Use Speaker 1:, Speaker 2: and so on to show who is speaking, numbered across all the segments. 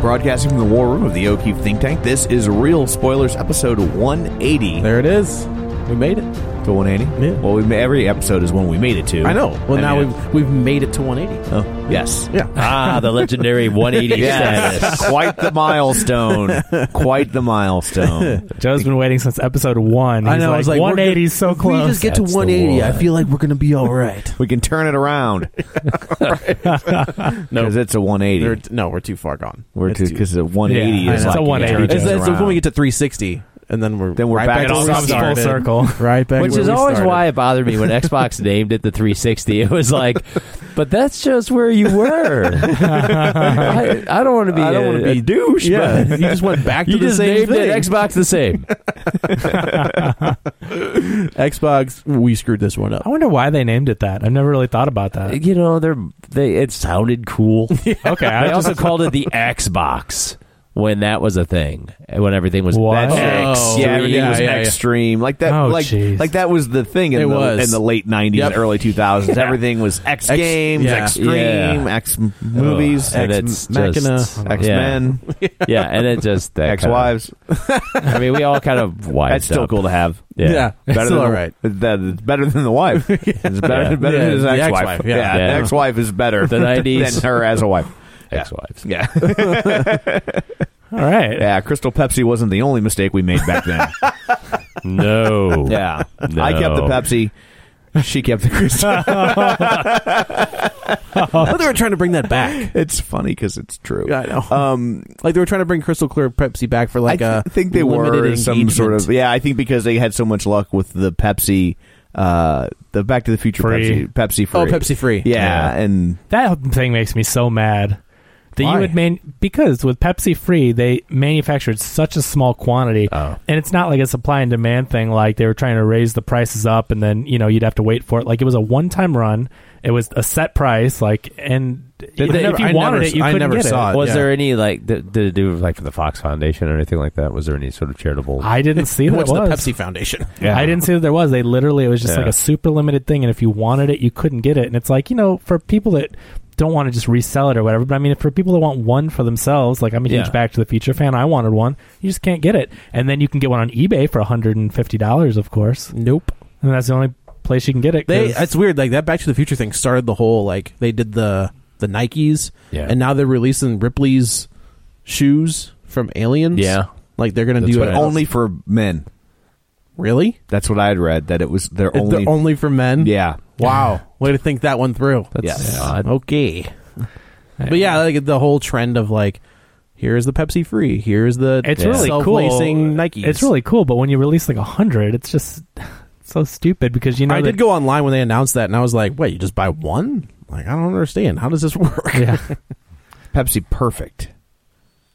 Speaker 1: Broadcasting from the war room of the O'Keefe Think Tank, this is Real Spoilers, episode 180.
Speaker 2: There it is. We made it.
Speaker 1: To 180?
Speaker 2: Yeah.
Speaker 1: Well, we, ma- every episode is one we made it to.
Speaker 2: I know. Well,
Speaker 1: I
Speaker 2: now
Speaker 1: mean,
Speaker 2: we've we've made it to 180.
Speaker 1: Oh, yes.
Speaker 2: Yeah.
Speaker 3: Ah, the legendary 180
Speaker 1: Yes.
Speaker 3: status.
Speaker 1: Quite the milestone. Quite the milestone.
Speaker 4: Joe's been waiting since episode one. He's
Speaker 2: I know. I was like, we're
Speaker 4: 180
Speaker 2: gonna-
Speaker 4: is so
Speaker 2: if
Speaker 4: close.
Speaker 2: We just get to
Speaker 1: That's the
Speaker 2: 180. I
Speaker 1: one.
Speaker 2: feel like we're gonna be all right.
Speaker 1: We can turn it around. Because it's a 180.
Speaker 2: We're- no, we're too far gone.
Speaker 1: We're
Speaker 2: It's
Speaker 1: too, because a 180
Speaker 4: Yeah, I
Speaker 1: is
Speaker 4: know.
Speaker 1: like
Speaker 4: It's a 180.
Speaker 1: you turn
Speaker 2: It's,
Speaker 1: things
Speaker 2: it's when we
Speaker 1: around.
Speaker 2: get to 360, and then we're
Speaker 1: Then we're
Speaker 2: right
Speaker 1: back
Speaker 2: back,
Speaker 1: to
Speaker 2: to
Speaker 4: all
Speaker 2: where we
Speaker 4: comes full
Speaker 2: started.
Speaker 4: circle.
Speaker 2: Right back,
Speaker 3: Which
Speaker 2: where
Speaker 3: is
Speaker 2: we
Speaker 3: always
Speaker 2: started.
Speaker 3: why it bothered me when Xbox named it the 360. It was like, but that's just where you were. I, I don't want to be.
Speaker 2: I don't
Speaker 3: want
Speaker 2: wanna
Speaker 3: to
Speaker 2: be-
Speaker 3: a douche.
Speaker 2: Yeah,
Speaker 3: but
Speaker 2: you just went back to
Speaker 3: you
Speaker 2: the
Speaker 3: just
Speaker 2: same
Speaker 3: named
Speaker 2: thing.
Speaker 3: it Xbox the same.
Speaker 2: Xbox, we screwed this one up.
Speaker 4: I wonder why they named it that. I've never really thought about that.
Speaker 3: you know, they're they. It sounded cool.
Speaker 4: Okay,
Speaker 3: They
Speaker 4: I
Speaker 3: also
Speaker 4: also
Speaker 3: called it the Xbox when that was a thing. When everything was
Speaker 4: What?
Speaker 3: That's-
Speaker 1: X.
Speaker 2: Oh,
Speaker 1: yeah, everything
Speaker 2: yeah,
Speaker 1: was
Speaker 2: yeah, yeah.
Speaker 1: extreme. Like that,
Speaker 4: Oh,
Speaker 1: like
Speaker 4: jeez.
Speaker 1: like that was the thing in,
Speaker 2: It
Speaker 1: the,
Speaker 2: was.
Speaker 1: in the late '90s,
Speaker 2: Yep.
Speaker 1: early 2000s. Everything was X,
Speaker 2: X-
Speaker 1: Games,
Speaker 2: yeah.
Speaker 1: Extreme,
Speaker 3: Yeah.
Speaker 1: X movies,
Speaker 3: And
Speaker 1: X
Speaker 3: it's
Speaker 1: Machina,
Speaker 3: just-
Speaker 1: X Men,
Speaker 3: yeah, and it just that
Speaker 1: X
Speaker 3: kinda-
Speaker 1: Wives.
Speaker 3: I mean, we all kind of wise.
Speaker 1: That's still
Speaker 3: up.
Speaker 1: cool to have.
Speaker 3: Yeah.
Speaker 2: Yeah.
Speaker 1: Better
Speaker 2: Still
Speaker 1: than
Speaker 2: all right.
Speaker 1: that- it's better than the wife. It's better,
Speaker 3: Yeah.
Speaker 1: better
Speaker 2: Yeah,
Speaker 1: than his
Speaker 2: the
Speaker 1: ex-wife.
Speaker 2: ex-wife,
Speaker 1: Yeah,
Speaker 2: yeah.
Speaker 3: Yeah.
Speaker 1: the ex-wife is better
Speaker 3: The 90s.
Speaker 1: than her as a wife. Yeah.
Speaker 3: Ex-wives.
Speaker 1: Yeah,
Speaker 4: All right.
Speaker 1: yeah. Crystal Pepsi wasn't the only mistake we made back then.
Speaker 3: No.
Speaker 1: yeah,
Speaker 3: No.
Speaker 1: I kept the Pepsi. She kept the Crystal.
Speaker 2: I thought they were trying to bring that back.
Speaker 1: it's funny because it's true.
Speaker 2: I know.
Speaker 1: Um,
Speaker 2: Like they were trying to bring Crystal Clear Pepsi back for like
Speaker 1: I
Speaker 2: a
Speaker 1: th- think they were
Speaker 2: limited
Speaker 1: some sort
Speaker 2: engagement.
Speaker 1: of yeah. I think because they had so much luck with the Pepsi, uh, the Back to the Future
Speaker 4: Free.
Speaker 1: Pepsi, Pepsi free.
Speaker 2: Oh, Pepsi free.
Speaker 1: Yeah, and
Speaker 4: That thing makes me so mad. That
Speaker 1: Why?
Speaker 4: you would man because with Pepsi Free they manufactured such a small quantity,
Speaker 3: Oh.
Speaker 4: and it's not like a supply and demand thing. Like they were trying to raise the prices up, and then you know you'd have to wait for it. Like it was a one time run, it was a set price. Like and
Speaker 2: Did they-
Speaker 4: if you
Speaker 2: I
Speaker 4: wanted
Speaker 2: never-
Speaker 4: it, you
Speaker 2: I
Speaker 4: couldn't
Speaker 2: never
Speaker 4: get
Speaker 2: saw
Speaker 4: it.
Speaker 2: it.
Speaker 3: Was
Speaker 2: Yeah.
Speaker 3: there any like did, did it do like for the Fox Foundation or anything like that? Was there any sort of charitable?
Speaker 4: I didn't see
Speaker 2: How
Speaker 4: that
Speaker 2: much the
Speaker 4: was.
Speaker 2: Pepsi Foundation?
Speaker 4: I didn't see that there was. They literally it was just
Speaker 3: Yeah.
Speaker 4: like a super limited thing, and if you wanted it, you couldn't get it. And it's like you know, for people that don't want to just resell it or whatever, but I mean, for people that want one for themselves, like I'm a
Speaker 3: Yeah.
Speaker 4: huge Back to the Future fan, I wanted one. You just can't get it, and then you can get one on eBay for 150 dollars, of course,
Speaker 2: Nope.
Speaker 4: and that's the only place you can get it.
Speaker 2: They
Speaker 4: 'cause-
Speaker 2: it's weird. Like that Back to the Future thing started the whole like they did the the Nikes,
Speaker 3: Yeah.
Speaker 2: and now they're releasing Ripley's shoes from Aliens.
Speaker 3: Yeah.
Speaker 2: like they're gonna
Speaker 3: That's
Speaker 2: do
Speaker 3: what
Speaker 2: it
Speaker 3: I-
Speaker 1: only for men.
Speaker 2: really
Speaker 1: That's what I had read that it was their
Speaker 2: It-
Speaker 1: only.
Speaker 2: they're only for men.
Speaker 1: yeah,
Speaker 2: wow, way to think that one through.
Speaker 1: Yes.
Speaker 3: Yeah, I-
Speaker 2: okay, but yeah, like the whole trend of like here's the Pepsi free, here's the
Speaker 4: it's really cool.
Speaker 2: self-lacing Nikes.
Speaker 4: It's really cool, but when you release like a hundred, it's just so stupid because you know
Speaker 2: I
Speaker 4: that-
Speaker 2: did go online when they announced that, and I was like, "Wait, you just buy one? Like, I don't understand. How does this work?"
Speaker 4: Yeah.
Speaker 1: Pepsi Perfect.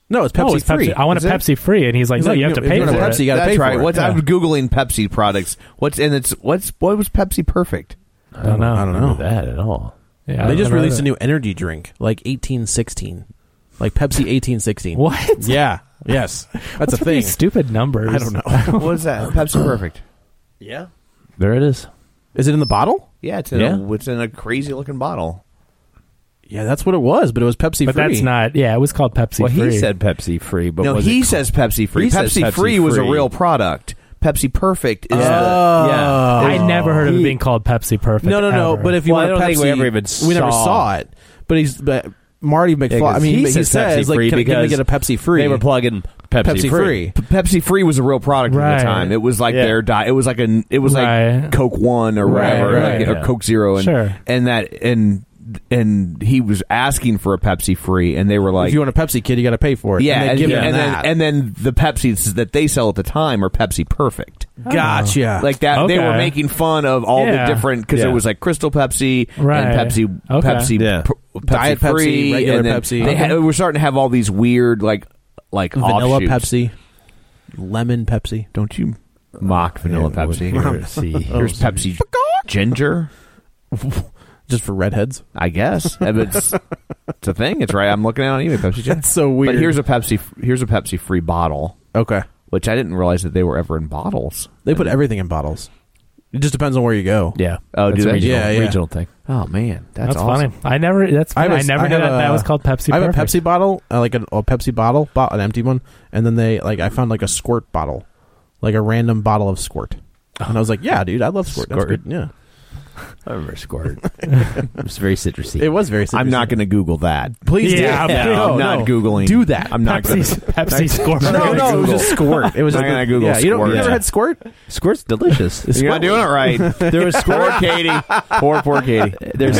Speaker 2: no, it's Pepsi
Speaker 4: oh, it's
Speaker 2: free.
Speaker 4: Pepsi. I want
Speaker 2: Is
Speaker 4: a
Speaker 2: it?
Speaker 4: Pepsi free, and he's like,
Speaker 2: He's
Speaker 4: no,
Speaker 2: like,
Speaker 4: you have
Speaker 2: no,
Speaker 4: to
Speaker 2: if
Speaker 4: pay
Speaker 2: you
Speaker 4: for
Speaker 2: want a
Speaker 4: it.
Speaker 2: Pepsi, you gotta
Speaker 1: That's
Speaker 2: pay for
Speaker 1: right.
Speaker 2: it.
Speaker 1: What's,
Speaker 2: Yeah.
Speaker 1: I'm googling Pepsi products. What's and it's what's what was Pepsi Perfect?
Speaker 4: I don't know.
Speaker 2: I don't know.
Speaker 3: remember that at all.
Speaker 4: Yeah,
Speaker 2: they just
Speaker 4: never heard
Speaker 2: released
Speaker 4: of
Speaker 2: a
Speaker 4: it.
Speaker 2: new energy drink, like eighteen sixteen, like Pepsi eighteen sixteen.
Speaker 4: What?
Speaker 2: Yeah. Yes. That's
Speaker 4: What's
Speaker 2: a
Speaker 4: with
Speaker 2: thing.
Speaker 4: These stupid numbers.
Speaker 2: I don't know.
Speaker 1: What was that? Pepsi Perfect.
Speaker 2: yeah.
Speaker 3: There it is.
Speaker 2: Is it in the bottle?
Speaker 1: Yeah, it's in
Speaker 3: Yeah.
Speaker 1: A, it's in a crazy looking bottle.
Speaker 2: Yeah, that's what it was, but it was Pepsi.
Speaker 4: But
Speaker 2: free.
Speaker 4: that's not. Yeah, it was called Pepsi.
Speaker 3: Well,
Speaker 4: free.
Speaker 3: he said Pepsi free, but
Speaker 1: no,
Speaker 3: was
Speaker 1: he
Speaker 3: it
Speaker 1: says Pepsi Free.
Speaker 3: He
Speaker 1: Pepsi,
Speaker 3: says Pepsi
Speaker 1: Free was a
Speaker 3: Free.
Speaker 1: real product. Pepsi Perfect is the
Speaker 2: Oh.
Speaker 3: yeah.
Speaker 4: I never heard of it
Speaker 1: He-
Speaker 4: being called Pepsi Perfect.
Speaker 2: No, no, no.
Speaker 4: ever.
Speaker 2: But if you
Speaker 3: Well, I
Speaker 2: want
Speaker 3: don't
Speaker 2: Pepsi,
Speaker 3: think we ever even
Speaker 2: we never
Speaker 3: saw.
Speaker 2: saw it. But he's but Marty McFly. I
Speaker 3: 'cause
Speaker 2: mean,
Speaker 3: he
Speaker 2: but he
Speaker 3: says Pepsi
Speaker 2: says like,
Speaker 3: free
Speaker 2: can, I- can we
Speaker 3: because
Speaker 2: get a Pepsi free?
Speaker 3: They were plugging Pepsi,
Speaker 2: Pepsi free.
Speaker 1: P- Pepsi Free was a real product at
Speaker 4: Right.
Speaker 1: the time. It was like
Speaker 2: Yeah.
Speaker 1: their diet. It was like an it was like
Speaker 4: Right.
Speaker 1: Coke One or
Speaker 4: Right,
Speaker 1: whatever,
Speaker 4: right.
Speaker 1: like- or
Speaker 3: Yeah.
Speaker 1: Coke Zero, and
Speaker 4: Sure.
Speaker 1: and that and and he was asking for a Pepsi Free, and they were like.
Speaker 2: if you want a Pepsi kid, you got to pay for it.
Speaker 1: yeah,
Speaker 2: and,
Speaker 1: and,
Speaker 2: they give
Speaker 1: yeah,
Speaker 2: him
Speaker 1: and
Speaker 2: that.
Speaker 1: then and then the Pepsis that they sell at the time are Pepsi Perfect,
Speaker 2: Oh. gotcha.
Speaker 1: like that. They were
Speaker 4: Okay.
Speaker 1: making fun of all
Speaker 4: Yeah.
Speaker 1: the different because
Speaker 3: Yeah.
Speaker 1: it was like Crystal Pepsi
Speaker 4: Right.
Speaker 1: and Pepsi,
Speaker 4: Okay.
Speaker 1: Pepsi,
Speaker 2: Yeah.
Speaker 1: P- Pepsi
Speaker 2: Diet Pepsi,
Speaker 1: Free,
Speaker 2: regular
Speaker 1: and then
Speaker 2: Pepsi.
Speaker 1: They had,
Speaker 2: Okay.
Speaker 1: we were starting to have all these weird like like
Speaker 2: vanilla
Speaker 1: offshoots.
Speaker 2: Pepsi, lemon Pepsi.
Speaker 1: Don't you mock vanilla Pepsi? Here's Pepsi ginger,
Speaker 2: Just for redheads.
Speaker 1: I guess. If it's it's a thing. It's right. I'm looking at it on eBay Pepsi ginger.
Speaker 2: That's so weird.
Speaker 1: But here's a Pepsi. Here's a Pepsi free bottle,
Speaker 2: Okay.
Speaker 1: which I didn't realize that they were ever in bottles.
Speaker 2: They put everything in bottles. It just depends on where you go.
Speaker 3: Yeah.
Speaker 1: Oh,
Speaker 3: That's
Speaker 1: do
Speaker 3: a
Speaker 1: they?
Speaker 3: Regional,
Speaker 2: Yeah, yeah.
Speaker 3: regional thing.
Speaker 1: Oh man, that's,
Speaker 4: That's,
Speaker 1: awesome.
Speaker 4: funny. I never. That's funny. I,
Speaker 2: was-
Speaker 4: never knew
Speaker 2: have
Speaker 4: that
Speaker 2: a-
Speaker 4: that was called Pepsi.
Speaker 2: I have
Speaker 4: Perfect.
Speaker 2: a Pepsi bottle, uh, like a, a Pepsi bottle, bo- an empty one, and then they like I found like a squirt bottle, like a random bottle of squirt, and I was like, yeah, dude, I love squirt. That's
Speaker 3: Squirt.
Speaker 2: good. Yeah,
Speaker 3: I remember squirt. it's very citrusy.
Speaker 2: it was very.
Speaker 1: I'm not going to Google that.
Speaker 2: Please,
Speaker 4: Yeah,
Speaker 2: do.
Speaker 4: but-
Speaker 1: No, I'm
Speaker 2: No,
Speaker 1: not
Speaker 2: no.
Speaker 1: googling.
Speaker 2: Do that.
Speaker 1: I'm not gonna-
Speaker 4: Pepsi. Pepsi score.
Speaker 1: No, no, it was just squirt.
Speaker 2: It was
Speaker 1: I'm
Speaker 2: just
Speaker 1: gonna
Speaker 2: the-
Speaker 1: Google
Speaker 2: yeah, You, don't,
Speaker 1: squirt.
Speaker 2: you never
Speaker 1: Yeah.
Speaker 2: had squirt?
Speaker 3: Squirt's delicious.
Speaker 1: You're not doing it right. There was poor Katie. Poor, poor Katie.
Speaker 3: There's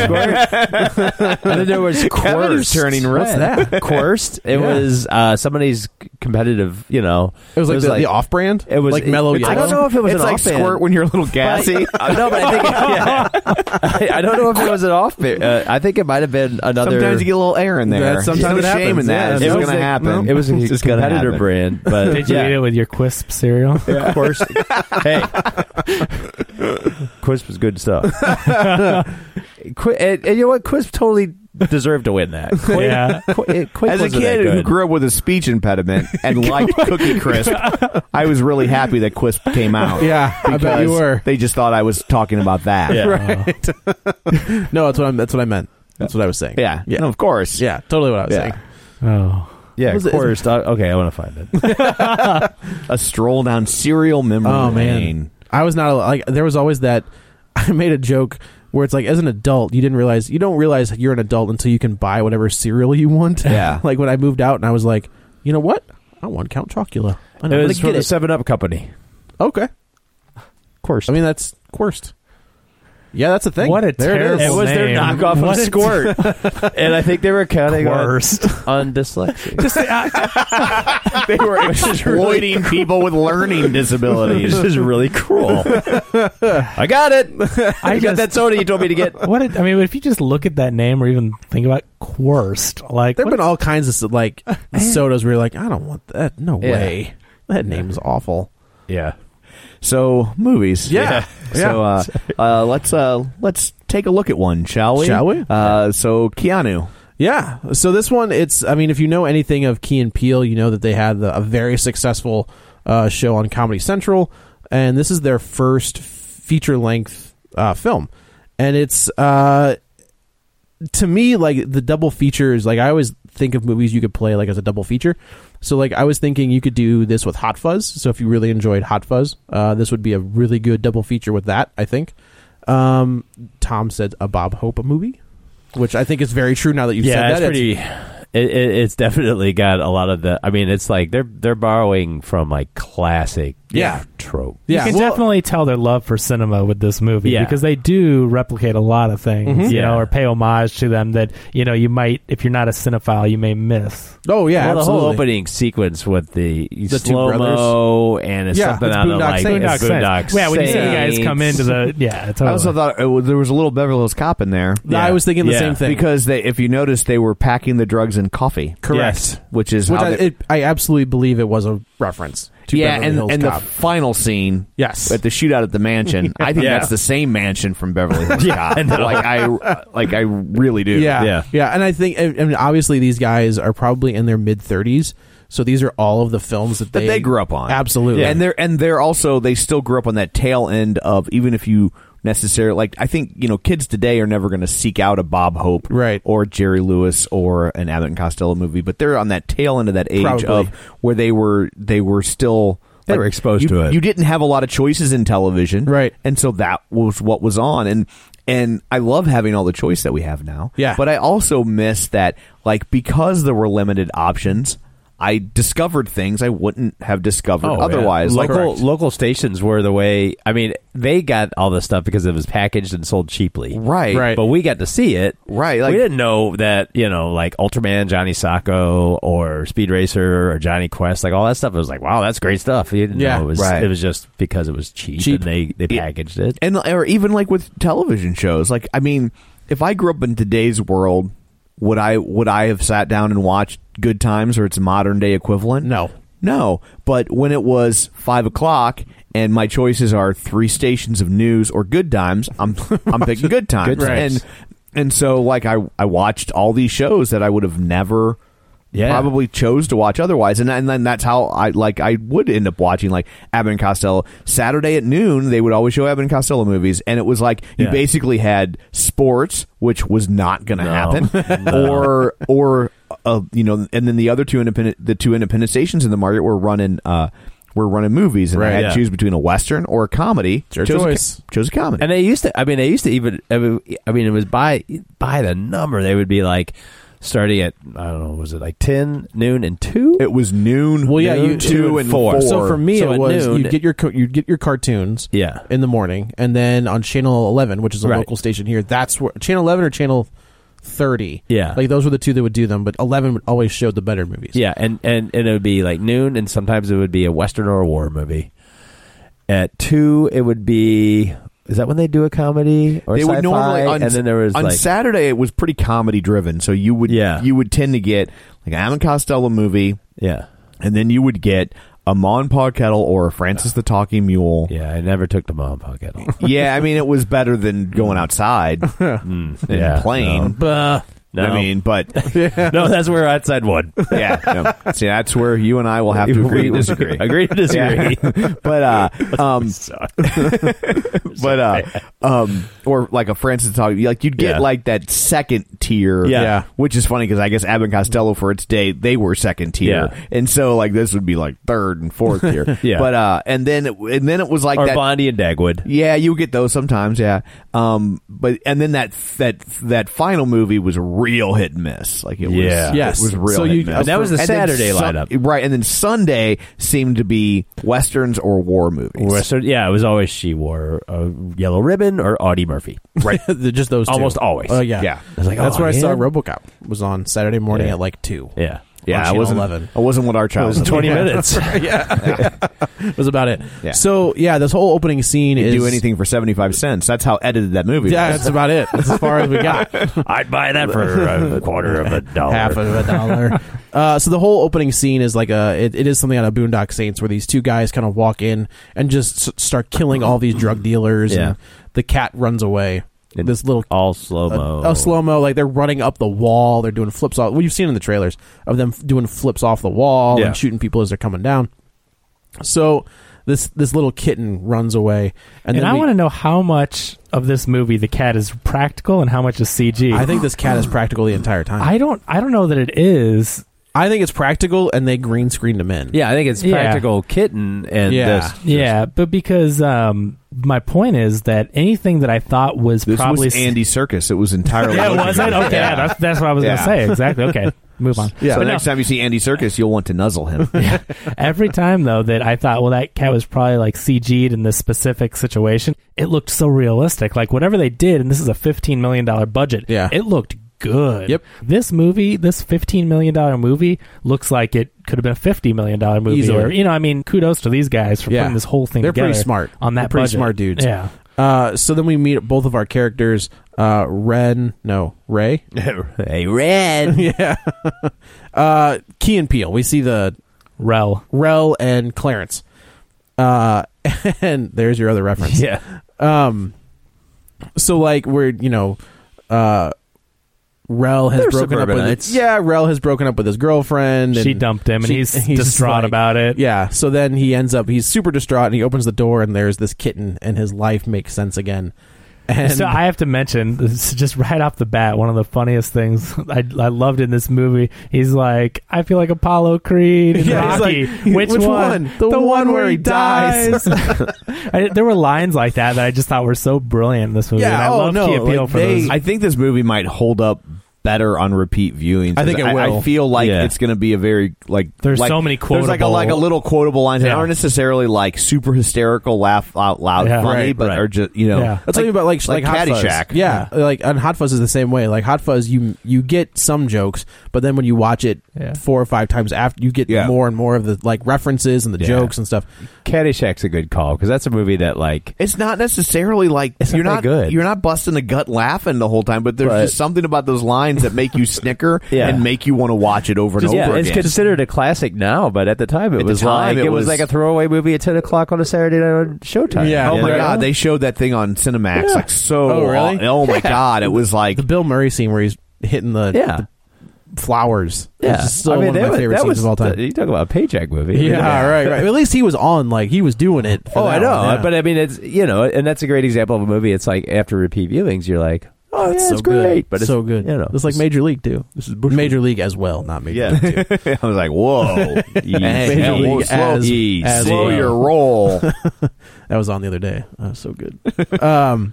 Speaker 3: squirt. and then there was
Speaker 1: Kevin is
Speaker 3: coerced.
Speaker 1: turning red.
Speaker 3: What's that? Coerced. It
Speaker 2: Yeah.
Speaker 3: was uh, somebody's c- competitive. You know,
Speaker 2: It was like the, the off-brand.
Speaker 3: It was
Speaker 2: like mellow yellow.
Speaker 3: I don't know if it was
Speaker 1: it's
Speaker 3: an
Speaker 1: like
Speaker 3: off-brand.
Speaker 1: squirt when you're a little
Speaker 3: But I-
Speaker 1: gassy.
Speaker 3: uh, no, but I think yeah. I, I don't know if it was an off. Uh, I think it might have been another.
Speaker 1: Sometimes you get a little air in there.
Speaker 2: That's- sometimes
Speaker 1: There's no
Speaker 2: it
Speaker 1: shame
Speaker 2: happens,
Speaker 1: in that.
Speaker 2: yeah.
Speaker 1: It's
Speaker 2: It
Speaker 1: just
Speaker 2: was
Speaker 1: gonna
Speaker 2: like-
Speaker 1: happen.
Speaker 3: It was a
Speaker 1: It's gonna
Speaker 3: competitor
Speaker 1: happen.
Speaker 3: brand, but
Speaker 4: Did you
Speaker 3: yeah.
Speaker 4: eat it with your Quisp cereal?
Speaker 3: Of course. hey, Quisp was good stuff. Qui- and, and you know what? Quisp totally deserved to win that. Qui-
Speaker 4: Yeah.
Speaker 3: Qui- Quisp
Speaker 1: As a
Speaker 3: wasn't that
Speaker 1: kid who
Speaker 3: good.
Speaker 1: grew up with a speech impediment and liked Cookie Crisp, I was really happy that Quisp came out.
Speaker 2: Yeah, I bet you
Speaker 1: because
Speaker 2: were.
Speaker 1: They just thought I was talking about that.
Speaker 3: Yeah.
Speaker 2: No, that's what I'm. That's what I meant. That's what I was saying.
Speaker 1: Yeah.
Speaker 2: yeah,
Speaker 1: No, of course.
Speaker 2: yeah. Totally what I was
Speaker 1: Yeah.
Speaker 2: saying.
Speaker 4: Oh.
Speaker 3: yeah,
Speaker 2: Was it-
Speaker 3: Quisp. I- Uh, okay, I want to find it.
Speaker 1: A stroll down cereal memory
Speaker 2: Oh man,
Speaker 1: lane.
Speaker 2: I was not like there was always that. I made a joke where it's like as an adult, you didn't realize you don't realize that you're an adult until you can buy whatever cereal you want.
Speaker 1: Yeah.
Speaker 2: like when I moved out and I was like, you know what? I want Count Chocula. I'm
Speaker 3: It
Speaker 2: gonna
Speaker 3: was from
Speaker 2: get
Speaker 3: the
Speaker 2: it.
Speaker 3: Seven Up Company.
Speaker 2: okay,
Speaker 3: Quirst.
Speaker 2: I mean that's worst. Yeah, that's a thing.
Speaker 4: What a
Speaker 2: There
Speaker 4: terrible
Speaker 2: It,
Speaker 3: it
Speaker 2: is.
Speaker 3: was their
Speaker 4: name.
Speaker 3: knockoff
Speaker 4: What
Speaker 3: of
Speaker 4: is-
Speaker 3: Squirt, and I think they were counting on,
Speaker 4: Worst.
Speaker 3: on dyslexia.
Speaker 1: They were exploiting people with learning disabilities.
Speaker 3: this is really cruel. I got it. I got
Speaker 4: just-
Speaker 3: that soda you told me to get.
Speaker 4: What? It, I mean, if you just look at that name or even think about Quirst, like
Speaker 2: There've
Speaker 4: what-
Speaker 2: been all kinds of like sodas where you're like, I don't want that. No
Speaker 3: Yeah.
Speaker 2: way. That name's awful.
Speaker 3: Yeah.
Speaker 1: So movies,
Speaker 2: Yeah.
Speaker 1: So uh, uh, let's uh, let's take a look at one, shall we?
Speaker 2: Shall we?
Speaker 1: Uh, so Keanu,
Speaker 2: Yeah. So this one, it's. I mean, if you know anything of Key and Peele, you know that they had the, a very successful uh, show on Comedy Central, and this is their first feature length uh, film, and it's. Uh, to me, like the double features, like I always think of movies you could play like as a double feature. So, like I was thinking, you could do this with Hot Fuzz. So, if you really enjoyed Hot Fuzz, uh, this would be a really good double feature with that. I think. Um, Tom said a Bob Hope movie, which I think is very true. Now that you've
Speaker 3: yeah,
Speaker 2: said
Speaker 3: it's
Speaker 2: that,
Speaker 3: pretty. It, it, it's definitely got a lot of the. I mean, it's like they're they're borrowing from like classic
Speaker 2: Yeah.
Speaker 3: trope.
Speaker 4: you
Speaker 2: yeah,
Speaker 4: can
Speaker 2: well,
Speaker 4: definitely tell their love for cinema with this movie
Speaker 3: Yeah.
Speaker 4: because they do replicate a lot of things, you
Speaker 3: Yeah.
Speaker 4: know, or pay homage to them that you know you might, if you're not a cinephile, you may miss.
Speaker 2: oh yeah,
Speaker 3: well, the
Speaker 2: absolutely.
Speaker 3: whole opening sequence with the,
Speaker 2: two
Speaker 3: slow mo and it's
Speaker 2: Yeah,
Speaker 3: something
Speaker 2: it's
Speaker 3: out of
Speaker 2: Boondock
Speaker 3: like
Speaker 2: Saints.
Speaker 3: it's Boondock
Speaker 4: Yeah, when you see the
Speaker 3: Saints.
Speaker 4: guys come into the yeah, totally.
Speaker 1: I also thought uh, there was a little Beverly Hills Cop in there
Speaker 2: Oh. I
Speaker 3: yeah.
Speaker 2: was thinking the
Speaker 3: Yeah.
Speaker 2: same thing.
Speaker 1: because they, if you notice, they were packing the drugs in coffee,
Speaker 2: correct,
Speaker 3: Yes.
Speaker 1: which is
Speaker 2: which
Speaker 1: how
Speaker 2: I,
Speaker 1: they-
Speaker 2: it, I absolutely believe it was a reference. To
Speaker 1: yeah,
Speaker 2: Beverly
Speaker 1: and
Speaker 2: Hills
Speaker 1: and
Speaker 2: Cop.
Speaker 1: the final scene,
Speaker 2: Yes.
Speaker 1: at the shootout at the mansion. I think
Speaker 3: Yeah.
Speaker 1: that's the same mansion from Beverly Hills Cop. Like I, like I really do.
Speaker 2: Yeah,
Speaker 3: Yeah.
Speaker 2: yeah, And I think, I I mean, obviously, these guys are probably in their mid thirties, so these are all of the films that
Speaker 1: that
Speaker 2: they,
Speaker 1: they, grew up on.
Speaker 2: Absolutely,
Speaker 1: And they're and they're also they still grew up on that tail end of even if you necessarily like I think, you know, kids today are never gonna seek out a Bob Hope
Speaker 2: Right.
Speaker 1: or Jerry Lewis or an Abbott and Costello movie, but they're on that tail end of that age
Speaker 2: Probably.
Speaker 1: of where they were they were still
Speaker 3: They were exposed
Speaker 1: you-
Speaker 3: to it.
Speaker 1: You didn't have a lot of choices in television.
Speaker 2: Right.
Speaker 1: And so that was what was on. And and I love having all the choice that we have now.
Speaker 2: Yeah.
Speaker 1: But I also miss that like because there were limited options, I discovered things I wouldn't have discovered
Speaker 3: Oh, yeah.
Speaker 1: otherwise. Like,
Speaker 3: local local stations were the way. I mean, they got all this stuff because it was packaged and sold cheaply,
Speaker 1: Right. Right.
Speaker 3: But we got to see it,
Speaker 1: Right, like-
Speaker 3: we didn't know that you know, like Ultraman, Johnny Sacco, or Speed Racer, or Johnny Quest, like all that stuff. It was like, wow, that's great stuff. You didn't
Speaker 2: Yeah,
Speaker 3: know it was.
Speaker 1: right.
Speaker 3: It was just because it was cheap,
Speaker 1: Cheap.
Speaker 3: and they they
Speaker 1: Yeah.
Speaker 3: packaged it.
Speaker 1: and or even like with television shows like i mean if i grew up in today's world would i would i have sat down and watched good times or its modern day equivalent
Speaker 2: No.
Speaker 1: no but when it was five o'clock and my choices are three stations of news or good times i'm i'm picking good times
Speaker 3: Good Times.
Speaker 1: and and so like i i watched all these shows that i would have never
Speaker 3: Yeah.
Speaker 1: probably chose to watch otherwise and, and then that's how i like i would end up watching like abbott and costello saturday at noon they would always show abbott and costello movies and it was like you
Speaker 3: Yeah.
Speaker 1: basically had sports which was not going to
Speaker 3: No.
Speaker 1: happen
Speaker 3: No.
Speaker 1: or or uh, you know and then the other two independent the two independent stations in the market were running uh were running movies and i
Speaker 2: Right,
Speaker 1: had
Speaker 3: yeah.
Speaker 1: to choose between a western or a comedy it's
Speaker 2: your
Speaker 1: chose
Speaker 2: choice.
Speaker 1: A, co- chose a comedy
Speaker 3: And they used to. I mean, they used to even. I mean, I mean, it was by by the number. They would be like starting at I don't know. Was it like ten noon and two?
Speaker 1: it was noon
Speaker 2: Well, yeah,
Speaker 1: noon,
Speaker 2: you-
Speaker 1: two and four
Speaker 2: So for me,
Speaker 3: So
Speaker 2: it
Speaker 3: at
Speaker 2: was
Speaker 3: noon-
Speaker 2: you'd get your co- you'd get your cartoons
Speaker 3: Yeah.
Speaker 2: in the morning, and then on channel eleven, which is a
Speaker 3: Right.
Speaker 2: local station here, that's where channel eleven or channel thirty.
Speaker 3: Yeah.
Speaker 2: like those were the two that would do them, but eleven would always show the better movies.
Speaker 3: Yeah, and, and and it would be like noon, and sometimes it would be a western or a war movie. At two, it would be. Is that when they do a comedy or
Speaker 1: they would
Speaker 3: sci-fi?
Speaker 1: normally on,
Speaker 3: and then there was
Speaker 1: on
Speaker 3: like
Speaker 1: Saturday it was pretty comedy driven, so you would
Speaker 3: Yeah.
Speaker 1: you would tend to get like an Alan Costello movie,
Speaker 3: yeah,
Speaker 1: and then you would get a Mon Pa Kettle or a Francis the Talking Mule.
Speaker 3: yeah. I never took the mom hug at all.
Speaker 1: Yeah, I mean it was better than going outside and
Speaker 3: yeah,
Speaker 1: playing.
Speaker 3: no,
Speaker 1: I mean, but
Speaker 3: no, that's where outside one.
Speaker 1: yeah, no. see that's where you and I will have to agree to disagree.
Speaker 3: agree to disagree.
Speaker 1: but uh, um, but uh, um, or like a Francis talking, like you'd get
Speaker 3: Yeah.
Speaker 1: like that second tier,
Speaker 3: Yeah. Yeah.
Speaker 1: which is funny because I guess Abbott and Costello for its day they were second tier,
Speaker 3: Yeah.
Speaker 1: and so like this would be like third and fourth tier,
Speaker 3: Yeah.
Speaker 1: But uh, and then it, and then it was like
Speaker 3: or
Speaker 1: that.
Speaker 3: Bondi and Dagwood.
Speaker 1: yeah, you get those sometimes. Yeah, um, but and then that that that final movie was real hit and miss. Like it was,
Speaker 3: Yeah.
Speaker 2: Yes.
Speaker 1: it was real.
Speaker 2: So
Speaker 1: hit
Speaker 2: you-
Speaker 1: and miss.
Speaker 2: And
Speaker 3: that was the
Speaker 1: then
Speaker 3: Saturday
Speaker 1: Sun-
Speaker 3: lineup.
Speaker 1: right? And then Sunday seemed to be westerns or war movies.
Speaker 3: Western, yeah, it was always she wore a yellow ribbon or Audie Murphy.
Speaker 2: right. just those two.
Speaker 3: Almost always.
Speaker 2: Oh yeah,
Speaker 1: Yeah.
Speaker 3: I was like,
Speaker 2: that's
Speaker 3: oh,
Speaker 2: where I saw
Speaker 3: man.
Speaker 2: RoboCop was on Saturday morning
Speaker 3: Yeah.
Speaker 2: at like two.
Speaker 3: Yeah,
Speaker 2: on
Speaker 1: Yeah, I
Speaker 2: Channel
Speaker 1: wasn't.
Speaker 2: 11.
Speaker 1: I wasn't what our child was.
Speaker 3: twenty
Speaker 1: Yeah.
Speaker 3: minutes.
Speaker 2: was about it.
Speaker 1: Yeah.
Speaker 2: So yeah, this whole opening scene
Speaker 1: Could
Speaker 2: is
Speaker 1: do anything for seventy five cents. That's how edited that movie.
Speaker 2: Yeah,
Speaker 1: was.
Speaker 2: that's about it. That's as far as we got.
Speaker 3: I'd buy that for a quarter of a dollar.
Speaker 2: half of a dollar. uh, so the whole opening scene is like a it, it is something out of Boondock Saints where these two guys kind of walk in and just s- start killing all these drug dealers.
Speaker 3: Yeah.
Speaker 2: and the cat runs away. this little
Speaker 3: all slow mo.
Speaker 1: Oh,
Speaker 2: a, slow mo, like they're running up the wall. They're doing flips off. Well, you've seen in the trailers of them f- doing flips off the wall
Speaker 3: Yeah.
Speaker 2: and shooting people as they're coming down. So this this little kitten runs away, and,
Speaker 4: And,
Speaker 2: then
Speaker 4: I
Speaker 2: we-
Speaker 4: want to know how much of this movie the cat is practical and how much is CG.
Speaker 2: I think this cat is practical the entire time. I,
Speaker 4: I don't. I don't know that it is.
Speaker 2: think it's practical, and they green screened him in.
Speaker 3: Yeah, I think it's
Speaker 4: Yeah.
Speaker 3: practical kitten and
Speaker 2: Yeah.
Speaker 3: this.
Speaker 4: yeah, but because um, my point is that anything that I thought was
Speaker 1: This
Speaker 4: probably
Speaker 1: was Andy Circus. It was entirely.
Speaker 4: Yeah, was it?
Speaker 1: original.
Speaker 4: Okay, yeah, that's, that's what I was
Speaker 1: Yeah.
Speaker 4: gonna say. Exactly. Okay, move on.
Speaker 1: So
Speaker 4: But no,
Speaker 1: next time you see Andy Circus, you'll want to nuzzle him.
Speaker 4: every time though that I thought, well, that cat was probably like CG'd in this specific situation. It looked so realistic. Like whatever they did, and this is a fifteen million dollar budget.
Speaker 2: Yeah.
Speaker 4: it looked good.
Speaker 2: Yep.
Speaker 4: This movie, this fifteen million dollar movie, looks like it could have been a fifty million dollar movie.
Speaker 2: Easily.
Speaker 4: Or, you know, I mean, kudos to these guys for
Speaker 2: Yeah.
Speaker 4: putting this whole thing
Speaker 2: They're
Speaker 4: together.
Speaker 2: pretty smart.
Speaker 4: on that
Speaker 2: They're pretty
Speaker 4: budget.
Speaker 2: smart dudes.
Speaker 4: Yeah.
Speaker 2: Uh, so then we meet both of our characters, uh, Ren, no, Ray,
Speaker 3: hey, Red.
Speaker 2: yeah, uh, Key and Peele. We see the
Speaker 4: Rel.
Speaker 2: Rel and Clarence. Uh, and there's your other reference.
Speaker 3: yeah,
Speaker 2: Um, so like we're you know, uh, Rel has
Speaker 3: They're
Speaker 2: broken up with
Speaker 3: suburbanites.
Speaker 2: yeah, Rel has broken up with his girlfriend.
Speaker 4: She
Speaker 2: and
Speaker 4: dumped him, and
Speaker 2: she-
Speaker 4: he's,
Speaker 2: just
Speaker 4: distraught
Speaker 2: like-
Speaker 4: about it.
Speaker 2: Yeah. So then he ends up he's super distraught, and he opens the door, and there's this kitten, and his life makes sense again. And
Speaker 4: so I have to mention this is just right off the bat, one of the funniest things I, I loved in this movie. He's like, I feel like Apollo Creed. and
Speaker 2: Yeah, he's
Speaker 4: Rocky.
Speaker 2: like,
Speaker 4: which,
Speaker 2: "Which
Speaker 4: one?
Speaker 2: one? The one where he dies."
Speaker 4: I, there were lines like that that I just thought were so brilliant in this movie.
Speaker 2: Yeah,
Speaker 4: and I
Speaker 2: oh,
Speaker 4: love
Speaker 2: no,
Speaker 4: Key Appeal
Speaker 2: like,
Speaker 4: for
Speaker 2: they-
Speaker 4: those.
Speaker 1: I think this movie might hold up better on repeat viewings.
Speaker 2: I think it
Speaker 1: I,
Speaker 2: will.
Speaker 1: feel like
Speaker 3: Yeah.
Speaker 1: it's going to be a very like
Speaker 4: There's
Speaker 1: like-
Speaker 4: so many
Speaker 1: There's like a like a
Speaker 4: quotable-
Speaker 1: little quotable lines that
Speaker 4: Yeah.
Speaker 1: aren't necessarily like super hysterical, laugh out loud,
Speaker 4: Yeah.
Speaker 1: funny,
Speaker 4: Right,
Speaker 1: but
Speaker 3: right.
Speaker 1: are just you know
Speaker 4: Yeah.
Speaker 2: That's like, about like sh- like, Hot
Speaker 1: Caddyshack.
Speaker 2: Fuzz. Yeah, like and Hot Fuzz is the same way. Like Hot Fuzz, you you get some jokes, but then when you watch it
Speaker 4: Yeah.
Speaker 2: four or five times after, you get
Speaker 1: Yeah.
Speaker 2: more and more of the like references and the
Speaker 3: Yeah.
Speaker 2: jokes and stuff.
Speaker 3: Caddyshack's a good call because that's a movie that like
Speaker 1: It's not necessarily like
Speaker 3: It's not
Speaker 1: you're
Speaker 3: that
Speaker 1: not
Speaker 3: good.
Speaker 1: You're not busting the gut laughing the whole time, but there's
Speaker 3: But-
Speaker 1: just something about those lines that make you snicker
Speaker 3: Yeah.
Speaker 1: and make you want to watch it over and
Speaker 3: Just-
Speaker 1: over
Speaker 3: yeah, it's
Speaker 1: again.
Speaker 3: considered a classic now, but at the time it
Speaker 1: At the
Speaker 3: was
Speaker 1: time,
Speaker 3: like
Speaker 1: it
Speaker 3: it was
Speaker 1: was-
Speaker 3: like a throwaway movie at ten o'clock on a Saturday night on Showtime.
Speaker 2: Yeah.
Speaker 1: oh my
Speaker 2: Yeah.
Speaker 1: god, they showed that thing on Cinemax
Speaker 3: Yeah.
Speaker 1: like so.
Speaker 2: Oh, really?
Speaker 1: Oh my god, it was like
Speaker 2: The Bill Murray scene where he's hitting the,
Speaker 3: yeah,
Speaker 2: the flowers.
Speaker 3: yeah.
Speaker 2: it's still
Speaker 3: I mean,
Speaker 2: one of
Speaker 3: that
Speaker 2: my
Speaker 3: was-
Speaker 2: favorite
Speaker 3: that
Speaker 2: scenes
Speaker 3: was
Speaker 2: of all time.
Speaker 3: the- you talk about a paycheck movie.
Speaker 2: yeah, right, right. At least he was on. Like he was doing it. for
Speaker 3: Oh, I
Speaker 2: that
Speaker 3: know,
Speaker 2: one, yeah.
Speaker 3: but I mean, it's you know, and that's a great example of a movie. It's like after repeat viewings, you're like, oh, yeah,
Speaker 2: It's so
Speaker 3: it's great,
Speaker 2: good.
Speaker 3: but it's
Speaker 2: so good.
Speaker 3: You know,
Speaker 2: it's like Major League too. This is Major League as well, not Major
Speaker 1: Yeah.
Speaker 2: League. Two.
Speaker 1: I was like, whoa. Hey,
Speaker 3: Major
Speaker 1: hey,
Speaker 3: League
Speaker 1: whoa, slow,
Speaker 2: as-
Speaker 1: Jeez.
Speaker 2: as
Speaker 1: slow
Speaker 2: well.
Speaker 1: your roll.
Speaker 2: That was on the other day. That was so good. um,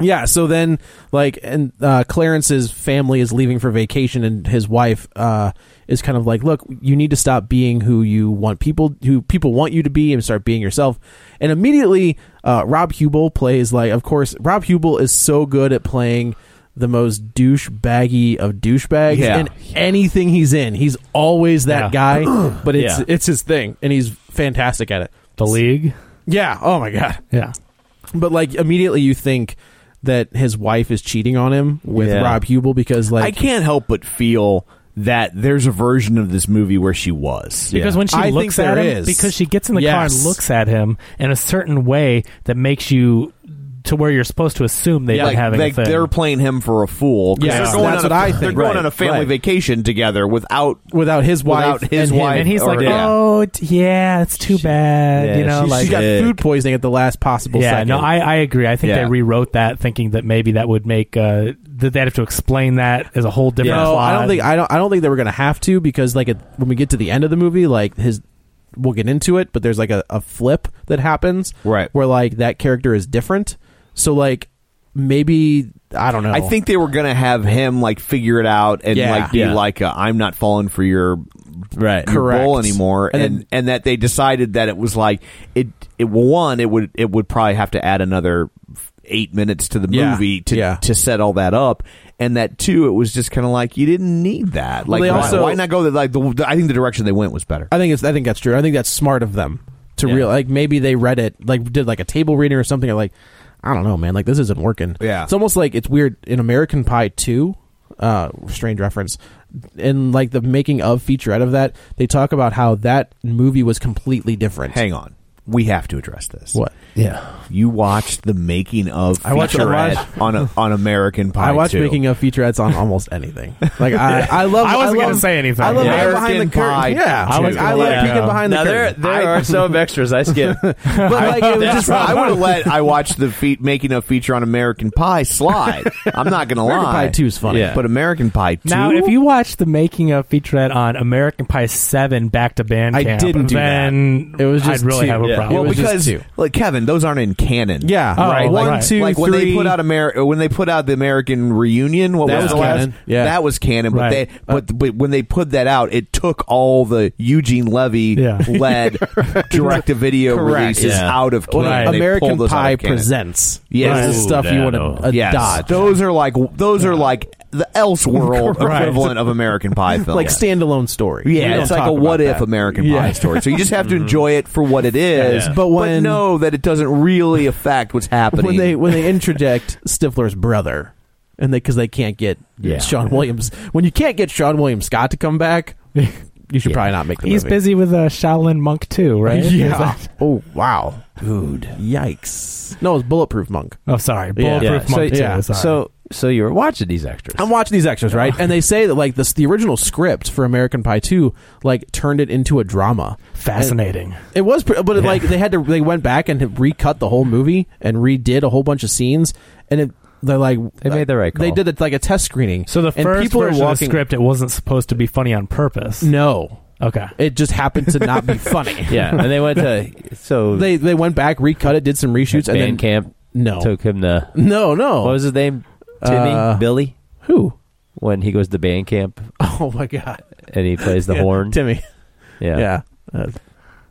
Speaker 2: yeah. So then, like, and uh, Clarence's family is leaving for vacation, and his wife uh, is kind of like, "Look, you need to stop being who you want people who people want you to be, and start being yourself." And immediately, uh, Rob Hubel plays like, of course, Rob Hubel is so good at playing the most douchebaggy of douchebags
Speaker 1: Yeah.
Speaker 2: in anything he's in. He's always that guy, but it's
Speaker 3: Yeah.
Speaker 2: it's his thing, and he's fantastic at it.
Speaker 4: The league.
Speaker 2: Yeah. Oh my god.
Speaker 4: Yeah.
Speaker 2: But like immediately you think that his wife is cheating on him with
Speaker 3: Yeah.
Speaker 2: Rob Hubel because
Speaker 1: I
Speaker 2: like
Speaker 1: can't help but feel that there's a version of this movie where she was.
Speaker 4: Because when she
Speaker 2: I think
Speaker 4: looks
Speaker 2: there
Speaker 4: at him,
Speaker 2: is.
Speaker 4: because she gets in the car and
Speaker 2: Yes.
Speaker 4: looks at him in a certain way that makes you to where you're supposed to assume they've been
Speaker 1: like,
Speaker 4: having
Speaker 1: like
Speaker 4: a thing.
Speaker 1: they're playing him for a fool. 'cause
Speaker 2: Yes.
Speaker 1: they're going
Speaker 2: That's
Speaker 1: on a-
Speaker 2: what I
Speaker 1: They're
Speaker 2: think.
Speaker 1: going
Speaker 2: Right.
Speaker 1: on a family
Speaker 2: Right.
Speaker 1: vacation together without
Speaker 2: without his wife
Speaker 1: without his
Speaker 2: and him.
Speaker 1: wife.
Speaker 4: and he's
Speaker 1: or-
Speaker 4: like,
Speaker 1: yeah.
Speaker 4: "Oh, t- yeah, it's too bad."
Speaker 3: yeah,
Speaker 4: you know,
Speaker 3: she's-
Speaker 4: like
Speaker 2: she got
Speaker 1: Sick.
Speaker 2: food poisoning at the last possible
Speaker 4: yeah,
Speaker 2: second.
Speaker 4: no, I, I agree. I think
Speaker 1: Yeah.
Speaker 4: they rewrote that thinking that maybe that would make uh, that they'd have to explain that as a whole different.
Speaker 2: No,
Speaker 4: plot.
Speaker 2: I don't think I don't I don't think they were gonna have to because like at, when we get to the end of the movie, like his we'll get into it, but there's like a, a flip that happens
Speaker 1: Right.
Speaker 2: where like that character is different. So like maybe I don't know.
Speaker 1: I think they were gonna have him like figure it out and
Speaker 2: Oh. Yeah.
Speaker 1: like be
Speaker 2: Yeah.
Speaker 1: like, uh, "I'm not falling for your
Speaker 3: right,
Speaker 1: your
Speaker 2: Correct.
Speaker 1: bowl anymore," and
Speaker 2: And
Speaker 1: and,
Speaker 2: then-
Speaker 1: that they decided that it was like it it one it would it would probably have to add another eight minutes to the
Speaker 2: Yeah.
Speaker 1: movie to
Speaker 2: Yeah.
Speaker 1: to set all that up, and that two it was just kind of like you didn't need that. Like
Speaker 2: they
Speaker 1: why,
Speaker 2: also-
Speaker 1: why not go the, like the, I think the direction they went was better.
Speaker 2: I think it's I think that's true. I think that's smart of them to
Speaker 3: Yeah.
Speaker 2: real like maybe they read it like did like a table reading or something or like I don't know man like this isn't working.
Speaker 1: Yeah.
Speaker 2: it's almost like it's weird in American Pie two, uh, strange reference. In like the making of featurette of that, they talk about how that movie was completely different.
Speaker 1: Hang on, we have to address this.
Speaker 2: what?
Speaker 3: yeah,
Speaker 1: you watched the making of
Speaker 2: I watched- I
Speaker 1: featurette on a, on American Pie?
Speaker 2: I watch
Speaker 1: 2.
Speaker 2: making of featurettes on almost anything. Like I, I love.
Speaker 4: I wasn't
Speaker 2: love-
Speaker 4: gonna say anything.
Speaker 2: I love
Speaker 4: Yeah.
Speaker 2: peeking
Speaker 1: American
Speaker 2: behind the curtain.
Speaker 1: Pie
Speaker 2: Yeah,
Speaker 1: two.
Speaker 2: I, was, I love
Speaker 4: Yeah.
Speaker 2: peeking behind the
Speaker 3: now there
Speaker 2: curtain.
Speaker 3: there
Speaker 2: I-
Speaker 3: are some extras I skip.
Speaker 2: but like it was
Speaker 1: That's
Speaker 2: just
Speaker 1: right. I would have let I watch the feat making a feature on American Pie slide. I'm not gonna
Speaker 2: American
Speaker 1: lie.
Speaker 2: Pie 2 is funny. Yeah.
Speaker 1: but American Pie two.
Speaker 4: Now, if you watch the making of featurette on American Pie Seven Back to Bandcamp,
Speaker 2: I didn't do
Speaker 4: then
Speaker 2: that. It was just
Speaker 4: I'd really
Speaker 2: two.
Speaker 4: have a
Speaker 2: Yeah.
Speaker 4: problem.
Speaker 1: well,
Speaker 2: it was
Speaker 1: because
Speaker 2: just two.
Speaker 1: like Kevin, those aren't in canon.
Speaker 2: yeah,
Speaker 4: Oh,
Speaker 2: right.
Speaker 4: like-
Speaker 2: One,
Speaker 4: right.
Speaker 2: two,
Speaker 1: like when they
Speaker 2: three.
Speaker 1: put out Amer- uh, when they put out the American Reunion, what
Speaker 2: That
Speaker 1: was,
Speaker 2: was
Speaker 1: the last-
Speaker 2: canon. Yeah. Uh,
Speaker 1: that was canon. But
Speaker 4: Right.
Speaker 1: they but, but when they put that out, it took all the Eugene Levy
Speaker 4: Yeah.
Speaker 1: led direct to video
Speaker 2: Correct.
Speaker 1: releases
Speaker 3: Yeah.
Speaker 1: out of
Speaker 2: Well,
Speaker 1: canon. They pulled
Speaker 2: American
Speaker 1: those out of
Speaker 2: Pie
Speaker 1: canon.
Speaker 2: presents.
Speaker 1: Yes.
Speaker 2: This is
Speaker 1: Ooh,
Speaker 2: stuff you
Speaker 3: that
Speaker 2: want
Speaker 3: old.
Speaker 2: to uh,
Speaker 1: Yes,
Speaker 2: dodge.
Speaker 1: those are like those are like the Elseworld
Speaker 2: Right.
Speaker 1: equivalent of American Pie films.
Speaker 2: like standalone story. We
Speaker 1: yeah,
Speaker 2: don't
Speaker 1: it's like
Speaker 2: talk
Speaker 1: a
Speaker 2: about
Speaker 1: what if
Speaker 2: that.
Speaker 1: American
Speaker 2: Yeah. Mm-hmm.
Speaker 1: Pie story. So you just have to enjoy it for what it is,
Speaker 2: Yeah. But when-
Speaker 1: know that it doesn't really affect what's happening.
Speaker 2: when they when they interject Stifler's brother, and they because they can't get
Speaker 3: Yeah.
Speaker 2: Sean Williams. When you can't get Sean Williams Scott to come back, you should probably not make the
Speaker 4: he's
Speaker 2: movie.
Speaker 4: busy with uh, Shaolin Monk too, right? Is
Speaker 2: Yeah.
Speaker 4: that-
Speaker 2: Oh wow, dude. Yikes. No, it's Bulletproof Monk.
Speaker 4: Oh, sorry,
Speaker 2: Yeah.
Speaker 4: Bulletproof
Speaker 3: yeah. So,
Speaker 4: Monk too.
Speaker 2: yeah.
Speaker 4: Sorry.
Speaker 3: so so you were watching these extras.
Speaker 2: I'm watching these extras, right? And they say that like this, the original script for American Pie Two, like turned it into a drama.
Speaker 4: fascinating.
Speaker 2: It was, pre- but it, like they had to, they went back and recut the whole movie and redid a whole bunch of scenes, and it they're like
Speaker 3: They made the right
Speaker 2: They
Speaker 3: call.
Speaker 2: did it like a test screening.
Speaker 4: So the
Speaker 2: and
Speaker 4: first
Speaker 2: people are
Speaker 4: version of the
Speaker 2: walking-
Speaker 4: script, it wasn't supposed to be funny on purpose.
Speaker 2: No,
Speaker 4: Okay.
Speaker 2: it just happened to not be funny.
Speaker 3: yeah, and they went to so
Speaker 2: they they went back, recut it, did some reshoots, and then
Speaker 3: Bandcamp
Speaker 2: no,
Speaker 3: took him to
Speaker 2: no, no.
Speaker 3: what was his name? Timmy
Speaker 2: Uh,
Speaker 3: Billy.
Speaker 2: who?
Speaker 3: when he goes to band camp
Speaker 2: Oh my god,
Speaker 3: and he plays the
Speaker 2: Yeah,
Speaker 3: horn.
Speaker 2: Timmy.
Speaker 3: Yeah,
Speaker 2: Yeah, Uh,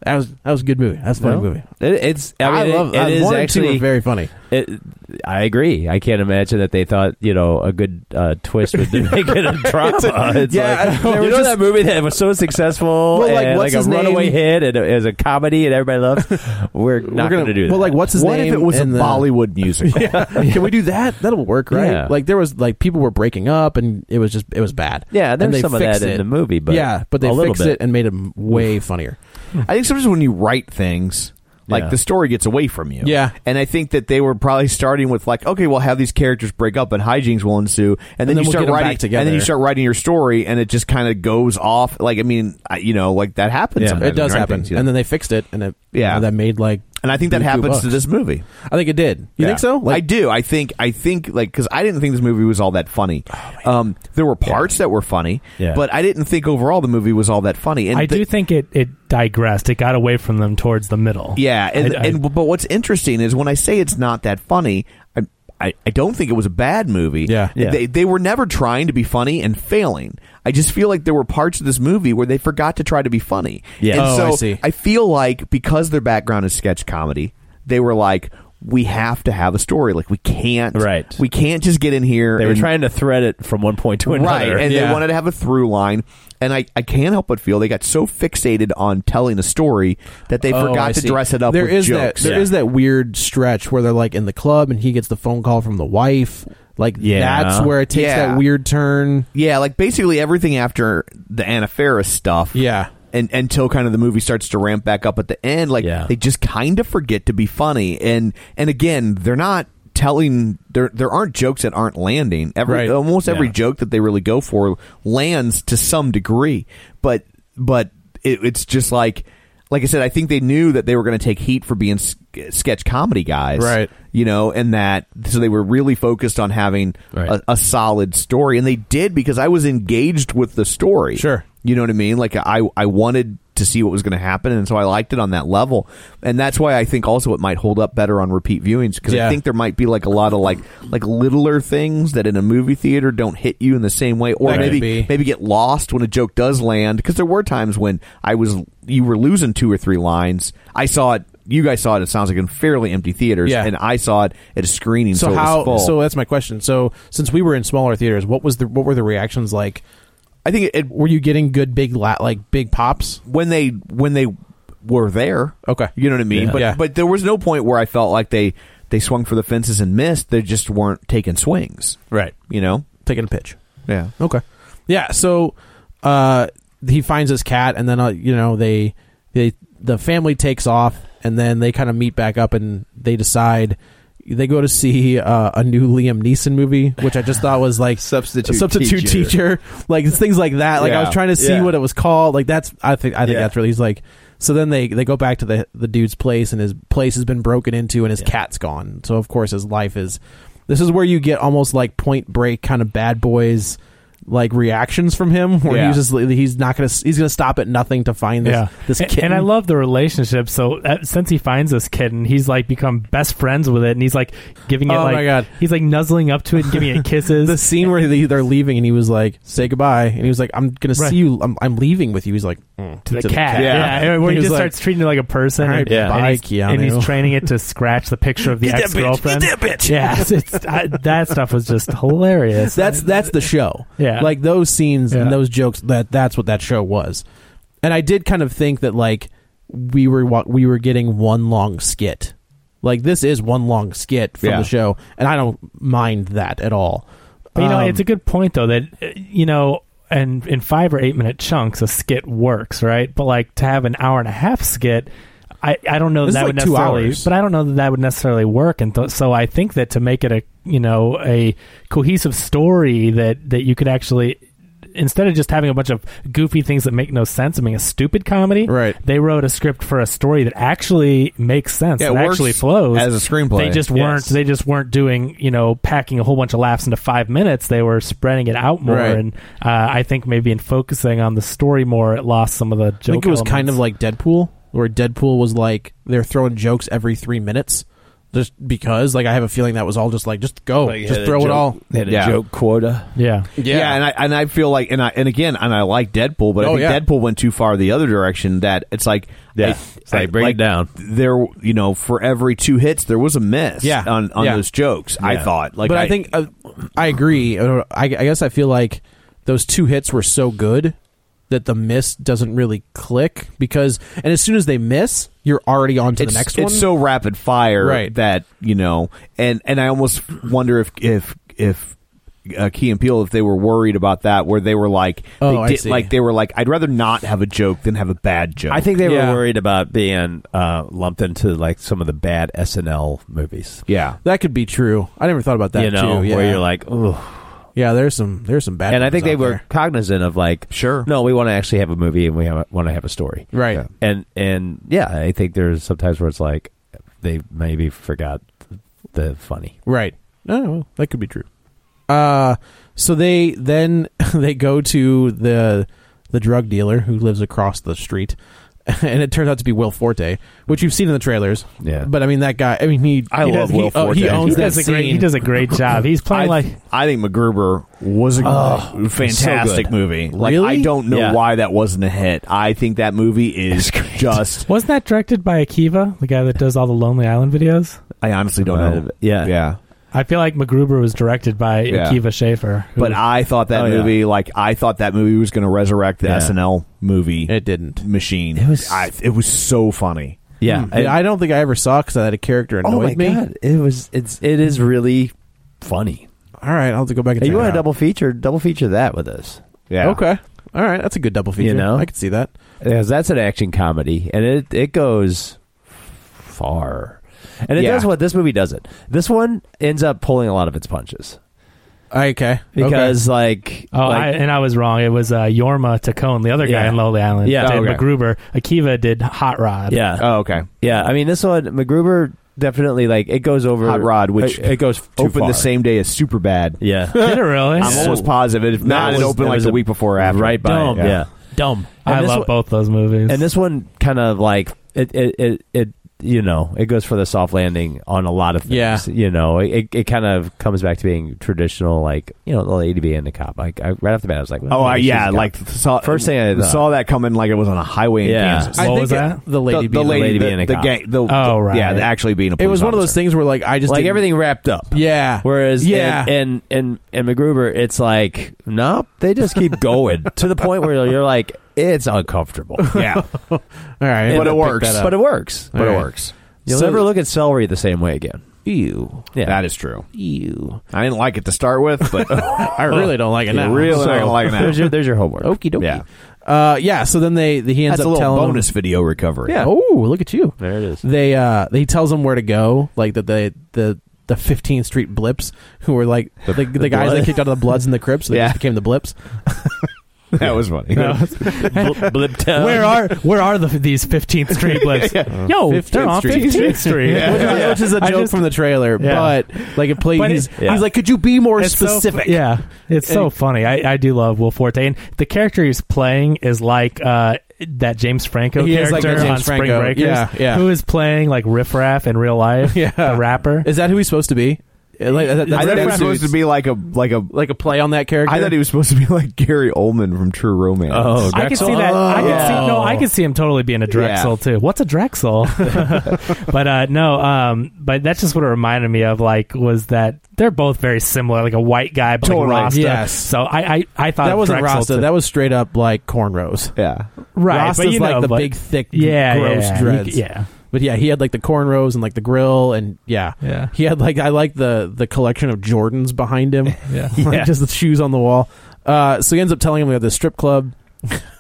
Speaker 2: that was that was a good movie. That's a funny
Speaker 3: No?
Speaker 2: movie.
Speaker 3: It, it's. I, mean,
Speaker 2: love
Speaker 3: it,
Speaker 2: uh,
Speaker 3: it is
Speaker 2: one and two
Speaker 3: actually.
Speaker 2: are very funny.
Speaker 3: It, I agree. I can't imagine that they thought you know a good uh, twist would make it a drama. It's
Speaker 2: Yeah,
Speaker 3: like,
Speaker 2: there
Speaker 3: you
Speaker 2: was
Speaker 3: know
Speaker 2: just-
Speaker 3: that movie that was so successful
Speaker 2: Well, like,
Speaker 3: and
Speaker 2: what's
Speaker 3: like
Speaker 2: his
Speaker 3: a
Speaker 2: name?
Speaker 3: runaway hit and it was a comedy and everybody loved. We're not going to do that.
Speaker 2: Well, like what's his
Speaker 1: what if
Speaker 2: name?
Speaker 1: it was a
Speaker 2: and the-
Speaker 1: Bollywood musical?
Speaker 2: Can we do that? That'll work, right?
Speaker 3: Yeah.
Speaker 2: Like there was like people were breaking up, and it was just it was bad.
Speaker 3: Yeah, there's
Speaker 2: and they
Speaker 3: some of
Speaker 2: fixed
Speaker 3: that in
Speaker 2: it.
Speaker 3: the movie, but
Speaker 2: yeah, but
Speaker 3: a
Speaker 2: they
Speaker 3: little
Speaker 2: fixed
Speaker 3: bit.
Speaker 2: it and made him way funnier.
Speaker 1: I think sometimes when you write things, like
Speaker 3: Yeah.
Speaker 1: the story gets away from you.
Speaker 2: Yeah.
Speaker 1: and I think that they were probably starting with like, okay, we'll have these characters break up and hijinks will ensue, and then, you
Speaker 2: then we'll
Speaker 1: start
Speaker 2: get 'em back
Speaker 1: writing, and then you
Speaker 2: together.
Speaker 1: start writing your story, and it just kind of goes off. Like, I mean, I, you know, like that happens.
Speaker 3: Yeah.
Speaker 1: sometimes
Speaker 2: It
Speaker 1: when
Speaker 2: does
Speaker 1: you write
Speaker 2: happen,
Speaker 1: things, you know.
Speaker 2: and then they fixed it, and it
Speaker 1: Yeah.
Speaker 2: you know, that made like
Speaker 1: and I think that
Speaker 2: two
Speaker 1: happens to
Speaker 2: bucks.
Speaker 1: this movie.
Speaker 2: I think it did. You think so?
Speaker 1: I do. I think. I think like because I didn't think this movie was all that funny. um, there were parts that were funny,
Speaker 3: Yeah.
Speaker 1: but I didn't think overall the movie was all that funny. And
Speaker 4: I
Speaker 1: the-
Speaker 4: do think it, it digressed. It got away from them towards the middle.
Speaker 1: Yeah, and,
Speaker 4: I- I-
Speaker 1: and but what's interesting is when I say it's not that funny, I I, I don't think it was a bad movie.
Speaker 2: Yeah.
Speaker 3: Yeah.
Speaker 1: They they were never trying to be funny and failing. I just feel like there were parts of this movie where they forgot to try to be funny.
Speaker 3: Yeah.
Speaker 1: And
Speaker 2: Oh,
Speaker 1: so
Speaker 2: I see.
Speaker 1: feel like because their background is sketch comedy, they were like we have to have a story. Like we can't
Speaker 3: Right.
Speaker 1: we can't just get in here
Speaker 3: they were
Speaker 1: and-
Speaker 3: trying to thread it from one point to another.
Speaker 1: Right, and
Speaker 2: Yeah.
Speaker 1: they wanted to have a through line, and I, I can't help but feel they got so fixated on telling a story that they
Speaker 2: Oh, I
Speaker 1: forgot to
Speaker 2: see.
Speaker 1: dress it up
Speaker 2: There
Speaker 1: with
Speaker 2: is
Speaker 1: jokes.
Speaker 2: that. there is
Speaker 3: Yeah.
Speaker 2: that weird stretch where they're like in the club, and he gets the phone call from the wife. Like
Speaker 3: Yeah.
Speaker 2: that's where it takes
Speaker 1: Yeah.
Speaker 2: that weird turn.
Speaker 1: Yeah, like basically everything after the Anna Faris stuff.
Speaker 2: Yeah.
Speaker 1: And until kind of the movie starts to ramp back up at the end, like
Speaker 3: Yeah.
Speaker 1: they just kind of forget to be funny. And and again, they're not telling there there aren't jokes that aren't landing. Every
Speaker 2: Right.
Speaker 1: almost every
Speaker 3: Yeah.
Speaker 1: joke that they really go for lands to some degree. But but it, it's just like like I said, I think they knew that they were going to take heat for being s- sketch comedy guys,
Speaker 2: Right.
Speaker 1: You know, and that so they were really focused on having
Speaker 3: Right.
Speaker 1: a, a solid story, and they did because I was engaged with the story.
Speaker 2: Sure.
Speaker 1: you know what I mean. Like I, I wanted to see what was going to happen, and so I liked it on that level, and that's why I think also it might hold up better on repeat viewings because
Speaker 2: Yeah.
Speaker 1: I think there might be like a lot of like like littler things that in a movie theater don't hit you in the same way, or
Speaker 2: That could
Speaker 1: maybe
Speaker 2: be.
Speaker 1: maybe get lost when a joke does land because there were times when I was you were losing two or three lines. I saw it. You guys saw it. It sounds like in fairly empty theaters,
Speaker 2: Yeah.
Speaker 1: and I saw it at a screening. So,
Speaker 2: So,
Speaker 1: it was
Speaker 2: how?
Speaker 1: full.
Speaker 2: So that's my question. So since we were in smaller theaters, what was the what were the reactions like?
Speaker 1: I think it, it
Speaker 2: Were you getting good big la- like big pops?
Speaker 1: when they when they were there.
Speaker 2: Okay.
Speaker 1: you know what I mean.
Speaker 2: Yeah.
Speaker 1: But
Speaker 2: Yeah.
Speaker 1: but there was no point where I felt like they they swung for the fences and missed. They just weren't taking swings.
Speaker 2: Right.
Speaker 1: You know.
Speaker 2: Taking a pitch.
Speaker 1: Yeah.
Speaker 2: Okay. Yeah. So uh, he finds his cat, and then uh, you know they they the family takes off, and then they kind of meet back up, and they decide they go to see uh, a new Liam Neeson movie, which I just thought was like
Speaker 1: Substitute
Speaker 2: a substitute teacher,
Speaker 1: Teacher.
Speaker 2: like it's things like that. Like I was
Speaker 1: Yeah.
Speaker 2: trying to see
Speaker 3: Yeah.
Speaker 2: what it was called. Like that's I think I think
Speaker 3: Yeah.
Speaker 2: that's really he's like. So then they, they go back to the the dude's place and his place has been broken into and his cat's gone. So of course his life is. This is where you get almost like Point Break kind of bad boys like reactions from him where
Speaker 1: Yeah.
Speaker 2: he's just he's not gonna he's gonna stop at nothing to find this this
Speaker 4: And-
Speaker 2: kitten.
Speaker 4: And I love the relationship. So uh, since he finds this kitten, he's like become best friends with it, and he's like giving it
Speaker 2: Oh,
Speaker 4: like
Speaker 2: my God.
Speaker 4: he's like nuzzling up to it, and giving it kisses.
Speaker 2: the scene where they, they're leaving and he was like say goodbye and he was like I'm gonna
Speaker 4: Right.
Speaker 2: see you I'm, I'm leaving with you he's like mm,
Speaker 4: to the, cat. Yeah,
Speaker 2: He
Speaker 4: where he
Speaker 2: was
Speaker 4: just
Speaker 2: like,
Speaker 4: starts treating it like a person.
Speaker 2: "All right,
Speaker 4: and,
Speaker 2: Yeah. bye,
Speaker 4: and, he's, and
Speaker 2: Keanu."
Speaker 4: he's training it to scratch the picture of the ex girlfriend. Yeah, it's, it's- I- that stuff was just hilarious.
Speaker 2: That's that's the show.
Speaker 4: Yeah.
Speaker 2: like those scenes
Speaker 4: Yeah.
Speaker 2: and those jokes. That that's what that show was. And I did kind of think that like we were wa- we were getting one long skit. Like this is one long skit from
Speaker 1: Yeah.
Speaker 2: the show, and I don't mind that at all.
Speaker 4: But, you know,
Speaker 2: Um,
Speaker 4: it's a good point though that uh, you know, and in five or eight minute chunks, a skit works, right? But like to have an hour and a half skit, I, I don't know
Speaker 2: This
Speaker 4: that,
Speaker 2: is
Speaker 4: would
Speaker 2: like two
Speaker 4: necessarily,
Speaker 2: hours.
Speaker 4: but I don't know that that would necessarily work. And th- so I think that to make it a you know a cohesive story that that you could actually instead of just having a bunch of goofy things that make no sense and being a stupid comedy,
Speaker 2: Right.
Speaker 4: They wrote a script for a story that actually makes sense.
Speaker 1: Yeah, it
Speaker 4: that
Speaker 1: works
Speaker 4: actually flows
Speaker 1: as a screenplay.
Speaker 4: They just
Speaker 1: Yes.
Speaker 4: weren't they just weren't doing you know packing a whole bunch of laughs into five minutes they were spreading it out more
Speaker 2: Right.
Speaker 4: and uh, i think maybe in focusing on the story more it lost some of the joke
Speaker 2: I think it was
Speaker 4: elements.
Speaker 2: kind of like Deadpool, where Deadpool was like they're throwing jokes every three minutes. just because like I have a feeling that was all just like just go,
Speaker 3: Like,
Speaker 2: just
Speaker 3: had a
Speaker 2: throw
Speaker 3: joke-
Speaker 2: it all.
Speaker 3: They had a
Speaker 1: Yeah.
Speaker 3: joke quota.
Speaker 4: Yeah.
Speaker 2: uh,
Speaker 1: Yeah. and I and I feel like and I and again and I like Deadpool, but I
Speaker 2: Oh,
Speaker 1: think
Speaker 2: yeah.
Speaker 1: Deadpool went too far the other direction. That it's like
Speaker 3: Yeah.
Speaker 1: I-
Speaker 3: It's like, bring it down.
Speaker 1: There, you know, for every two hits, there was a miss.
Speaker 2: Yeah.
Speaker 1: on on
Speaker 2: Yeah.
Speaker 1: those jokes. I
Speaker 3: Yeah.
Speaker 1: thought, like,
Speaker 2: but I, think uh, I
Speaker 3: Mm-hmm.
Speaker 2: agree. Uh, I, I guess I feel like those two hits were so good that the miss doesn't really click because, and as soon as they miss, you're already on to the
Speaker 1: it's,
Speaker 2: next
Speaker 1: it's
Speaker 2: one.
Speaker 1: so rapid fire
Speaker 2: Right.
Speaker 1: that you know, and and I almost wonder if if if. Uh, Key and Peele, if they were worried about that, where they were like,
Speaker 2: Oh,
Speaker 1: they
Speaker 2: I
Speaker 1: did,
Speaker 2: see.
Speaker 1: like they were like, I'd rather not have a joke than have a bad joke.
Speaker 3: I think they
Speaker 2: Yeah.
Speaker 3: were worried about being uh, lumped into like some of the bad SNL movies.
Speaker 1: yeah,
Speaker 2: that could be true. I never thought about that
Speaker 3: you know,
Speaker 2: too. Yeah.
Speaker 3: where you're like, oh,
Speaker 2: yeah, there's some there's some bad.
Speaker 3: and I
Speaker 2: ones
Speaker 3: think they
Speaker 2: out
Speaker 3: were
Speaker 2: there.
Speaker 3: cognizant of like,
Speaker 1: Sure.
Speaker 3: no, we want to actually have a movie and we want to have a story,
Speaker 2: Right.
Speaker 3: Yeah. And and yeah, I think there's sometimes where it's like they maybe forgot the funny.
Speaker 2: Right. Oh, well, that could be true. Uh, so they then they go to the the drug dealer who lives across the street, and it turns out to be Will Forte, which you've seen in the trailers.
Speaker 3: Yeah.
Speaker 2: But I mean that guy. I mean he.
Speaker 1: I
Speaker 2: he
Speaker 1: love
Speaker 2: does-
Speaker 1: Will
Speaker 2: he, oh, he
Speaker 1: Forte.
Speaker 2: owns
Speaker 4: He
Speaker 2: that
Speaker 4: does, a
Speaker 2: scene.
Speaker 4: great, he does a great job. He's
Speaker 1: I,
Speaker 4: playing like
Speaker 1: I think MacGruber was a fantastic
Speaker 3: Oh, so good.
Speaker 1: movie. Like
Speaker 2: Really?
Speaker 1: I don't know
Speaker 3: Yeah.
Speaker 1: why that wasn't a hit. I think that movie is just.
Speaker 4: Wasn't that directed by Akiva, the guy that does all the Lonely Island videos?
Speaker 1: I honestly don't
Speaker 2: Oh.
Speaker 1: know.
Speaker 3: Yeah.
Speaker 1: yeah.
Speaker 4: I feel like MacGruber was directed by
Speaker 1: Yeah.
Speaker 4: Akiva Schaffer. who-
Speaker 1: But I thought that
Speaker 3: Oh, yeah.
Speaker 1: movie, like I thought that movie was going to resurrect the
Speaker 3: Yeah.
Speaker 1: SNL movie
Speaker 2: It didn't.
Speaker 1: machine.
Speaker 3: It was-
Speaker 1: I, it was so funny.
Speaker 3: Yeah,
Speaker 2: Hmm. I don't think I ever saw because I had a character annoyed
Speaker 3: oh my
Speaker 2: me.
Speaker 3: god, it was it's it is really funny.
Speaker 2: All right, I'll have to go back and.
Speaker 3: Hey,
Speaker 2: check
Speaker 3: you
Speaker 2: it
Speaker 3: want to
Speaker 2: out.
Speaker 3: double feature? Double feature that with us.
Speaker 1: Yeah.
Speaker 2: Okay. All right, that's a good double feature.
Speaker 3: know?
Speaker 2: I could see that.
Speaker 3: because that's an action comedy, and it it goes far, and it
Speaker 1: Yeah.
Speaker 3: does what this movie doesn't. This one ends up pulling a lot of its punches
Speaker 2: Okay.
Speaker 3: because like
Speaker 4: Oh,
Speaker 3: like,
Speaker 4: I, and I was wrong. It was uh, Yorma Tacone, the other guy
Speaker 3: Yeah.
Speaker 4: in Lonely Island.
Speaker 3: Yeah.
Speaker 4: did
Speaker 3: Oh, okay.
Speaker 4: MacGruber. Akiva did Hot Rod.
Speaker 3: yeah,
Speaker 1: Oh, okay.
Speaker 3: yeah. I mean, this one MacGruber definitely like it goes over
Speaker 1: Hot Rod, which
Speaker 3: it, it goes too
Speaker 1: opened
Speaker 3: far.
Speaker 1: the same day as Super Bad.
Speaker 3: Yeah,
Speaker 4: did it really?
Speaker 1: I'm almost positive. If not,
Speaker 3: That
Speaker 1: it
Speaker 3: was-
Speaker 1: opened
Speaker 3: that
Speaker 1: like
Speaker 3: was
Speaker 1: the
Speaker 3: a-
Speaker 1: week before or after.
Speaker 3: right by
Speaker 4: Dumb.
Speaker 3: it, yeah.
Speaker 4: dumb.
Speaker 3: And
Speaker 4: I
Speaker 3: this
Speaker 4: love
Speaker 3: one-
Speaker 4: both those movies.
Speaker 3: And this one kind of like it, it, it, it you know, it goes for the soft landing on a lot of things.
Speaker 2: Yeah.
Speaker 3: You know, it, it kind of comes back to being traditional, like, you know, the lady being the cop. Like, I, right off the bat, I was like,
Speaker 1: Oh, I,
Speaker 3: she's a
Speaker 1: yeah.
Speaker 3: cop.
Speaker 1: Like saw,
Speaker 3: First thing I thought.
Speaker 1: saw that coming like it was on a highway in
Speaker 3: Yeah.
Speaker 1: Kansas.
Speaker 4: what
Speaker 2: I think
Speaker 4: was
Speaker 2: it-
Speaker 4: that?
Speaker 2: The
Speaker 1: the,
Speaker 2: lady.
Speaker 1: the
Speaker 2: being-
Speaker 1: lady,
Speaker 3: lady
Speaker 1: the,
Speaker 3: being a
Speaker 1: the
Speaker 3: cop.
Speaker 1: gang, the,
Speaker 4: Oh,
Speaker 1: the- yeah,
Speaker 4: right.
Speaker 1: the actually being a
Speaker 2: It
Speaker 1: police
Speaker 2: was one of those
Speaker 1: officer.
Speaker 2: things where like I just
Speaker 3: like
Speaker 2: didn't-
Speaker 3: everything wrapped up.
Speaker 2: Yeah.
Speaker 3: Whereas
Speaker 2: Yeah.
Speaker 3: and and and, and McGruber, it's like nope, they just keep going to the point where you're like it's uncomfortable,
Speaker 1: Yeah,
Speaker 2: All right,
Speaker 3: And
Speaker 1: but
Speaker 3: I
Speaker 1: it
Speaker 3: picked
Speaker 1: works.
Speaker 3: but it works,
Speaker 1: But
Speaker 3: All
Speaker 1: it
Speaker 3: right.
Speaker 1: works.
Speaker 3: You'll
Speaker 2: So-
Speaker 3: never look at celery the same way again.
Speaker 2: you,
Speaker 3: Yeah,
Speaker 1: That is true.
Speaker 2: you.
Speaker 1: I didn't like it to start with, but I
Speaker 2: really don't like it
Speaker 1: Yeah,
Speaker 2: now.
Speaker 1: Really
Speaker 2: So-
Speaker 1: not gonna like it now.
Speaker 3: there's your there's your homework.
Speaker 2: Okie dokie.
Speaker 1: Yeah.
Speaker 2: Uh, yeah. So then they he ends
Speaker 1: That's a
Speaker 2: up
Speaker 1: little
Speaker 2: telling him-
Speaker 1: bonus video recovery.
Speaker 2: Oh, look at you.
Speaker 3: There it is.
Speaker 2: They uh, he tells them where to go, like that they the the 15th Street Blips, who were like the, the, guys
Speaker 3: Blood.
Speaker 2: that kicked out of the Bloods and the Crips. They
Speaker 1: Yeah.
Speaker 2: just became the Blips.
Speaker 1: that was funny.
Speaker 3: Blip, blip town.
Speaker 4: where
Speaker 2: uh,
Speaker 4: are where are the, these 15th Street blips? Yo,
Speaker 2: 15th
Speaker 4: they're on
Speaker 2: Street.
Speaker 4: 15th Street.
Speaker 2: Which, is- which is a
Speaker 4: I
Speaker 2: joke
Speaker 4: just-
Speaker 2: from the trailer,
Speaker 4: Yeah.
Speaker 2: but like it plays.
Speaker 4: But it-
Speaker 2: he's,
Speaker 3: Yeah.
Speaker 2: he's like, could you be more
Speaker 4: It's so fu-
Speaker 2: specific?
Speaker 4: yeah, it's so
Speaker 2: And-
Speaker 4: funny. I, I do love Will Forte, and the character he's playing is like uh, that James Franco
Speaker 2: He is
Speaker 4: character
Speaker 2: like that
Speaker 4: on
Speaker 2: James
Speaker 4: Spring
Speaker 2: Franco.
Speaker 4: Breakers,
Speaker 2: Yeah, yeah.
Speaker 4: who is playing like Riff Raff in real life,
Speaker 2: Yeah.
Speaker 4: the rapper.
Speaker 2: Is that who he's supposed to be? Like, that-
Speaker 1: I
Speaker 2: that's-
Speaker 1: thought it was
Speaker 2: that's-
Speaker 1: supposed to be like a like a
Speaker 2: like a play on that character.
Speaker 1: I thought he was supposed to be like Gary Oldman from True Romance.
Speaker 3: Oh,
Speaker 4: I could see
Speaker 3: Drexel?
Speaker 4: that. I could
Speaker 1: Oh.
Speaker 4: see, no, I could see him totally being a Drexel too. What's a Drexel? but uh, no, um, but that's just what it reminded me of. Like, was that they're both very similar, like a white guy, but
Speaker 2: Totally,
Speaker 4: like Rasta.
Speaker 2: yes.
Speaker 4: So I, I, I thought
Speaker 2: that
Speaker 4: of
Speaker 2: wasn't
Speaker 4: Drexel
Speaker 2: Rasta.
Speaker 4: too.
Speaker 2: That was straight up like cornrows.
Speaker 1: yeah.
Speaker 4: right.
Speaker 2: Rasta's
Speaker 4: but you
Speaker 2: like
Speaker 4: know,
Speaker 2: the
Speaker 4: but-
Speaker 2: big, thick,
Speaker 4: yeah, yeah,
Speaker 2: gross
Speaker 4: yeah, You
Speaker 2: dreads.
Speaker 4: c- yeah.
Speaker 2: But yeah, he had like the cornrows and like the grill, and yeah,
Speaker 4: Yeah.
Speaker 2: He had like I like the the collection of Jordans behind him.
Speaker 4: Yeah.
Speaker 2: Like,
Speaker 4: Yeah.
Speaker 2: just the shoes on the wall. Uh, so he ends up telling him we have this strip club.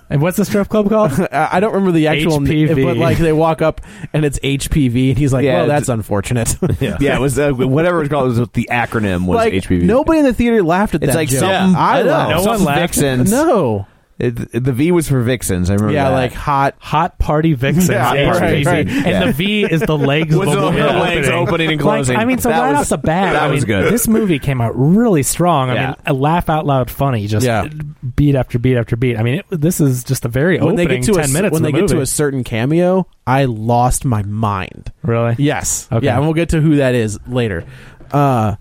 Speaker 4: And what's the strip club called?
Speaker 2: I I don't remember the actual name,
Speaker 4: HPV.
Speaker 2: but like they walk up and it's HPV, and he's like,
Speaker 1: Yeah,
Speaker 2: "Well,
Speaker 1: it's-
Speaker 2: that's unfortunate."
Speaker 1: yeah, It was uh, whatever it's called. It was the acronym was
Speaker 2: like
Speaker 1: HPV.
Speaker 2: nobody in the theater laughed at
Speaker 1: it's
Speaker 2: that.
Speaker 1: like
Speaker 2: joke.
Speaker 1: something
Speaker 3: Yeah.
Speaker 2: Oh.
Speaker 1: I don't know.
Speaker 4: No one
Speaker 1: something
Speaker 4: laughed.
Speaker 1: Vixens.
Speaker 2: no,
Speaker 1: It, it- the V was for vixens. I remember.
Speaker 2: yeah,
Speaker 1: that.
Speaker 2: like hot.
Speaker 4: Hot party vixens,
Speaker 1: Yeah,
Speaker 4: HPV.
Speaker 1: right, right.
Speaker 4: and
Speaker 1: Yeah.
Speaker 4: the V is the legs. of
Speaker 1: Was
Speaker 4: a
Speaker 1: the
Speaker 4: woman
Speaker 1: legs opening and
Speaker 4: Like,
Speaker 1: closing.
Speaker 4: I mean, so
Speaker 1: That
Speaker 4: right
Speaker 1: was-
Speaker 4: off the bat,
Speaker 1: that
Speaker 4: I
Speaker 1: was
Speaker 4: mean,
Speaker 1: good.
Speaker 4: This movie came out really strong. I
Speaker 1: Yeah.
Speaker 4: mean, a laugh out loud funny, just
Speaker 2: Yeah.
Speaker 4: beat after beat after beat. I mean, it, this is just the very
Speaker 2: When they
Speaker 4: opening
Speaker 2: get to
Speaker 4: ten
Speaker 2: a,
Speaker 4: minutes.
Speaker 2: when
Speaker 4: of
Speaker 2: they
Speaker 4: the
Speaker 2: get to
Speaker 4: movie.
Speaker 2: a certain cameo, I lost my mind.
Speaker 4: really,
Speaker 2: Yes.
Speaker 4: Okay.
Speaker 2: Yeah, and we'll get to who that is later. Uh,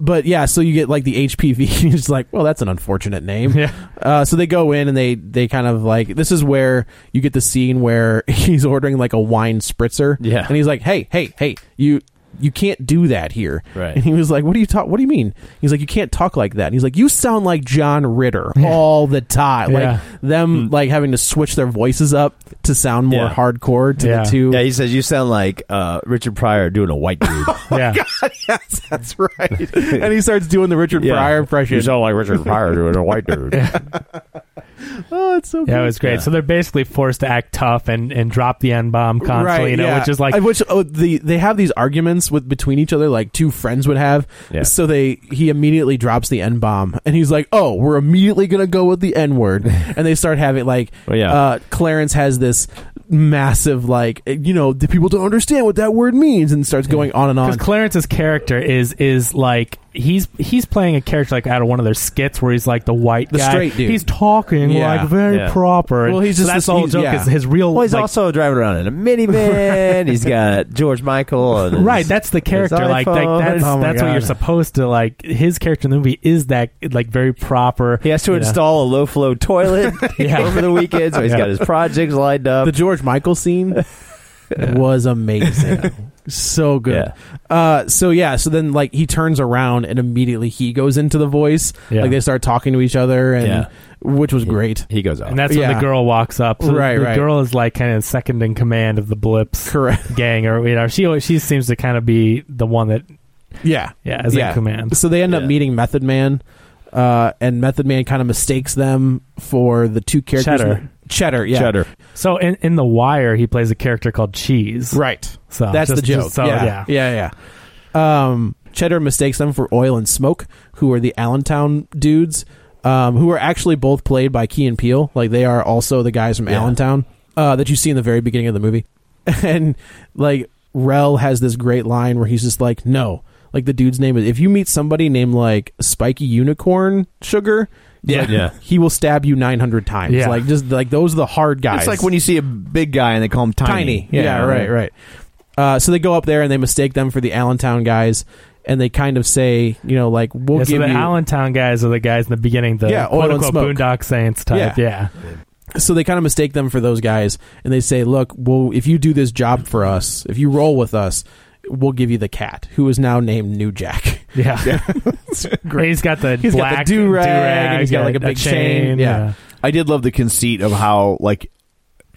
Speaker 2: but yeah, so you get like the HPV. You're just like, well, that's an unfortunate name.
Speaker 4: Yeah.
Speaker 2: Uh, so they go in and they they kind of like this is where you get the scene where he's ordering like a wine spritzer.
Speaker 3: Yeah.
Speaker 2: And he's like, hey, hey, hey, you. You can't do that here.
Speaker 3: Right.
Speaker 2: And he was like, "What do you talk? What do you mean?" He's like, "You can't talk like that." And he's like, "You sound like John Ritter all the time."
Speaker 4: Yeah. Hmm.
Speaker 2: Like them, like having to switch their voices up to sound more
Speaker 3: Yeah.
Speaker 2: hardcore to
Speaker 4: Yeah.
Speaker 2: the two.
Speaker 3: Yeah, he says you sound like uh, Richard Pryor doing a white dude.
Speaker 4: yeah.
Speaker 2: yes, that's right. and he starts doing the Richard Pryor impression.
Speaker 3: You sound like Richard Pryor doing a white dude.
Speaker 2: oh, it's so
Speaker 4: Yeah, it
Speaker 2: good.
Speaker 4: was great. So they're basically forced to act tough and, and drop the N bomb constantly, you know,
Speaker 2: yeah.
Speaker 4: which is like
Speaker 2: Uh, which oh, the they have these arguments with between each other, like two friends would have.
Speaker 3: Yeah.
Speaker 2: So they he immediately drops the n bomb, and he's like, "Oh, we're immediately gonna go with the n word," and they start having like,
Speaker 3: Well, yeah.
Speaker 2: uh, Clarence has this massive like, you know, the people don't understand what that word means, and starts going on and on.
Speaker 4: because Clarence's character is is like he's he's playing a character like out of one of their skits where he's like the white
Speaker 2: The
Speaker 4: guy.
Speaker 2: straight dude.
Speaker 4: He's talking
Speaker 2: Yeah.
Speaker 4: like very
Speaker 3: Yeah.
Speaker 4: proper.
Speaker 2: Well, he's
Speaker 4: So
Speaker 2: just
Speaker 4: that's
Speaker 2: this-
Speaker 4: the whole
Speaker 2: he's-
Speaker 4: joke
Speaker 2: yeah.
Speaker 4: is his real.
Speaker 3: Well, he's
Speaker 4: like-
Speaker 3: also driving around in a minivan. he's got George Michael. And his-
Speaker 4: Right, that's the character.
Speaker 3: his
Speaker 4: Like,
Speaker 3: iPhone.
Speaker 4: that, that's
Speaker 3: Oh my
Speaker 4: that's what
Speaker 3: God.
Speaker 4: you're supposed to like. His character in the movie is that like very proper.
Speaker 3: He has to
Speaker 4: you know.
Speaker 3: install a low flow toilet
Speaker 4: Yeah.
Speaker 3: over the weekend, so he's
Speaker 4: Yeah.
Speaker 3: got his projects lined up.
Speaker 2: the George Michael scene was amazing. so good. Uh, so yeah, so then like he turns around and immediately he goes into the voice.
Speaker 4: Yeah.
Speaker 2: Like they start talking to each other and
Speaker 3: Yeah.
Speaker 2: which was great.
Speaker 3: he goes off.
Speaker 4: And that's when
Speaker 2: Yeah.
Speaker 4: the girl walks up. So
Speaker 2: Right,
Speaker 4: the
Speaker 2: right.
Speaker 4: girl is like kind of second in command of the blips
Speaker 2: Correct.
Speaker 4: gang, or you know, she always, she seems to kind of be the one that
Speaker 2: Yeah.
Speaker 4: yeah as in command.
Speaker 2: So they end up
Speaker 3: Yeah.
Speaker 2: meeting Method Man. Uh, and Method Man kind of mistakes them for the two characters.
Speaker 4: Cheddar.
Speaker 2: Cheddar, yeah.
Speaker 3: Cheddar.
Speaker 4: So in in the Wire, he plays a character called Cheese.
Speaker 2: Right.
Speaker 4: So
Speaker 2: That's
Speaker 4: just-
Speaker 2: the joke.
Speaker 4: just so,
Speaker 2: yeah.
Speaker 4: yeah.
Speaker 2: yeah, yeah. Um, Cheddar mistakes them for Oil and Smoke, who are the Allentown dudes, um, who are actually both played by Key and Peele. Like they are also the guys from Allentown uh, that you see in the very beginning of the movie. And like Rel has this great line where he's just like, "No." Like the dude's name is if you meet somebody named like Spiky Unicorn Sugar, he's
Speaker 3: Yeah.
Speaker 2: like,
Speaker 3: Yeah.
Speaker 2: he will stab you nine hundred times.
Speaker 4: Yeah.
Speaker 2: Like just like those are the hard guys.
Speaker 1: It's like when you see a big guy and they call him tiny.
Speaker 2: Tiny. Yeah, right, right. Uh, so they go up there and they mistake them for the Allentown guys, and they kind of say, you know, like we'll
Speaker 4: Yeah, so
Speaker 2: give
Speaker 4: the
Speaker 2: you.
Speaker 4: Allentown guys are the guys in the beginning, the
Speaker 2: Yeah, Oil
Speaker 4: quote
Speaker 2: and
Speaker 4: unquote
Speaker 2: Smoke.
Speaker 4: Boondock Saints type. Yeah.
Speaker 2: so they kind of mistake them for those guys, and they say, look, well, if you do this job for us, if you roll with us, we'll give you the cat, who is now named New Jack.
Speaker 4: Yeah. And he's got the
Speaker 2: He's got the
Speaker 4: black
Speaker 2: do-rag, and he's got,
Speaker 4: yeah,
Speaker 2: like, a big chain, yeah.
Speaker 1: I did love the conceit of how like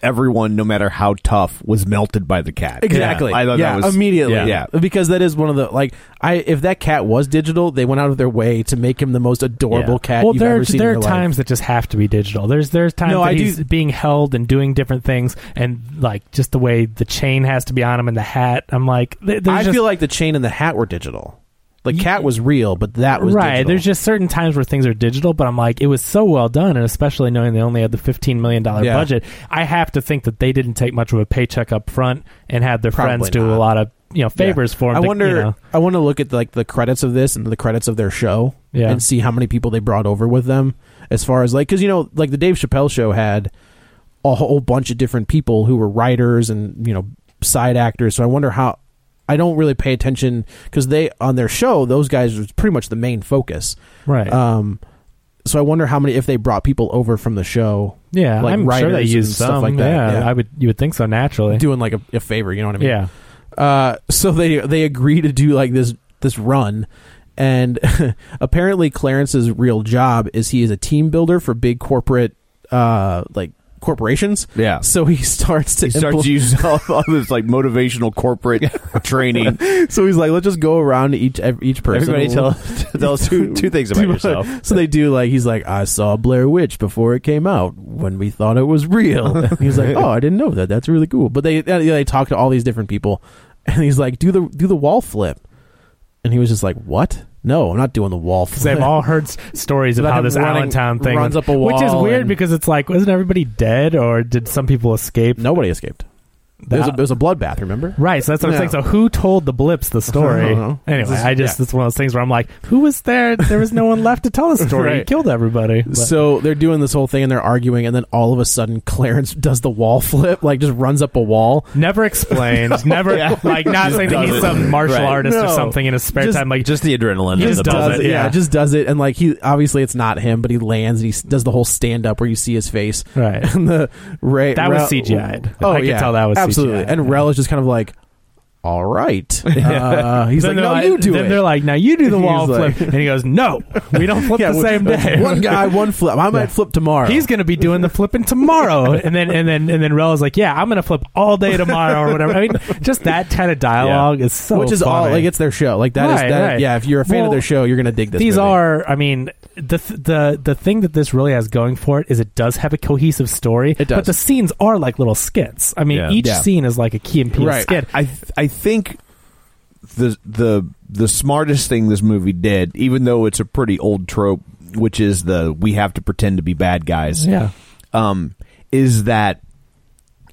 Speaker 1: everyone, no matter how tough, was melted by the cat.
Speaker 2: Exactly.
Speaker 1: I thought
Speaker 2: yeah,
Speaker 1: that was
Speaker 2: immediately.
Speaker 1: Yeah. yeah.
Speaker 2: because that is one of the like I if that cat was digital, they went out of their way to make him the most adorable
Speaker 3: Yeah.
Speaker 2: cat
Speaker 4: Well,
Speaker 2: you've
Speaker 4: there
Speaker 2: ever
Speaker 4: are,
Speaker 2: seen.
Speaker 4: there
Speaker 2: in
Speaker 4: are
Speaker 2: your life.
Speaker 4: times that just have to be digital. There's there's times
Speaker 2: No,
Speaker 4: that
Speaker 2: I do-
Speaker 4: he's being held and doing different things, and like just the way the chain has to be on him and the hat. I'm like, th- there's
Speaker 2: I
Speaker 4: just,
Speaker 2: feel like the chain and the hat were digital. The cat was real, but that was
Speaker 4: right.
Speaker 2: digital.
Speaker 4: There's just certain times where things are digital, but I'm like, it was so well done, and especially knowing they only had the 15 million dollar
Speaker 2: Yeah.
Speaker 4: budget, I have to think that they didn't take much of a paycheck up front and had their
Speaker 2: Probably
Speaker 4: friends do
Speaker 2: not.
Speaker 4: a lot of you know favors for him.
Speaker 2: I
Speaker 4: to,
Speaker 2: wonder.
Speaker 4: You know.
Speaker 2: I want to look at like the credits of this and the credits of their show,
Speaker 4: Yeah.
Speaker 2: and see how many people they brought over with them. As far as like, because you know, like the Dave Chappelle show had a whole bunch of different people who were writers and you know side actors. So I wonder how. I don't really pay attention because they on their show those guys was pretty much the main focus.
Speaker 4: Right.
Speaker 2: Um, so I wonder how many if they brought people over from the show.
Speaker 4: yeah,
Speaker 2: like
Speaker 4: I'm sure they
Speaker 2: writers and
Speaker 4: used
Speaker 2: stuff
Speaker 4: some.
Speaker 2: like that,
Speaker 4: Yeah,
Speaker 2: yeah.
Speaker 4: I would. You would think so naturally.
Speaker 2: doing like a, a favor. You know what I mean?
Speaker 4: yeah.
Speaker 2: Uh, so they they agree to do like this this run, and apparently Clarence's real job is he is a team builder for big corporate uh like corporations.
Speaker 1: Yeah.
Speaker 2: So he starts to
Speaker 1: He starts
Speaker 2: implement-
Speaker 1: to use all, all this like motivational corporate training.
Speaker 2: so he's like, let's just go around to each ev- each person.
Speaker 1: Everybody tell, tell us two, two things about yourself.
Speaker 2: So they do like he's like I saw Blair Witch before it came out when we thought it was real. he's like, oh, I didn't know that. That's really cool. But they uh, they talk to all these different people, and he's like, do the do the wall flip, and he was just like, what? No, I'm not doing the wall flip.
Speaker 4: They've all heard s- stories of
Speaker 2: About
Speaker 4: how
Speaker 2: him
Speaker 4: this
Speaker 2: running-
Speaker 4: Allentown thing
Speaker 2: runs up a
Speaker 4: which is
Speaker 2: wall
Speaker 4: weird
Speaker 2: and-
Speaker 4: because it's like, wasn't everybody dead or did some people escape?
Speaker 2: Nobody escaped. There was, a,
Speaker 4: That-
Speaker 2: there was a bloodbath. Remember?
Speaker 4: Right, so that's what I'm
Speaker 2: Yeah.
Speaker 4: saying. So who told the blips the
Speaker 2: I
Speaker 4: story?
Speaker 2: don't know.
Speaker 4: Anyway,
Speaker 2: This is-
Speaker 4: I just
Speaker 2: yeah.
Speaker 4: it's one of those things where I'm like, who was there? There was no one left to tell the story. He
Speaker 2: Right.
Speaker 4: killed everybody. But-
Speaker 2: So they're doing this whole thing and they're arguing, and then all of a sudden Clarence does the wall flip, like just runs up a wall.
Speaker 4: never explained. never like not saying that
Speaker 3: does
Speaker 4: he's
Speaker 3: it.
Speaker 4: some martial
Speaker 3: Right.
Speaker 4: artist or
Speaker 2: No.
Speaker 4: something in his spare
Speaker 2: Just-
Speaker 4: time. Like
Speaker 3: just the adrenaline.
Speaker 4: He
Speaker 3: of
Speaker 4: just
Speaker 3: the
Speaker 4: does
Speaker 3: moment.
Speaker 4: it, yeah.
Speaker 2: just does it, and like he obviously it's not him, but he lands and he s- does the whole stand up where you see his face.
Speaker 4: Right.
Speaker 2: and the Ray
Speaker 4: That was
Speaker 2: Rel-
Speaker 4: CGI'd.
Speaker 2: Oh
Speaker 4: I could
Speaker 2: yeah,
Speaker 4: tell that was CGI'd.
Speaker 2: absolutely. And Rel is just kind of like, all right. Uh, he's
Speaker 4: Then
Speaker 2: like, no,
Speaker 4: they're
Speaker 2: you do
Speaker 4: then
Speaker 2: it.
Speaker 4: They're like, now you do the
Speaker 2: He's
Speaker 4: wall
Speaker 2: like-
Speaker 4: flip, and he goes, no, we don't flip
Speaker 2: Yeah,
Speaker 4: the
Speaker 2: well,
Speaker 4: same day.
Speaker 2: One guy, one flip. I might flip tomorrow.
Speaker 4: He's going to be doing the flipping tomorrow, and then and then and then Rel is like, "Yeah, I'm going to flip all day tomorrow or whatever." I mean, just that kind of dialogue is so
Speaker 2: which is all
Speaker 4: funny.
Speaker 2: like it's their show. Like that is
Speaker 4: Right,
Speaker 2: that.
Speaker 4: right.
Speaker 2: Yeah, if you're a fan
Speaker 4: Well,
Speaker 2: of their show, you're gonna dig this.
Speaker 4: These
Speaker 2: movie.
Speaker 4: are, I mean, the th- the the thing that this really has going for it is it does have a cohesive story.
Speaker 2: It does.
Speaker 4: but the scenes are like little skits. I mean,
Speaker 3: Yeah.
Speaker 4: each
Speaker 2: Yeah.
Speaker 4: scene is like a Key and Peele
Speaker 2: Right.
Speaker 4: skit.
Speaker 1: I th- I think the the the smartest thing this movie did, even though it's a pretty old trope, which is the we have to pretend to be bad guys.
Speaker 4: yeah,
Speaker 1: um, is that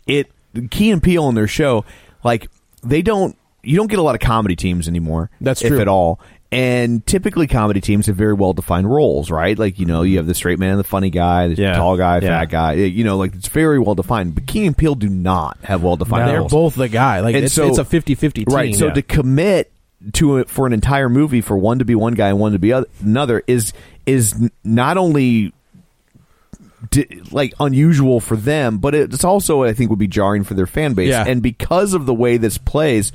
Speaker 1: it Key and Peele on their show, like they don't you don't get a lot of comedy teams anymore.
Speaker 2: That's
Speaker 1: if
Speaker 2: true.
Speaker 1: at all. And typically, comedy teams have very well defined roles, right? Like you know, you have the straight man, the funny guy, the
Speaker 3: Yeah.
Speaker 1: tall guy,
Speaker 3: Yeah.
Speaker 1: fat guy. You know, like it's very well defined. But Key and Peele do not have well defined.
Speaker 4: No.
Speaker 2: they're
Speaker 1: roles.
Speaker 2: both the guy. Like
Speaker 1: And
Speaker 2: it's,
Speaker 1: so-
Speaker 2: it's a 50-50 E team.
Speaker 1: Right. So
Speaker 2: Yeah.
Speaker 1: to commit to it for an entire movie for one to be one guy and one to be other, another is is n- not only di- like unusual for them, but it's also I think would be jarring for their fan base.
Speaker 2: Yeah.
Speaker 1: And because of the way this plays,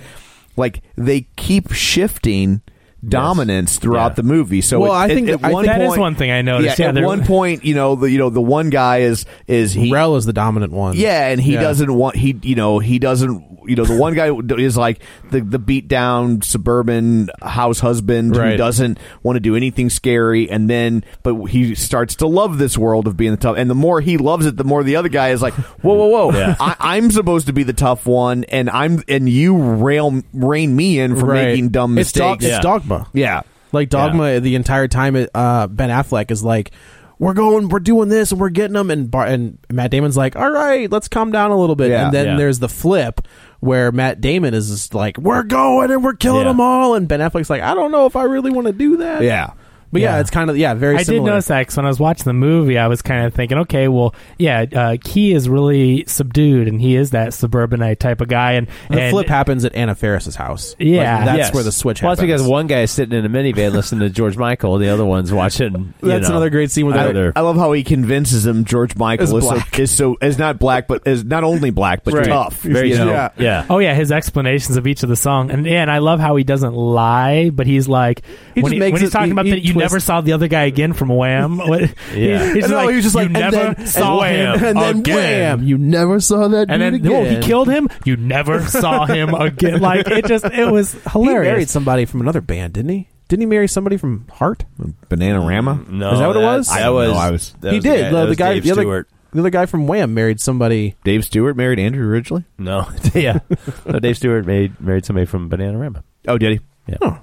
Speaker 1: like they keep shifting dominance throughout
Speaker 3: Yeah.
Speaker 1: the movie. So
Speaker 2: Well,
Speaker 1: it-
Speaker 2: I
Speaker 1: it-
Speaker 2: think
Speaker 1: at
Speaker 2: that- I
Speaker 1: one
Speaker 2: think-
Speaker 4: that is
Speaker 1: point-
Speaker 4: one thing I noticed.
Speaker 1: Yeah,
Speaker 4: Yeah,
Speaker 1: at
Speaker 4: there-
Speaker 1: one point, you know, the you know the one guy is is he
Speaker 2: Rel is the dominant one.
Speaker 1: yeah, and he
Speaker 2: Yeah.
Speaker 1: doesn't want he you know he doesn't you know the one guy is like the the beat down suburban house husband who
Speaker 2: Right.
Speaker 1: doesn't want to do anything scary, and then but he starts to love this world of being the tough. And the more he loves it, the more the other guy is like, whoa, whoa, whoa, I, I'm supposed to be the tough one, and I'm and you rail rein me in for
Speaker 2: Right.
Speaker 1: making dumb
Speaker 2: It's dog-
Speaker 1: mistakes.
Speaker 2: It's, dogma.
Speaker 1: yeah.
Speaker 2: Like dogma. The entire time, it, uh, Ben Affleck is like, "We're going, we're doing this, and we're getting them." And Bar- and Matt Damon's like, "All right, let's calm down a little bit."
Speaker 1: Yeah.
Speaker 2: and then
Speaker 3: Yeah.
Speaker 2: there's the flip where Matt Damon is just like, "We're going and we're killing
Speaker 3: Yeah.
Speaker 2: them all," and Ben Affleck's like, "I don't know if I really want to do that."
Speaker 1: Yeah.
Speaker 2: But yeah,
Speaker 4: Yeah.
Speaker 2: it's kind of yeah, very.
Speaker 4: I did
Speaker 2: similar.
Speaker 4: notice that 'cause when I was watching the movie, I was kind of thinking, okay, well, yeah, uh, Key is really subdued, and he is that suburbanite type of guy, and,
Speaker 2: The
Speaker 4: and
Speaker 2: flip happens at Anna Ferris's house. Like,
Speaker 4: Yeah.
Speaker 2: that's
Speaker 3: Yes.
Speaker 2: where the switch
Speaker 3: Well,
Speaker 2: happens.
Speaker 3: that's because one guy is sitting in a minivan listening to George Michael, the other one's watching. you
Speaker 2: That's
Speaker 3: know,
Speaker 2: another great scene where
Speaker 3: I
Speaker 2: they're-
Speaker 3: don't
Speaker 1: I
Speaker 3: know.
Speaker 1: love how he convinces him George Michael
Speaker 2: Is
Speaker 1: is,
Speaker 2: black.
Speaker 1: so is so is not black but is not only black but
Speaker 3: Right.
Speaker 1: tough.
Speaker 3: Very
Speaker 1: you know?
Speaker 3: tough. Yeah.
Speaker 4: Oh yeah, his explanations of each of the song, and yeah, and I love how he doesn't lie, but he's like
Speaker 2: He
Speaker 4: when,
Speaker 2: just
Speaker 4: he,
Speaker 2: makes
Speaker 4: when he's
Speaker 2: it-
Speaker 4: talking
Speaker 2: he-
Speaker 4: about
Speaker 2: he
Speaker 4: that you
Speaker 2: twists-
Speaker 4: never saw the other guy again from Wham. What-
Speaker 3: Yeah.
Speaker 4: he's, just
Speaker 2: no,
Speaker 4: like,
Speaker 2: he was just like,
Speaker 4: you
Speaker 2: and
Speaker 4: never
Speaker 2: then-
Speaker 4: saw
Speaker 2: and,
Speaker 4: him,
Speaker 2: and then
Speaker 4: again.
Speaker 2: wham, you never saw that.
Speaker 4: And
Speaker 2: dude
Speaker 4: then
Speaker 2: again.
Speaker 4: oh, he killed him. You never saw him again. Like it just, it was
Speaker 2: He
Speaker 4: hilarious.
Speaker 2: married somebody from another band, didn't he? Didn't he marry somebody from Heart?
Speaker 1: Bananarama?
Speaker 3: No,
Speaker 2: Is that what it was?
Speaker 3: Oh, I
Speaker 1: I don't
Speaker 3: was.
Speaker 1: know, I was-
Speaker 3: that
Speaker 2: he
Speaker 3: was
Speaker 2: did.
Speaker 3: that
Speaker 2: the,
Speaker 3: was
Speaker 2: guy,
Speaker 3: Dave
Speaker 2: the other,
Speaker 3: Stewart.
Speaker 2: the other guy from Wham married somebody.
Speaker 1: Dave Stewart married Andrew Ridgely.
Speaker 3: No, yeah, no. Dave Stewart made married somebody from Bananarama.
Speaker 1: Oh, did he?
Speaker 2: Uh,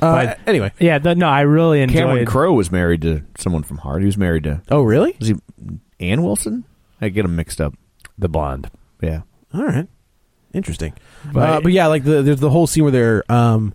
Speaker 4: But-
Speaker 2: anyway,
Speaker 4: yeah, th- no, I really enjoyed.
Speaker 1: Cameron Crowe was married to someone from Hard. He was married to
Speaker 2: oh really?
Speaker 1: was he Ann Wilson? I get him mixed up.
Speaker 3: The blonde.
Speaker 1: Yeah,
Speaker 2: All right, interesting. But, uh, but yeah, like the, there's the whole scene where they're um,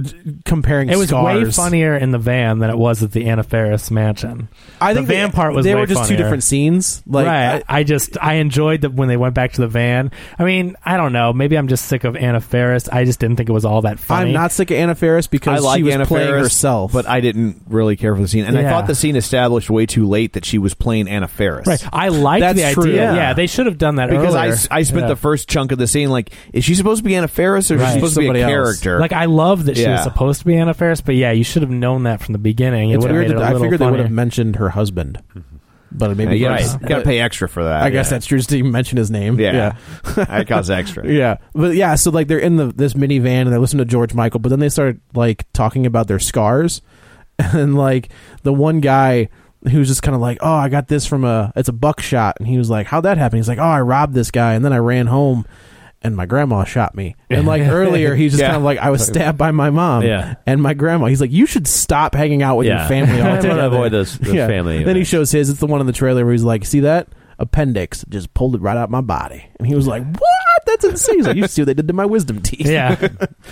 Speaker 2: d- comparing.
Speaker 4: It was way
Speaker 2: scars.
Speaker 4: funnier in the van than it was at the Anna Ferris mansion.
Speaker 2: I
Speaker 4: The
Speaker 2: think they-
Speaker 4: van part was
Speaker 2: they
Speaker 4: way
Speaker 2: were just two
Speaker 4: funnier.
Speaker 2: different scenes. Like
Speaker 4: right. I, just I enjoyed that when they went back to the van. I mean, I don't know. Maybe I'm just sick of Anna Ferris. I just didn't think it was all that
Speaker 2: I,
Speaker 4: funny.
Speaker 2: am not sick of Anna Faris because
Speaker 1: I like
Speaker 2: she was
Speaker 1: Anna
Speaker 2: playing
Speaker 1: Faris,
Speaker 2: herself.
Speaker 1: but I didn't really care for the scene, and I
Speaker 4: Yeah.
Speaker 1: thought the scene established way too late that she was playing Anna Faris.
Speaker 4: right. I liked the
Speaker 2: That's true.
Speaker 4: idea.
Speaker 2: Yeah.
Speaker 4: Yeah. they should have done that
Speaker 1: Because I,
Speaker 4: earlier.
Speaker 1: s- I spent
Speaker 4: Yeah.
Speaker 1: the first chunk of the scene like, is she supposed to be Anna Faris or is
Speaker 4: Right.
Speaker 1: she supposed to be
Speaker 2: Somebody
Speaker 1: a
Speaker 2: else.
Speaker 1: character?
Speaker 4: like I love that she
Speaker 1: Yeah.
Speaker 4: was supposed to be Anna Ferris, but yeah, you should have known that from the beginning. It
Speaker 2: it's
Speaker 4: would have
Speaker 2: weird.
Speaker 4: made it
Speaker 2: That,
Speaker 4: a
Speaker 2: I
Speaker 4: little
Speaker 2: figured they would
Speaker 4: funnier.
Speaker 2: have mentioned her husband, but
Speaker 1: Yeah,
Speaker 2: maybe
Speaker 1: you
Speaker 2: not.
Speaker 1: gotta, you gotta pay extra for that.
Speaker 2: I guess that's true. Just didn't mention his name.
Speaker 1: yeah.
Speaker 2: yeah.
Speaker 1: that costs extra.
Speaker 2: Yeah, but yeah, so like they're in the this minivan and they listen to George Michael, but then they start like talking about their scars, and like the one guy who's just kind of like, oh, I got this from a it's a buckshot, and he was like, how'd that happen? He's like, oh, I robbed this guy, and then I ran home, and my grandma shot me. And like earlier, he's just
Speaker 3: Yeah.
Speaker 2: kind of like, I was stabbed by my mom
Speaker 3: Yeah.
Speaker 2: and my grandma. He's like, you should stop hanging out with your
Speaker 3: Yeah.
Speaker 2: family.
Speaker 3: I
Speaker 2: All
Speaker 3: wanna
Speaker 2: together.
Speaker 3: avoid those- those family
Speaker 2: Then he
Speaker 3: events.
Speaker 2: shows his. It's the one in the trailer where he's like, see that appendix? Just pulled it right out my body. And he was like, what? That's insane. He's like, you see what they did to my wisdom teeth?
Speaker 4: Yeah.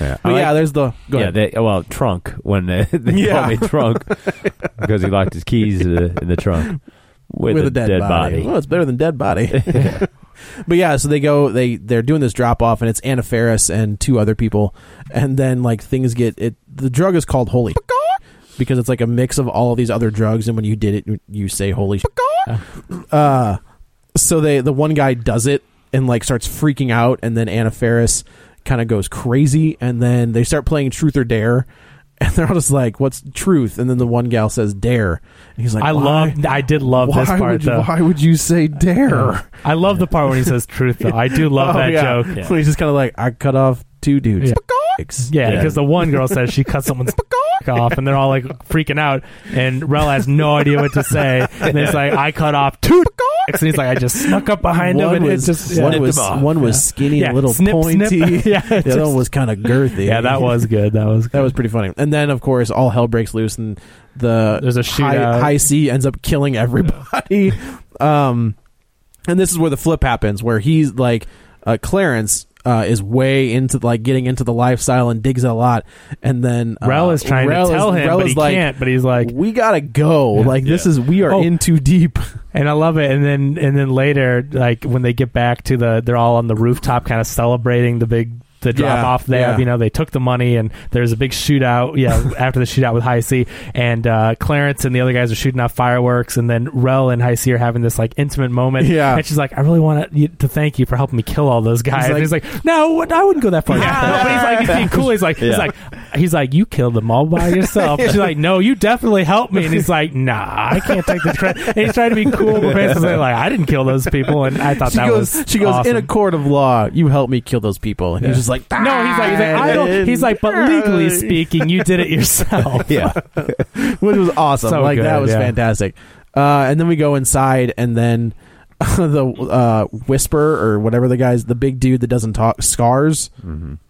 Speaker 3: Yeah.
Speaker 2: But yeah, there's the go
Speaker 3: yeah,
Speaker 2: ahead.
Speaker 3: they, well, trunk when they, they
Speaker 2: Yeah.
Speaker 3: called me trunk because he locked his keys in the- in the trunk with,
Speaker 2: with a dead, body. Well, it's better than dead body. but yeah, so they go they they're doing this drop off and it's Anna Ferris and two other people and then like things get it the drug is called holy because it's like a mix of all of these other drugs and when you did it you- you say holy uh so they the one guy does it and like starts freaking out and then Anna Ferris kind of goes crazy and then they start playing truth or dare and they're all just like what's truth and then the one gal says dare and he's like
Speaker 4: I
Speaker 2: "Why?"
Speaker 4: love. I did love this part
Speaker 2: would you,
Speaker 4: though.
Speaker 2: Why would you say dare?
Speaker 4: I love the part when he says truth though. I do love
Speaker 2: Oh,
Speaker 4: that
Speaker 2: yeah.
Speaker 4: joke.
Speaker 2: So he's just kind of like, I cut off two dudes.
Speaker 4: Yeah. Yeah, because the one girl says she cut someone's off, and they're all like freaking out, and Rel has no idea what to say, and it's like I cut off two, dicks," and he's like I just snuck up behind him,
Speaker 2: one
Speaker 4: and
Speaker 2: was,
Speaker 4: it just
Speaker 2: one
Speaker 4: snipped
Speaker 2: was,
Speaker 4: him off.
Speaker 2: one was skinny
Speaker 4: Yeah,
Speaker 2: and a little
Speaker 4: snip, snip.
Speaker 2: pointy.
Speaker 4: Yeah,
Speaker 2: the other
Speaker 4: just-
Speaker 2: one was kind of girthy.
Speaker 4: yeah, that was good. That was
Speaker 2: That
Speaker 4: good.
Speaker 2: was pretty funny. And then, of course, all hell breaks loose, and the
Speaker 4: There's a
Speaker 2: high,
Speaker 4: shootout.
Speaker 2: high C ends up killing everybody. um, and this is where the flip happens, where he's like, uh, Clarence uh, is way into like getting into the lifestyle and digs it a lot, and then uh,
Speaker 4: Rel is trying
Speaker 2: Rel
Speaker 4: to tell him,
Speaker 2: Rel
Speaker 4: but
Speaker 2: is
Speaker 4: he
Speaker 2: like,
Speaker 4: can't. But he's like,
Speaker 2: we gotta go. like this
Speaker 3: Yeah.
Speaker 2: is we are
Speaker 4: Oh.
Speaker 2: in too deep.
Speaker 4: And I love it. And then and then later, like when they get back to the, they're all on the rooftop, kind of celebrating the big the drop off there.
Speaker 2: yeah.
Speaker 4: You know, they took the money, and there's a big shootout. Yeah, after the shootout with High C and uh, Clarence and the other guys are shooting off fireworks, and then Rel and High C are having this like intimate moment.
Speaker 2: Yeah.
Speaker 4: and she's like, I really want to, to thank you for helping me kill all those guys.
Speaker 2: He's
Speaker 4: and he's like, No, I wouldn't go that far. No, but he's like, he's being cool. He's like, he's
Speaker 3: Yeah.
Speaker 4: like. He's like, you killed them all by yourself. She's like, no, you definitely helped me. And he's like, nah, I can't take the credit. And he's trying to be cool, but basically like, I didn't kill those people. And I thought
Speaker 2: She
Speaker 4: that
Speaker 2: goes,
Speaker 4: was
Speaker 2: she goes
Speaker 4: awesome.
Speaker 2: in a court of law. You helped me kill those people, and he's just like,
Speaker 4: no, he's like, he's like, I don't. He's like, but legally speaking, you did it yourself.
Speaker 3: Yeah,
Speaker 2: which was awesome.
Speaker 4: So
Speaker 2: like that
Speaker 4: good,
Speaker 2: was
Speaker 4: yeah.
Speaker 2: fantastic. Uh, and then we go inside, and then the uh, whisper or whatever the guy's the big dude that doesn't talk scars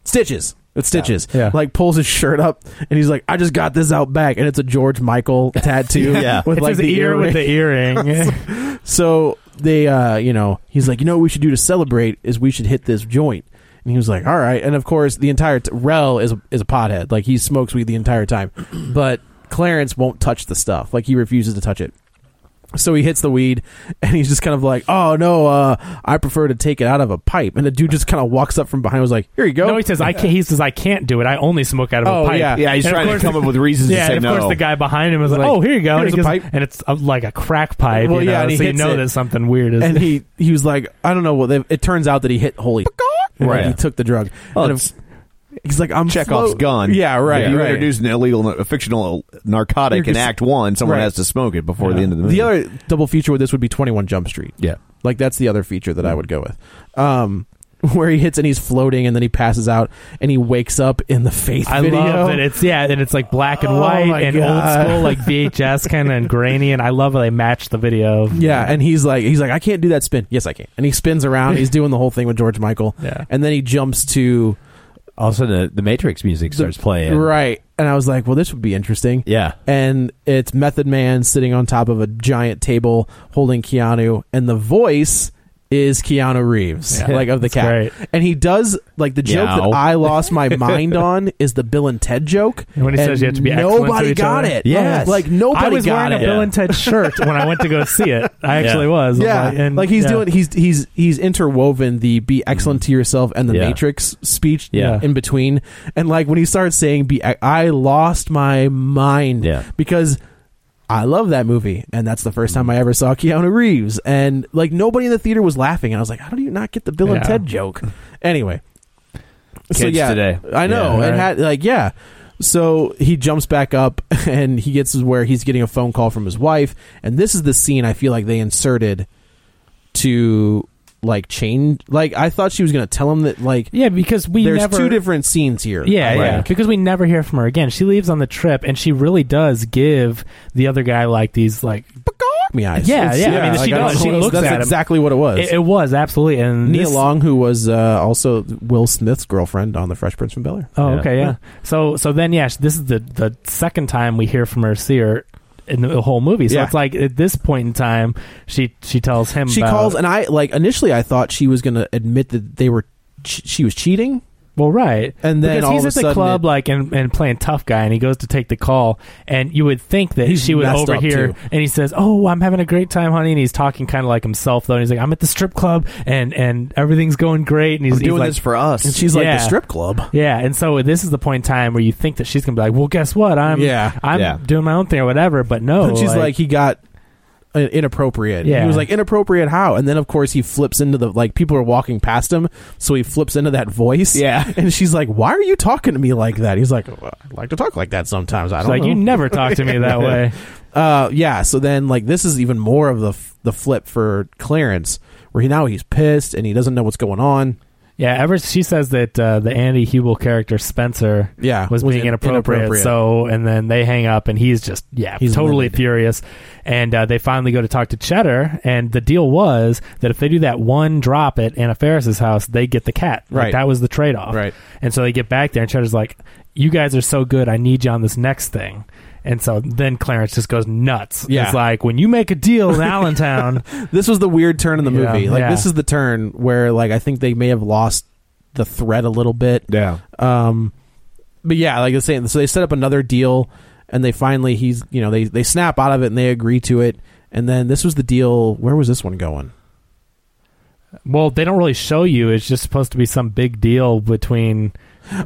Speaker 2: stitches. It's stitches.
Speaker 4: Mm-hmm. Yeah.
Speaker 2: Like pulls his shirt up, and he's like, "I just got this out back," and it's a George Michael tattoo.
Speaker 3: Yeah.
Speaker 2: with
Speaker 4: It's
Speaker 2: like
Speaker 4: his
Speaker 2: the
Speaker 4: ear with
Speaker 2: earring.
Speaker 4: the earring.
Speaker 2: So they, uh, you know, he's like, you know, what we should do to celebrate is we should hit this joint. And he was like, all right. And of course, the entire t- Rel is is a pothead. Like he smokes weed the entire time, but Clarence won't touch the stuff. Like he refuses to touch it. So he hits the weed, and he's just kind of like, "Oh no, uh, I prefer to take it out of a pipe." And the dude just kind of walks up from behind, and was like, "Here you go."
Speaker 4: no, he says I can't. He says I can't do it. I only smoke out of
Speaker 2: Oh,
Speaker 4: a pipe.
Speaker 2: yeah.
Speaker 1: Yeah, he's
Speaker 4: And of
Speaker 1: trying
Speaker 4: course-
Speaker 1: to come up with reasons
Speaker 4: Yeah,
Speaker 1: to say
Speaker 4: and of
Speaker 1: no.
Speaker 4: course the guy behind him is like,
Speaker 2: Like,
Speaker 4: "Oh, here you go," and,
Speaker 2: here's
Speaker 4: he
Speaker 2: a
Speaker 4: goes-
Speaker 2: pipe.
Speaker 4: and it's uh, like a crack pipe.
Speaker 2: Well,
Speaker 4: you know?
Speaker 2: yeah, and he
Speaker 4: so you
Speaker 2: hits
Speaker 4: know
Speaker 2: it.
Speaker 4: that something weird is.
Speaker 2: and he he was like, "I don't know." Well, they- it turns out that he hit holy. and
Speaker 3: Right.
Speaker 2: He took the drug.
Speaker 3: Oh,
Speaker 2: And
Speaker 3: it's-
Speaker 2: if- he's like, "I'm
Speaker 1: Chekhov's
Speaker 2: float-
Speaker 1: gun.
Speaker 2: Yeah, right.
Speaker 1: You
Speaker 2: right.
Speaker 1: introduce an illegal, a fictional narcotic
Speaker 2: You're
Speaker 1: in
Speaker 2: just-
Speaker 1: Act One. Someone
Speaker 2: Right.
Speaker 1: has to smoke it before the end of the movie.
Speaker 2: The other double feature with this would be 21 Jump Street.
Speaker 1: yeah,
Speaker 2: Like that's the other feature that I would go with. Um where he hits and he's floating and then he passes out and he wakes up in the faith
Speaker 4: I
Speaker 2: video.
Speaker 4: love that it's yeah, and it's like black and
Speaker 2: Oh my
Speaker 4: white and
Speaker 2: God.
Speaker 4: old school like VHS kind of and grainy, and I love how they match the video.
Speaker 2: yeah, and he's like he's like I can't do that spin. Yes, I can. And he spins around. He's doing the whole thing with George Michael.
Speaker 4: Yeah.
Speaker 2: And then he jumps to
Speaker 3: all of a sudden the, the Matrix music starts playing.
Speaker 2: right. And I was like, well, this would be interesting.
Speaker 3: Yeah,
Speaker 2: and it's Method Man sitting on top of a giant table holding Keanu, and the voice is Keanu Reeves,
Speaker 4: Yeah.
Speaker 2: like of the
Speaker 4: That's
Speaker 2: cat.
Speaker 4: great.
Speaker 2: And he does like the joke
Speaker 3: Meow.
Speaker 2: that I lost my mind on is the Bill and Ted joke.
Speaker 4: And when he says you have to be excellent to
Speaker 2: nobody
Speaker 4: each
Speaker 2: got
Speaker 4: other.
Speaker 2: it.
Speaker 3: Yes.
Speaker 2: like nobody
Speaker 4: I was
Speaker 2: got
Speaker 4: wearing
Speaker 2: it.
Speaker 4: a Bill and Ted shirt when I went to go see it. I actually was. I was
Speaker 2: Yeah,
Speaker 4: like, and,
Speaker 2: like he's
Speaker 4: yeah.
Speaker 2: doing, he's he's he's interwoven the "be excellent to yourself" and the
Speaker 3: Yeah.
Speaker 2: Matrix speech
Speaker 3: Yeah.
Speaker 2: in between, and like when he starts saying "be," I- I lost my mind
Speaker 3: Yeah.
Speaker 2: because I love that movie, and that's the first time I ever saw Keanu Reeves, and like nobody in the theater was laughing, and I was like, "How do you not get the Bill and
Speaker 4: Yeah.
Speaker 2: Ted joke?" Anyway, so
Speaker 3: Kids
Speaker 2: yeah,
Speaker 3: today.
Speaker 2: I know
Speaker 3: Yeah.
Speaker 2: it had like yeah. So he jumps back up and he gets where he's getting a phone call from his wife, and this is the scene I feel like they inserted to like change. Like I thought she was going to tell him that like
Speaker 4: Yeah, because we
Speaker 2: there's
Speaker 4: never
Speaker 2: two different scenes here.
Speaker 4: Yeah,
Speaker 2: Like,
Speaker 4: yeah. Because we never hear from her again. She leaves on the trip, and she really does give the other guy like these like
Speaker 2: fuck me eyes.
Speaker 4: Yeah,
Speaker 2: It's-
Speaker 4: yeah, I mean, she
Speaker 2: don't
Speaker 4: does.
Speaker 2: know
Speaker 4: She
Speaker 2: what else-
Speaker 4: looks
Speaker 2: That's
Speaker 4: at him.
Speaker 2: exactly what it was.
Speaker 4: It, it was absolutely and
Speaker 2: Nia
Speaker 4: this-
Speaker 2: Long, who was uh, also Will Smith's girlfriend on The Fresh Prince from Bel Air.
Speaker 4: Oh, okay, yeah. So, so then, yeah, sh- this is the the second time we hear from her, see her in the whole movie. So
Speaker 2: Yeah.
Speaker 4: it's like at this point in time, she she tells him
Speaker 2: She
Speaker 4: about-
Speaker 2: calls, and I like initially I thought she was going to admit that they were ch- she was cheating.
Speaker 4: Well, right,
Speaker 2: And then
Speaker 4: because
Speaker 2: all
Speaker 4: he's
Speaker 2: of a
Speaker 4: at the
Speaker 2: sudden
Speaker 4: club,
Speaker 2: it-
Speaker 4: like and, and playing tough guy, and he goes to take the call, and you would think that
Speaker 2: He's
Speaker 4: she would
Speaker 2: messed up,
Speaker 4: overhear,
Speaker 2: too.
Speaker 4: and he says, "Oh, I'm having a great time, honey," and he's talking kind of like himself though, and he's like, "I'm at the strip club, and and everything's going great," and he's,
Speaker 1: I'm
Speaker 4: he's
Speaker 1: doing
Speaker 4: like,
Speaker 1: this for us.
Speaker 2: And she's like
Speaker 4: Yeah.
Speaker 2: the strip club.
Speaker 4: Yeah, and so this is the point in time where you think that she's gonna be like, "Well, guess what? I'm
Speaker 2: Yeah.
Speaker 4: I'm
Speaker 1: Yeah.
Speaker 4: doing my own thing or whatever." But no,
Speaker 1: Oh,
Speaker 2: and she's like, he got uh, inappropriate.
Speaker 4: Yeah.
Speaker 2: He was like inappropriate how? And then of course he flips into the like people are walking past him, so he flips into that voice.
Speaker 1: Yeah.
Speaker 2: And she's like, "Why are you talking to me like that?" He's like, "Well, "I like to talk like that sometimes." I
Speaker 4: She's
Speaker 2: don't
Speaker 4: like
Speaker 2: know.
Speaker 4: you never talk to me that way.
Speaker 2: uh yeah, so then like this is even more of the f- the flip for Clarence where he now he's pissed and he doesn't know what's going on.
Speaker 4: Yeah, ever she says that uh, the Andy Hubel character Spencer
Speaker 2: Yeah,
Speaker 4: was,
Speaker 2: was
Speaker 4: being
Speaker 2: in-
Speaker 4: inappropriate,
Speaker 2: inappropriate.
Speaker 4: So and then they hang up and he's just yeah
Speaker 2: He's
Speaker 4: totally
Speaker 2: livid.
Speaker 4: furious. And uh, they finally go to talk to Cheddar and the deal was that if they do that one drop at Anna Ferris's house, they get the cat. Like,
Speaker 2: Right.
Speaker 4: that was the trade off.
Speaker 2: Right.
Speaker 4: And so they get back there and Cheddar's like, You guys are so good, I need you on this next thing. And so then Clarence just goes nuts.
Speaker 2: Yeah.
Speaker 4: It's like when you make a deal in Allentown,
Speaker 2: This was the weird turn in the
Speaker 4: Yeah,
Speaker 2: movie. like
Speaker 4: yeah.
Speaker 2: this is the turn where like I think they may have lost the thread a little bit.
Speaker 1: Yeah.
Speaker 2: Um, but yeah, like I was saying, so they set up another deal, and they finally he's you know they they snap out of it and they agree to it, and then this was the deal. Where was this one going?
Speaker 4: well, they don't really show you. It's just supposed to be some big deal between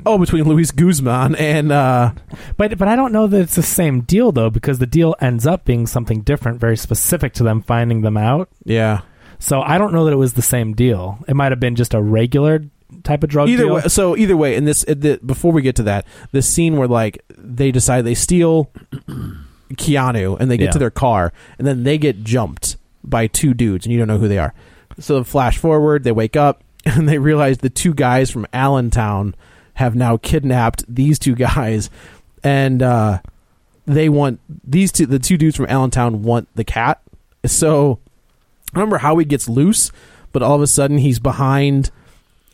Speaker 2: Oh, between Luis Guzman and uh,
Speaker 4: But but I don't know that it's the same deal though, because the deal ends up being something different, very specific to them finding them out.
Speaker 2: yeah.
Speaker 4: So I don't know that it was the same deal. It might have been just a regular type of drug
Speaker 2: Either
Speaker 4: deal.
Speaker 2: way, so either way, in this uh, the, before we get to that, this scene where like they decide they steal Keanu and they get
Speaker 3: Yeah.
Speaker 2: to their car and then they get jumped by two dudes and you don't know who they are. So flash forward, they wake up and they realize the two guys from Allentown have now kidnapped these two guys and uh, they want these two the two dudes from Allentown want the cat. So I don't remember how he gets loose, but all of a sudden he's behind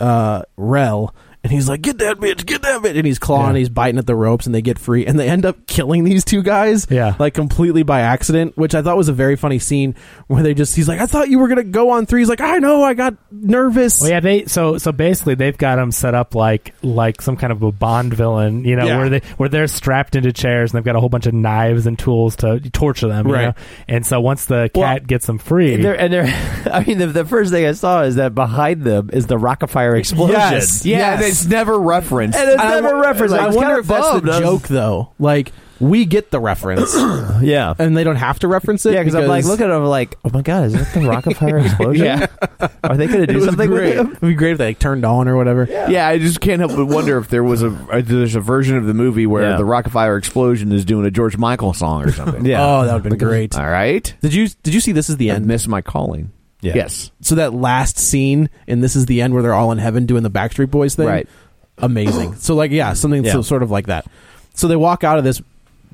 Speaker 2: uh, Rel, and he's like, "Get that bitch, get that bitch!" And he's clawing,
Speaker 4: Yeah.
Speaker 2: he's biting at the ropes, and they get free, and they end up killing these two guys,
Speaker 4: Yeah.
Speaker 2: like completely by accident, which I thought was a very funny scene where they just he's like, "I thought you were gonna go on three. He's like, "I know, I got nervous."
Speaker 4: Well, yeah, they so so basically they've got him set up like like some kind of a Bond villain, you know,
Speaker 2: Yeah.
Speaker 4: where they where they're strapped into chairs and they've got a whole bunch of knives and tools to torture them, you
Speaker 2: Right.
Speaker 4: know? And so once the cat
Speaker 3: Well,
Speaker 4: gets them free,
Speaker 3: And they're, and they're, I mean, the, the first thing I saw is that behind them is the Rockefeller explosion.
Speaker 1: Yes. uh, Yeah. and it's never referenced.
Speaker 3: And it's
Speaker 2: I
Speaker 3: never
Speaker 2: wo-
Speaker 3: referenced.
Speaker 2: I
Speaker 3: I was
Speaker 2: wonder
Speaker 3: kinda
Speaker 2: if that's
Speaker 3: bummed. I was-
Speaker 2: the joke, though. Like, we get the reference,
Speaker 3: Yeah.
Speaker 2: and they don't have to reference it.
Speaker 3: Yeah, because I'm like looking at them like, oh my god, is that the Rockefeller explosion?
Speaker 2: Yeah.
Speaker 3: Are they going to
Speaker 2: It
Speaker 3: do
Speaker 2: was
Speaker 3: something
Speaker 2: great.
Speaker 3: with it?
Speaker 2: It'd be great if they like, turned on or whatever.
Speaker 1: Yeah, I just can't help but wonder if there was a, a there's a version of the movie where
Speaker 3: Yeah.
Speaker 1: the Rockefeller explosion is doing a George Michael song or something.
Speaker 2: Oh, that would have been great.
Speaker 1: All right.
Speaker 2: Did you did you see this is the
Speaker 1: And
Speaker 2: end?
Speaker 1: miss my calling.
Speaker 3: Yeah.
Speaker 1: Yes.
Speaker 2: so that last scene and this is the end where they're all in heaven doing the Backstreet Boys thing.
Speaker 1: Right.
Speaker 2: Amazing. so like yeah, something
Speaker 3: Yeah.
Speaker 2: So, sort of like that. So they walk out of this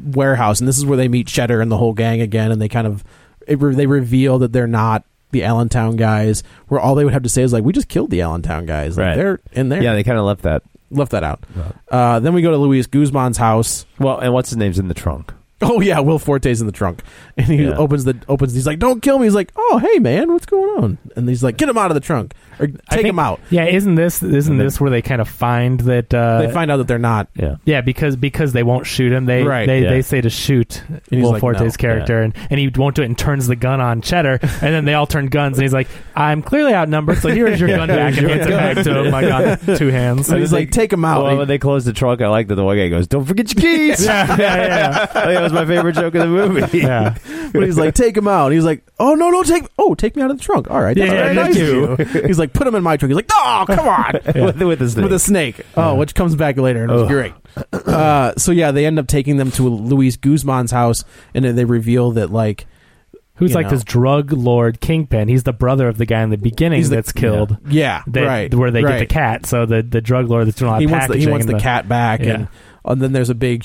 Speaker 2: warehouse and this is where they meet Cheddar and the whole gang again and they kind of it, re- they reveal that they're not the Allentown guys where all they would have to say is like we just killed the Allentown guys. Like,
Speaker 3: Right.
Speaker 2: They're in there.
Speaker 3: Yeah, they kind of left that.
Speaker 2: Left that out. Uh, then we go to Luis Guzman's house.
Speaker 3: Well, and what's his name's in the trunk?
Speaker 2: Oh yeah, Will Forte's in the trunk, and he
Speaker 3: Yeah.
Speaker 2: opens the opens. He's like, "Don't kill me." He's like, "Oh hey man, what's going on?" And he's like, "Get him out of the trunk or take
Speaker 4: I think-
Speaker 2: him out."
Speaker 4: Yeah, isn't this isn't this where they kind of find that uh,
Speaker 2: they find out that they're not.
Speaker 3: Yeah.
Speaker 4: Yeah, because because they won't shoot him. They
Speaker 2: Right,
Speaker 4: they,
Speaker 3: yeah.
Speaker 4: they say to shoot
Speaker 2: he's
Speaker 4: Will
Speaker 2: like, no.
Speaker 4: Forte's character, and, and he won't do it, and turns the gun on Cheddar, and then they all turn guns, and he's like, "I'm clearly outnumbered, so here's your gun back," and hands it back to him, like on two hands.
Speaker 2: So he's like, "Take him out."
Speaker 3: Well,
Speaker 2: And
Speaker 3: when they close the trunk, I like that the one guy goes, "Don't forget your keys."
Speaker 4: yeah, yeah, yeah,
Speaker 3: I think that was my favorite joke of the movie.
Speaker 4: yeah.
Speaker 2: he- but he's like, "Take him out." And he's like, "Oh no, no, take oh take me out of the trunk." All right, that's
Speaker 4: Yeah,
Speaker 2: very
Speaker 4: yeah,
Speaker 2: nice
Speaker 4: thank
Speaker 2: of you. He's like, "Put him in my trunk." He's like, "No, come on."
Speaker 3: With, with his
Speaker 2: With a snake. Oh, which comes back later and it was
Speaker 3: Ugh.
Speaker 2: great. Uh, so yeah, they end up taking them to Luis Guzman's house, and then they reveal that like
Speaker 4: Who's
Speaker 2: You
Speaker 4: like
Speaker 2: know.
Speaker 4: this drug lord kingpin? He's the brother of the guy in the beginning
Speaker 2: He's the-
Speaker 4: that's killed.
Speaker 2: yeah,
Speaker 4: that-
Speaker 2: right
Speaker 4: where they
Speaker 2: right.
Speaker 4: get the cat. So the, the drug lord that's doing all
Speaker 2: he
Speaker 4: that
Speaker 2: wants the, he
Speaker 4: packaging
Speaker 2: wants the
Speaker 4: and
Speaker 2: cat back
Speaker 4: Yeah.
Speaker 2: and and then there's a big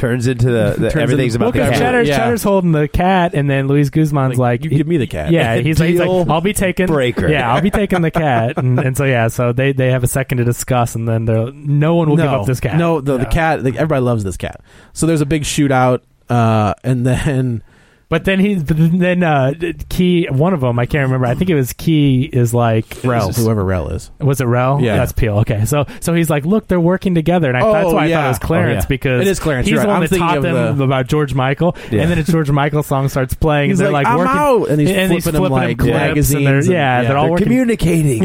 Speaker 3: Turns into the, the
Speaker 2: Turns
Speaker 3: everything's
Speaker 2: into-
Speaker 3: about the
Speaker 2: Okay,
Speaker 3: cat.
Speaker 2: Cheddar-
Speaker 4: Cheddar's,
Speaker 2: Yeah.
Speaker 4: Cheddar's holding the cat, and then Luis Guzman's like,
Speaker 2: you give me the cat.
Speaker 4: Yeah, he's like, he's like, I'll be taking
Speaker 3: breaker.
Speaker 4: Yeah, I'll be taking the cat, and, and so yeah, so they they have a second to discuss, and then they're no one will give up this cat.
Speaker 2: No, the, the cat. Like, everybody loves this cat. So there's a big shootout, uh, and then
Speaker 4: But then he, but then uh, Key, one of them, I can't remember. I think it was Key is like
Speaker 2: Rel, whoever Rel is,
Speaker 4: Was it Rel?
Speaker 2: Yeah.
Speaker 4: that's Peel. Okay, so so he's like, look, they're working together, and I,
Speaker 2: Oh,
Speaker 4: that's why I
Speaker 2: yeah.
Speaker 4: thought it was Clarence
Speaker 2: Oh, yeah.
Speaker 4: because
Speaker 2: It is Clarence,
Speaker 4: He's
Speaker 2: you're
Speaker 4: the
Speaker 2: right.
Speaker 4: one
Speaker 2: I'm
Speaker 4: that taught
Speaker 2: thinking of
Speaker 4: them
Speaker 2: the-
Speaker 4: about George Michael,
Speaker 3: Yeah.
Speaker 4: and then a George Michael song starts playing,
Speaker 2: He's
Speaker 4: and they're
Speaker 2: like,
Speaker 4: like,
Speaker 2: "I'm
Speaker 4: working,
Speaker 2: out," and he's flipping them, like,
Speaker 4: clips, and
Speaker 2: magazines
Speaker 4: they're-
Speaker 2: and-
Speaker 4: yeah,
Speaker 2: yeah.
Speaker 4: they're all
Speaker 2: They're
Speaker 4: working
Speaker 3: communicating.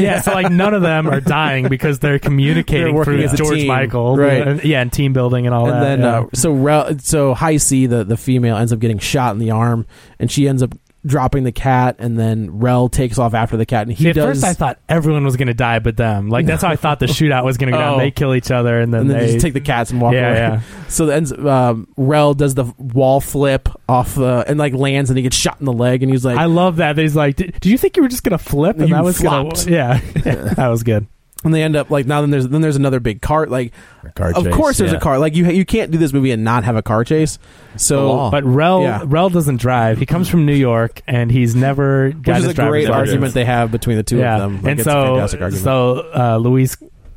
Speaker 4: Yeah, so like none of them are dying because they're communicating
Speaker 2: They're working
Speaker 4: through
Speaker 2: as a
Speaker 4: George
Speaker 2: team.
Speaker 4: Michael,
Speaker 2: Right.
Speaker 4: And, yeah, and team building and all
Speaker 2: and
Speaker 4: that.
Speaker 2: then
Speaker 4: yeah.
Speaker 2: uh, so Rel, so High C, the the female, ends up getting shot in the arm, and she ends up dropping the cat, and then Rel takes off after the cat, and he
Speaker 4: See, at
Speaker 2: does.
Speaker 4: first I thought everyone was going to die but them. Like that's how I thought the shootout was going to go. down.
Speaker 2: Oh.
Speaker 4: They kill each other and then,
Speaker 2: and then
Speaker 4: they
Speaker 2: they just take the cats and walk
Speaker 4: Yeah,
Speaker 2: away.
Speaker 4: yeah.
Speaker 2: So then um, Rel does the wall flip off the and like lands and he gets shot in the leg and he's like
Speaker 4: I love that. He's like, "Did did you think you were just going to flip?" And
Speaker 2: You
Speaker 4: that was gonna-
Speaker 2: flopped.
Speaker 4: yeah, that was good.
Speaker 2: and they end up like now then there's then there's another big cart like
Speaker 3: car
Speaker 2: of
Speaker 3: chase,
Speaker 2: course there's
Speaker 3: yeah.
Speaker 2: a car like you you can't do this movie and not have a car chase so
Speaker 4: But Rel
Speaker 2: Yeah.
Speaker 4: Rel doesn't drive. He comes from New York and he's never got
Speaker 2: which is
Speaker 4: his
Speaker 2: a
Speaker 4: driver's
Speaker 2: great
Speaker 4: license.
Speaker 2: argument they have between the two of them Like,
Speaker 4: and
Speaker 2: it's a
Speaker 4: so,
Speaker 2: fantastic argument.
Speaker 4: so uh, Luis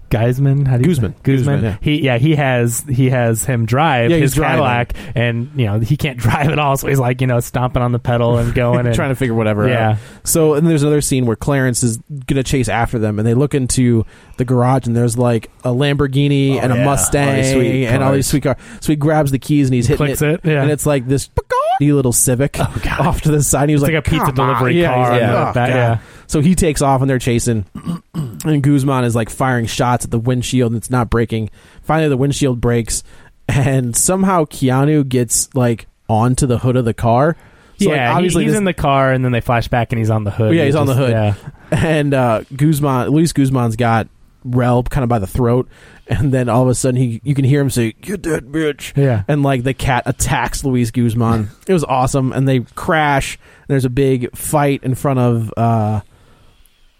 Speaker 4: Geisman, how do you
Speaker 2: Guzman.
Speaker 4: Guzman,
Speaker 2: Guzman, yeah.
Speaker 4: he yeah, he has he has him drive
Speaker 2: Yeah,
Speaker 4: his
Speaker 2: he's driving.
Speaker 4: Cadillac, and you know he can't drive at all, so he's like you know stomping on the pedal and going and
Speaker 2: trying to figure whatever
Speaker 4: Yeah.
Speaker 2: out. So and there's another scene where Clarence is gonna chase after them, and they look into the garage, and there's like a Lamborghini
Speaker 4: Oh,
Speaker 2: and a
Speaker 3: yeah. All
Speaker 2: Mustang
Speaker 3: these sweet
Speaker 2: and all these
Speaker 3: cars.
Speaker 2: sweet cars. So he grabs the keys and he's hitting
Speaker 4: Clicks it, yeah. Oh,
Speaker 2: and it's like this little Civic off to the side. and He was
Speaker 4: It's like a pizza
Speaker 2: "Come on."
Speaker 4: delivery
Speaker 2: Yeah, he's
Speaker 4: car
Speaker 2: like,
Speaker 4: and
Speaker 2: "Oh,
Speaker 4: like that,
Speaker 2: God."
Speaker 4: yeah.
Speaker 2: So he takes off, and they're chasing. And Guzman is like firing shots at the windshield, and it's not breaking. Finally, the windshield breaks, and somehow Keanu gets like onto the hood of the car. So, like,
Speaker 4: yeah, he-
Speaker 2: obviously
Speaker 4: he's
Speaker 2: this-
Speaker 4: in the car, and then they flash back, and he's on the hood.
Speaker 2: yeah, he's on the
Speaker 4: just-
Speaker 2: hood.
Speaker 4: Yeah.
Speaker 2: And uh, Guzman, Luis Guzman's got Rel kind of by the throat, and then all of a sudden he, you can hear him say, "Get that bitch!"
Speaker 4: Yeah.
Speaker 2: and like the cat attacks Luis Guzman. it was awesome, and they crash. And there's a big fight in front of. Uh,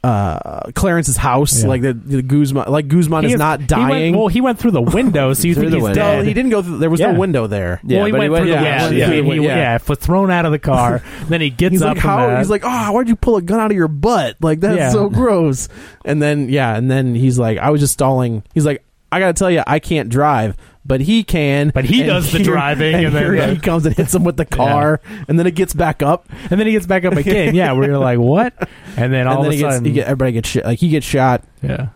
Speaker 2: uh, Clarence's house,
Speaker 4: Yeah.
Speaker 2: like the, the Guzman, like Guzman
Speaker 4: He
Speaker 2: is,
Speaker 4: is-
Speaker 2: not
Speaker 4: he went-
Speaker 2: dying.
Speaker 4: well, he went through the window, so you
Speaker 3: Through
Speaker 4: think
Speaker 3: the
Speaker 4: he's
Speaker 3: window.
Speaker 2: no,
Speaker 4: dead.
Speaker 2: he didn't go through. There was
Speaker 4: Yeah.
Speaker 2: no window there.
Speaker 3: Yeah,
Speaker 4: well, he
Speaker 3: but
Speaker 4: went,
Speaker 3: he went-
Speaker 4: through
Speaker 2: yeah,
Speaker 4: the
Speaker 2: yeah,
Speaker 4: window.
Speaker 2: yeah.
Speaker 4: He- he-
Speaker 2: Yeah.
Speaker 4: yeah, f- thrown out of the car. then he gets
Speaker 2: He's
Speaker 4: up
Speaker 2: like,
Speaker 4: from
Speaker 2: how?
Speaker 4: that.
Speaker 2: He's like, oh, why'd you pull a gun out of your butt? Like that's
Speaker 4: Yeah.
Speaker 2: so gross. And then yeah, and then he's like, I was just stalling. He's like, I gotta tell you, I can't drive, but he can.
Speaker 4: But he
Speaker 2: And
Speaker 4: does the driving,
Speaker 2: and,
Speaker 4: and then-
Speaker 2: here
Speaker 4: yeah.
Speaker 2: he comes and hits him with the car, and then it gets back up,
Speaker 4: And then he gets back up again. Yeah, where you're like, what? And then all
Speaker 2: and then
Speaker 4: of
Speaker 2: he
Speaker 4: a
Speaker 2: gets,
Speaker 4: sudden,
Speaker 2: he get, everybody gets shit. Like he gets shot,
Speaker 4: yeah,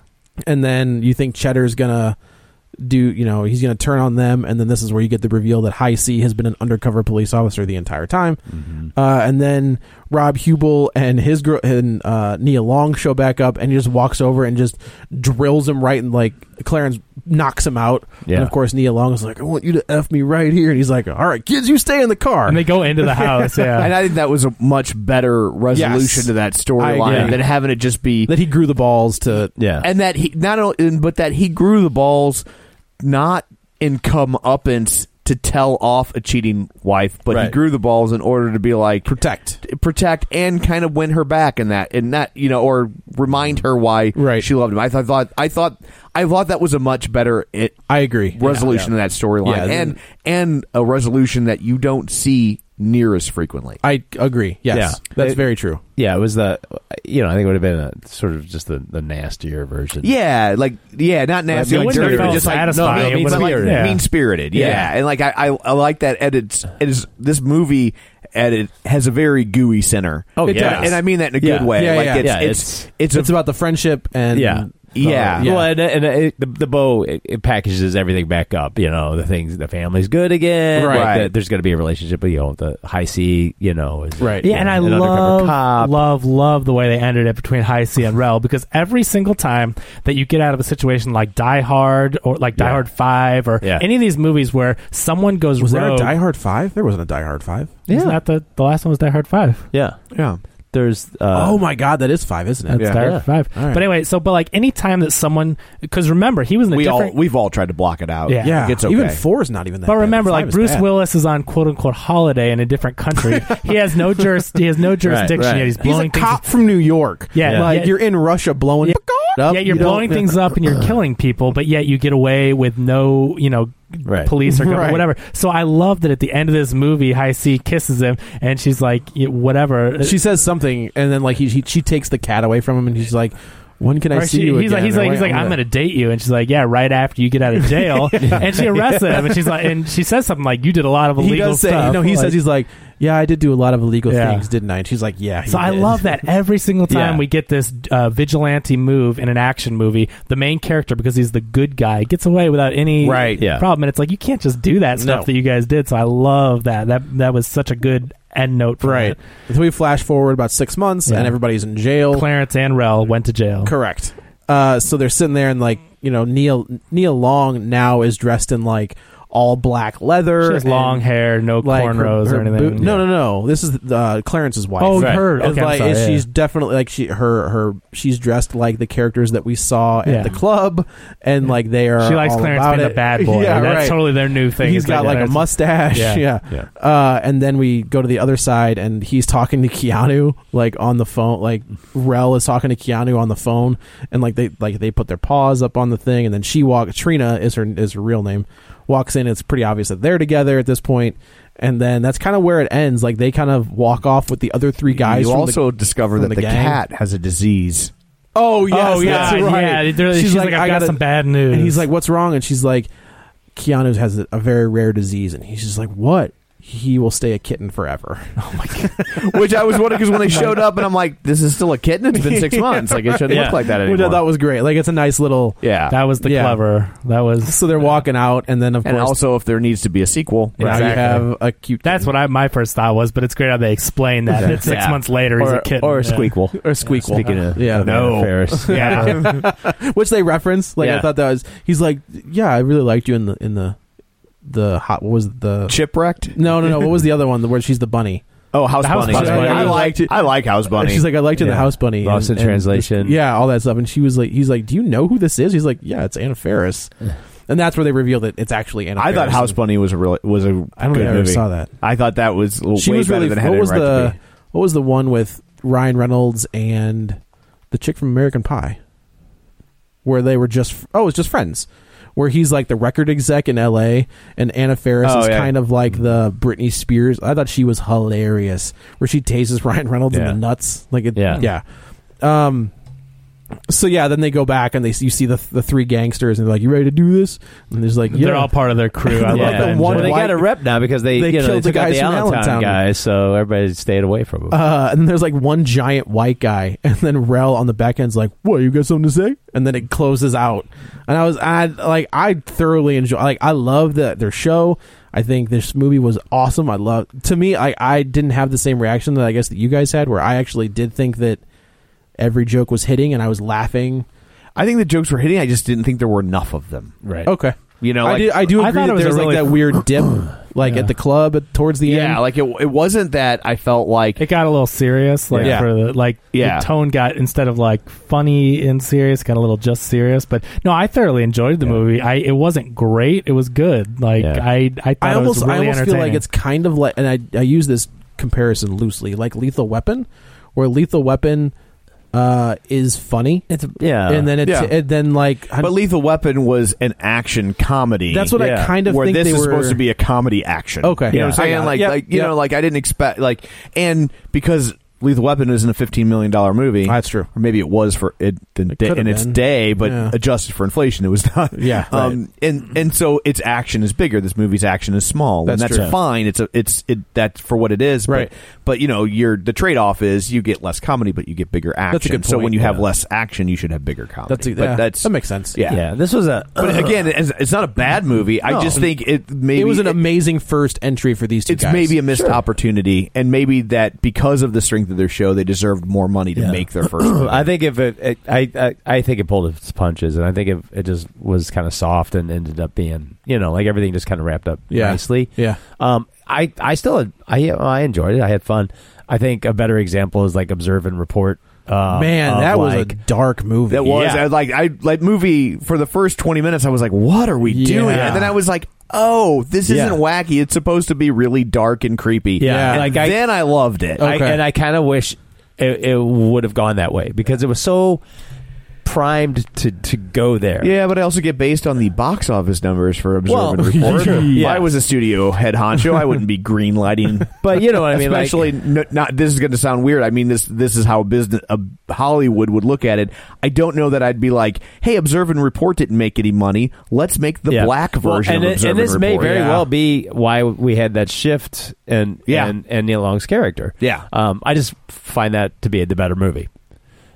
Speaker 2: and then you think Cheddar's gonna do, you know, he's gonna turn on them, and then this is where you get the reveal that High C has been an undercover police officer the entire time.
Speaker 3: Mm-hmm.
Speaker 2: Uh, and then Rob Hubel and his girl and uh, Nia Long show back up, and he just walks over and just drills him right, and like Clarence knocks him out.
Speaker 3: Yeah.
Speaker 2: And of course, Nia Long is like, "I want you to f me right here," and he's like, "All right, kids, you stay in the car."
Speaker 4: and they go into the house.
Speaker 1: And
Speaker 4: Yeah,
Speaker 1: I think that was a much better resolution
Speaker 2: Yes.
Speaker 1: to that
Speaker 2: I
Speaker 1: storyline
Speaker 2: agree.
Speaker 1: than having it just be
Speaker 2: that he grew the balls to
Speaker 3: Yeah.
Speaker 1: and that he not only but that he grew the balls not in comeuppance to tell off a cheating wife, but he
Speaker 3: Right.
Speaker 1: grew the balls in order to be like
Speaker 2: protect.
Speaker 1: protect and kind of win her back in that and that you know or remind her why
Speaker 2: Right.
Speaker 1: she loved him. I th- I thought I thought I thought that was a much better it,
Speaker 2: I agree.
Speaker 1: resolution of that storyline
Speaker 2: Yeah,
Speaker 1: and and a resolution that you don't see near as frequently.
Speaker 2: I agree. Yes,
Speaker 3: Yeah.
Speaker 2: that's
Speaker 3: It-
Speaker 2: very true.
Speaker 3: Yeah, it was the you know I think it would have been a, sort of just the, the nastier version.
Speaker 1: Yeah, like yeah, not nasty,
Speaker 3: it
Speaker 1: like
Speaker 3: wouldn't have
Speaker 1: dirty,
Speaker 3: felt
Speaker 1: but just like no,
Speaker 4: satisfying. It
Speaker 1: mean,
Speaker 4: would've- yeah.
Speaker 1: mean spirited. Yeah.
Speaker 3: Yeah.
Speaker 1: and like I, I, I like that. And it's it is this movie. And it has a very gooey center.
Speaker 3: Oh,
Speaker 1: It
Speaker 3: yeah.
Speaker 1: does, and I mean that in a
Speaker 3: Yeah.
Speaker 1: good way.
Speaker 2: Yeah,
Speaker 1: like
Speaker 2: yeah.
Speaker 1: It's,
Speaker 3: Yeah,
Speaker 1: it's,
Speaker 3: it's-
Speaker 1: it's
Speaker 2: It's,
Speaker 1: a-
Speaker 2: about the friendship and
Speaker 3: Yeah.
Speaker 1: Mm. Yeah.
Speaker 3: Well, and, and it, the, the bow it, it packages everything back up. You know, the things the family's good again.
Speaker 1: Right.
Speaker 3: Like, the- there's going to be a relationship. But you know, the high C. You know, is
Speaker 2: Right.
Speaker 4: yeah,
Speaker 3: you
Speaker 4: and
Speaker 3: know,
Speaker 4: I
Speaker 3: an undercover
Speaker 4: love,
Speaker 3: cop.
Speaker 4: love, love the way they ended it between High C and Rel because every single time that you get out of a situation like Die Hard or like Die
Speaker 3: Yeah.
Speaker 4: Hard Five or
Speaker 3: Yeah.
Speaker 4: any of these movies where someone goes
Speaker 2: Was
Speaker 4: rogue,
Speaker 2: there a Die Hard Five? There wasn't a Die Hard Five.
Speaker 4: Isn't that the the last one was Die Hard Five?
Speaker 3: Yeah.
Speaker 2: Yeah.
Speaker 3: There's uh,
Speaker 2: oh my God, that is five, isn't it?
Speaker 4: That's Die Hard
Speaker 3: Yeah.
Speaker 4: Five.
Speaker 2: All right.
Speaker 4: But anyway, so but like any time that someone because remember he was in a
Speaker 1: we all
Speaker 4: different
Speaker 1: we've all tried to block it out.
Speaker 4: Yeah.
Speaker 2: Yeah,
Speaker 1: it's okay.
Speaker 2: even four is not even that.
Speaker 4: But
Speaker 2: bad.
Speaker 4: remember,
Speaker 2: Five
Speaker 4: like
Speaker 2: is
Speaker 4: Bruce
Speaker 2: bad.
Speaker 4: Willis is on quote unquote holiday in a different country. he has no juris. He has no jurisdiction
Speaker 3: right.
Speaker 4: yet. He's
Speaker 2: he's
Speaker 4: blowing
Speaker 2: a
Speaker 4: things.
Speaker 2: cop from New York.
Speaker 4: Yeah,
Speaker 2: like
Speaker 4: yeah.
Speaker 2: you're in Russia blowing.
Speaker 4: Yeah.
Speaker 2: up.
Speaker 4: yeah, you're
Speaker 2: you don't-
Speaker 4: blowing things up and you're killing people, but yet you get away with no, you know,
Speaker 3: Right.
Speaker 4: police or
Speaker 2: Right.
Speaker 4: whatever. So I love that at the end of this movie, High C kisses him and she's like, y- whatever.
Speaker 2: She says something, and then like he, he she takes the cat away from him, and he's like, "When can I
Speaker 4: Or
Speaker 2: see
Speaker 4: she-
Speaker 2: you
Speaker 4: he's like,
Speaker 2: again?"
Speaker 4: he's
Speaker 2: Or
Speaker 4: like,
Speaker 2: when-
Speaker 4: he's like, I'm gonna date you, and she's like, yeah, right after you get out of jail, and she arrests him, and she's like, and she says something like, you did a lot of illegal
Speaker 2: He does say,
Speaker 4: stuff.
Speaker 2: no, he
Speaker 4: Like-
Speaker 2: says he's like, yeah, I did do a lot of illegal
Speaker 4: Yeah.
Speaker 2: things, didn't I? And she's like, yeah. he
Speaker 4: So I
Speaker 2: did."
Speaker 4: love that every single time
Speaker 2: Yeah.
Speaker 4: we get this uh, vigilante move in an action movie, the main character because he's the good guy gets away without any
Speaker 2: Right, yeah.
Speaker 4: problem, and it's like you can't just do that stuff
Speaker 2: No.
Speaker 4: that you guys did. So I love that. That that was such a good end note. For
Speaker 2: Right.
Speaker 4: it.
Speaker 2: So we flash forward about six months,
Speaker 4: Yeah.
Speaker 2: and everybody's in jail.
Speaker 4: Clarence and Rel went to jail.
Speaker 2: Correct. Uh, so they're sitting there, and like you know, Neil Neil Long now is dressed in like all black leather.
Speaker 4: She has
Speaker 2: and,
Speaker 4: long hair, no
Speaker 2: like, her-
Speaker 4: cornrows
Speaker 2: her
Speaker 4: or anything.
Speaker 2: boot- No, no, no. This is uh, Clarence's wife.
Speaker 4: Oh, Right. her.
Speaker 2: It's
Speaker 4: Okay, I'm
Speaker 2: like,
Speaker 4: sorry,
Speaker 2: it's-
Speaker 4: yeah.
Speaker 2: she's definitely like she her her she's dressed like the characters that we saw at
Speaker 4: Yeah.
Speaker 2: the club, and like they are.
Speaker 4: She likes
Speaker 2: all
Speaker 4: Clarence
Speaker 2: about
Speaker 4: being
Speaker 2: it.
Speaker 4: the bad boy.
Speaker 2: Yeah,
Speaker 4: That's
Speaker 2: right.
Speaker 4: totally their new thing.
Speaker 2: He's
Speaker 4: is
Speaker 2: got like a
Speaker 4: there's-
Speaker 2: mustache.
Speaker 4: Yeah.
Speaker 2: Yeah. Uh, and then we go to the other side, and he's talking to Keanu like on the phone. Like Rel is talking to Keanu on the phone, and like they like they put their paws up on the thing, and then she walks. Trina is her is her real name. Walks in. It's pretty obvious that they're together at this point, and then that's kind of where it ends. Like they kind of walk off with the other three guys.
Speaker 1: you
Speaker 2: from the-
Speaker 1: also discover
Speaker 2: from
Speaker 1: that
Speaker 2: the
Speaker 1: the,
Speaker 2: gang.
Speaker 1: cat has a disease.
Speaker 2: Oh yes,
Speaker 4: Oh,
Speaker 2: that's
Speaker 4: yeah,
Speaker 2: right.
Speaker 4: yeah. They're- she's like, "I've got
Speaker 2: gotta-"
Speaker 4: some bad news.
Speaker 2: and he's like, "What's wrong?" And she's like, "Keanu has a, a very rare disease," and he's just like, "What?" He will stay a kitten forever. Oh my god!
Speaker 1: Which I was wondering because when they showed up, and I'm like, "This is still a kitten. It's been six months. Like it shouldn't
Speaker 4: Yeah.
Speaker 1: look like that anymore."
Speaker 2: Which I thought was great. Like it's a nice little.
Speaker 1: yeah,
Speaker 4: that was the
Speaker 2: Yeah.
Speaker 4: clever. That was
Speaker 2: So they're walking out, and then of
Speaker 1: and
Speaker 2: course
Speaker 1: also if there needs to be a sequel,
Speaker 2: now you have a cute.
Speaker 4: That's
Speaker 2: kitten.
Speaker 4: what I, my first thought was, but it's great how they explain that. that six
Speaker 3: Yeah.
Speaker 4: months later, he's
Speaker 3: or,
Speaker 4: a kitten.
Speaker 3: or a
Speaker 4: Yeah.
Speaker 3: squeakquel.
Speaker 2: or squeakquel.
Speaker 3: Speaking of
Speaker 2: Yeah.
Speaker 3: of Anna
Speaker 2: No.
Speaker 3: Faris.
Speaker 4: Yeah.
Speaker 2: which they reference. Like
Speaker 3: Yeah.
Speaker 2: I thought that was. He's like, yeah, I really liked you in the in the the hot. What was the
Speaker 1: Chipwrecked.
Speaker 2: No, no, no. What was the other one? The where she's the bunny.
Speaker 1: Oh, House,
Speaker 4: The House
Speaker 1: Bunny.
Speaker 4: Bunny.
Speaker 1: Yeah, I
Speaker 4: Yeah.
Speaker 1: liked it. I like House Bunny.
Speaker 2: And she's like, I liked you in
Speaker 3: Yeah.
Speaker 2: the house bunny.
Speaker 3: Lost in Translation.
Speaker 2: yeah, all that stuff. And she was like, he's like, do you know who this is? He's like, yeah, it's Anna Faris. and that's where they reveal that it's actually Anna.
Speaker 1: I thought
Speaker 2: Faris.
Speaker 1: House Bunny was a really was a
Speaker 2: I don't
Speaker 1: good
Speaker 2: think I ever
Speaker 1: movie.
Speaker 2: saw that.
Speaker 1: I thought that was a
Speaker 2: She
Speaker 1: way
Speaker 2: was
Speaker 1: better
Speaker 2: really.
Speaker 1: than
Speaker 2: What
Speaker 1: Head
Speaker 2: was
Speaker 1: right
Speaker 2: the
Speaker 1: to
Speaker 2: What was the one with Ryan Reynolds and the chick from American Pie, where they were just oh, it's just friends. Where he's like the record exec in L.A. and Anna Faris
Speaker 1: Oh,
Speaker 2: is
Speaker 1: yeah.
Speaker 2: kind of like the Britney Spears. I thought she was hilarious. Where she tases Ryan Reynolds in
Speaker 3: Yeah.
Speaker 2: the nuts, like it,
Speaker 3: Yeah.
Speaker 2: yeah. Um, so yeah, then they go back and they you see the the three gangsters and they're like, "You ready to do this?" And there's like, "Yeah."
Speaker 4: They're all part of their crew. I
Speaker 2: Yeah.
Speaker 4: love that.
Speaker 2: The one
Speaker 3: Well, they
Speaker 2: white-
Speaker 3: got a rep now because they,
Speaker 2: They
Speaker 3: you know,
Speaker 2: killed the
Speaker 3: took out
Speaker 2: guys
Speaker 3: the
Speaker 2: from
Speaker 3: Allentown
Speaker 2: Allentown.
Speaker 3: guys, so everybody stayed away from them.
Speaker 2: Uh, and there's like one giant white guy, and then Rel on the back end's like, "What? You got something to say?" And then it closes out. And I was, I like, I thoroughly enjoy. Like, I love the their show. I think this movie was awesome. I love. To me, I I didn't have the same reaction that I guess that you guys had, where I actually did think that every joke was hitting, and I was laughing.
Speaker 1: I think the jokes were hitting. I just didn't think there were enough of them.
Speaker 3: right.
Speaker 2: Okay,
Speaker 1: You know,
Speaker 2: I
Speaker 1: like-
Speaker 2: do. I do
Speaker 4: I
Speaker 2: agree
Speaker 4: thought it
Speaker 2: that
Speaker 4: was a
Speaker 2: there was like
Speaker 4: really-
Speaker 2: that weird dip, like at the club at, towards the end.
Speaker 1: Yeah, like it. It wasn't that I felt like
Speaker 4: It got a little serious, like
Speaker 1: Yeah.
Speaker 4: for the like
Speaker 1: Yeah.
Speaker 4: the tone got instead of like funny and serious, got a little just serious. But no, I thoroughly enjoyed the movie. I it wasn't great, it was good. Like
Speaker 3: Yeah.
Speaker 4: I I thought
Speaker 2: I almost,
Speaker 4: it was really
Speaker 2: I almost feel
Speaker 4: entertaining.
Speaker 2: like it's kind of like, and I, I use this comparison loosely, like Lethal Weapon, where Lethal Weapon uh, is funny,
Speaker 3: It's yeah.
Speaker 2: and then it's,
Speaker 1: yeah.
Speaker 2: and then like, I'm-
Speaker 1: But Lethal Weapon was an action comedy.
Speaker 2: That's what I Yeah. kind of
Speaker 1: where
Speaker 2: think
Speaker 1: this
Speaker 2: they
Speaker 1: is
Speaker 2: were-
Speaker 1: supposed to be a comedy action.
Speaker 2: Okay.
Speaker 1: you know what I'm saying?
Speaker 2: Yeah. I got it.
Speaker 1: like,
Speaker 2: Yep,
Speaker 1: like you
Speaker 2: yep.
Speaker 1: know, like I didn't expect like, and because Lethal Weapon isn't a 15 million dollar movie,
Speaker 2: That's true.
Speaker 1: Or maybe it was for it, the day-
Speaker 2: could've
Speaker 1: in its
Speaker 2: been.
Speaker 1: day, but
Speaker 2: Yeah.
Speaker 1: adjusted for inflation, it was not.
Speaker 2: Yeah,
Speaker 1: um, and and so its action is bigger. This movie's action is small,
Speaker 2: That's
Speaker 1: and that's
Speaker 2: true.
Speaker 1: fine. It's a it's it that's for what it is,
Speaker 2: Right.
Speaker 1: But, but you know, your the trade off is you get less comedy, but you get bigger action.
Speaker 2: That's a good
Speaker 1: So
Speaker 2: point,
Speaker 1: when you have
Speaker 2: yeah.
Speaker 1: less action, you should have bigger comedy.
Speaker 2: that's,
Speaker 1: but
Speaker 2: yeah,
Speaker 1: that's
Speaker 2: that makes sense.
Speaker 1: yeah.
Speaker 3: yeah, this was a
Speaker 1: But again, it's, it's not a bad movie. I just think it maybe
Speaker 2: it was an
Speaker 1: it-
Speaker 2: amazing first entry for these two
Speaker 1: it's
Speaker 2: guys.
Speaker 1: maybe a missed opportunity, and maybe that because of the strength of their show, they deserved more money to make their first. movie.
Speaker 3: I think if it, it I, I I think it pulled its punches, and I think if it just was kind of soft and ended up being, you know, like everything just kind of wrapped up
Speaker 2: Yeah.
Speaker 3: nicely.
Speaker 2: Yeah.
Speaker 3: Um. I I still had- I I enjoyed it. I had fun. I think a better example is like observe and report. Uh,
Speaker 2: man,
Speaker 3: of
Speaker 2: that was
Speaker 3: like-
Speaker 2: a dark movie.
Speaker 1: that was
Speaker 3: Yeah.
Speaker 1: I, like I like movie for the first twenty minutes. I was like, "What are we
Speaker 2: Yeah.
Speaker 1: doing?" And then I was like, "Oh, this
Speaker 3: Yeah.
Speaker 1: isn't wacky. It's supposed to be really dark and creepy."
Speaker 3: Yeah.
Speaker 1: And
Speaker 3: Like, I-
Speaker 1: then I, loved it.
Speaker 3: I,
Speaker 2: Okay.
Speaker 3: and I kind of wish it, it would have gone that way because it was so primed to to go there.
Speaker 1: Yeah, but I also get based on the box office numbers for Observe and Report. If I was a studio head honcho, I wouldn't be green lighting.
Speaker 3: But you know what I mean. like-
Speaker 1: Especially n- not. This is going to sound weird. I mean this. This is how business uh, Hollywood would look at it. I don't know that I'd be like, "Hey, Observe and Report didn't make any money. Let's make the
Speaker 3: Yeah.
Speaker 1: black
Speaker 3: Well,
Speaker 1: version
Speaker 3: and
Speaker 1: of
Speaker 3: it-
Speaker 1: Observe
Speaker 3: and
Speaker 1: and,
Speaker 3: this may
Speaker 1: Report."
Speaker 3: very
Speaker 1: Yeah.
Speaker 3: well be why we had that shift and
Speaker 1: Yeah.
Speaker 3: and, and Neil Long's character.
Speaker 1: Yeah.
Speaker 3: um, I just find that to be the better movie.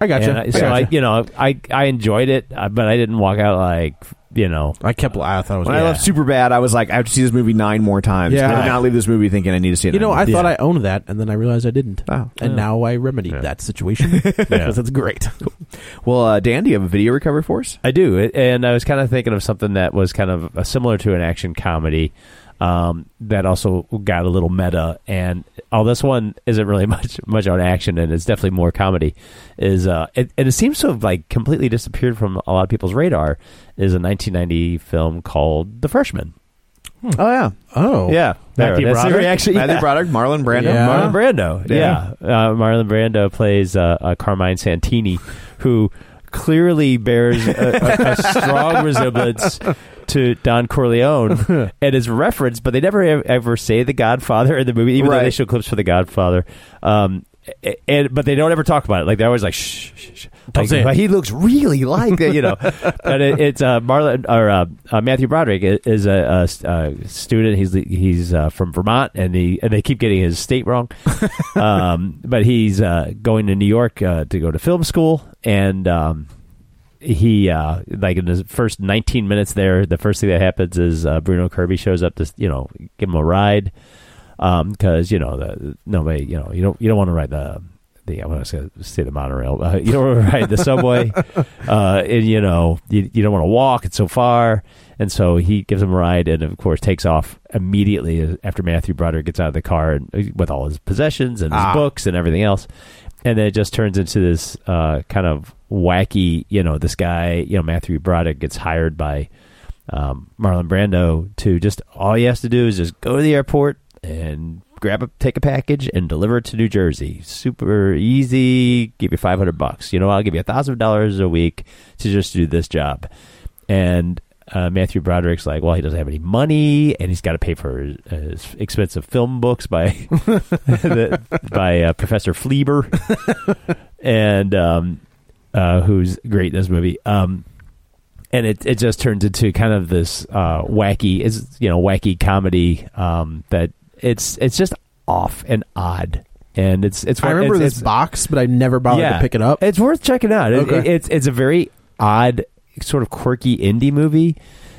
Speaker 2: I got
Speaker 3: And I-
Speaker 2: you.
Speaker 3: so I, you know, I I enjoyed it, uh, but I didn't walk out like you know.
Speaker 2: I kept. I thought it was.
Speaker 1: When I left Superbad, I was like, "I have to see this movie nine more times."
Speaker 2: Yeah.
Speaker 1: I did not leave this movie thinking I need to see it.
Speaker 2: You know,
Speaker 1: nine
Speaker 2: I
Speaker 1: more
Speaker 2: thought
Speaker 1: times.
Speaker 2: I owned that, and then I realized I didn't.
Speaker 1: Oh.
Speaker 2: and now I remedied that situation because it's great.
Speaker 1: Well, uh, Dan, do you have a video recovery for us?
Speaker 3: I do, It- and I was kind of thinking of something that was kind of uh, similar to an action comedy um, that also got a little meta. And all this one isn't really much much on action, and it's definitely more comedy. Is uh, it, and it seems to have like completely disappeared from a lot of people's radar. Is a 1990 film called The Freshman.
Speaker 1: Oh yeah,
Speaker 2: Oh,
Speaker 3: Yeah,
Speaker 4: Matthew
Speaker 3: There, that's the
Speaker 4: Broderick?
Speaker 3: reaction.
Speaker 1: Matthew
Speaker 3: yeah.
Speaker 1: Broderick, Marlon Brando.
Speaker 2: Yeah.
Speaker 3: Marlon Brando. Yeah, Uh, Marlon Brando plays uh, uh, Carmine Santini, who clearly bears a, a, a strong resemblance to Don Corleone and is referenced, but they never ev- ever say the Godfather in the movie, even though they
Speaker 1: Right.
Speaker 3: show clips for the Godfather. Um, a- and but they don't ever talk about it. Like they're always like, shh, shh, shh. Like,
Speaker 2: say it.
Speaker 3: "But he looks really like that, you know. and it, it's uh, Marlon or uh, uh, Matthew Broderick i- is a, a s- a student. He's the- he's uh, from Vermont, and he and they keep getting his state wrong. um, but he's uh, going to New York uh, to go to film school, and um, he uh, like in his first 19 minutes there, the first thing that happens is uh, Bruno Kirby shows up to you know give him a ride because Um, you know the nobody you know you don't you don't want to ride the the I want to say the monorail uh, you don't want to ride the subway uh, and you know you, you don't want to walk it's so far and so he gives him a ride and of course takes off immediately after Matthew Broderick gets out of the car and, uh, with all his possessions and his books and everything else and then it just turns into this uh, kind of wacky you know this guy you know Matthew Broderick gets hired by um, Marlon Brando to just all he has to do is just go to the airport and grab a take a package and deliver it to New Jersey. Super easy. Give you five hundred bucks. You know I'll give you a thousand dollars a week to just do this job. And uh, Matthew Broderick's like, well, he doesn't have any money, and he's got to pay for his, his expensive film books by the, by uh, Professor Fleber, and um, uh, who's great in this movie. Um, and it, it just turns into kind of this uh, wacky is you know wacky comedy um, that it's it's just off and odd and it's it's
Speaker 2: I remember
Speaker 3: it's,
Speaker 2: this
Speaker 3: it's-
Speaker 2: box, but I never bothered to pick it up.
Speaker 3: It's worth checking out. It-
Speaker 2: Okay.
Speaker 3: it- it's it's a very odd sort of quirky indie movie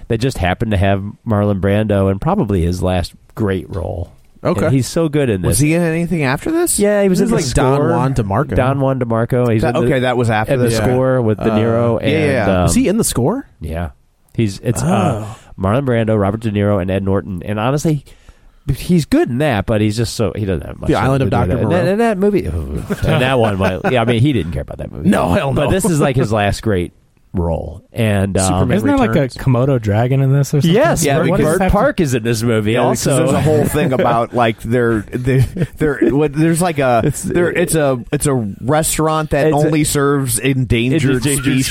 Speaker 3: that just happened to have Marlon Brando and probably his last great role.
Speaker 2: Okay.
Speaker 3: And he's so good in this.
Speaker 1: Was he in anything after this?
Speaker 3: Yeah, he was
Speaker 2: This
Speaker 3: in
Speaker 2: is
Speaker 3: the
Speaker 2: like Don
Speaker 3: score.
Speaker 2: Juan DeMarco.
Speaker 3: Don Juan DeMarco. He's
Speaker 1: That-
Speaker 3: in the,
Speaker 1: okay, that was after
Speaker 3: in the
Speaker 1: this.
Speaker 3: score with De
Speaker 2: Uh,
Speaker 3: Niro.
Speaker 1: yeah, yeah,
Speaker 3: and,
Speaker 1: yeah.
Speaker 3: Um,
Speaker 2: Is he Oh. in the score?
Speaker 3: yeah. He's it's uh, Marlon Brando, Robert De Niro, and Ed Norton. And honestly, he's good in that, but he's just so he doesn't have much.
Speaker 2: The Island of
Speaker 3: to do with it.
Speaker 2: Dr.
Speaker 3: And that,
Speaker 2: Moreau.
Speaker 3: and that movie, and that one, well, yeah. I mean, he didn't care about that movie.
Speaker 2: No, hell no.
Speaker 3: But this is like his last great role, and um,
Speaker 2: Superman
Speaker 3: isn't
Speaker 4: Isn't
Speaker 3: that-
Speaker 4: there like a
Speaker 2: Returns.
Speaker 4: Komodo dragon in this or something?
Speaker 3: Yes,
Speaker 1: Yeah,
Speaker 3: Bert,
Speaker 4: What is
Speaker 3: Bert
Speaker 4: happening?
Speaker 3: Park is in this movie.
Speaker 1: Yeah, because
Speaker 3: also,
Speaker 1: there's a whole thing about like there, there, there. what- There's like a it's, there. It's a it's a restaurant that
Speaker 3: It's a-
Speaker 1: only serves endangered,
Speaker 3: endangered
Speaker 1: species.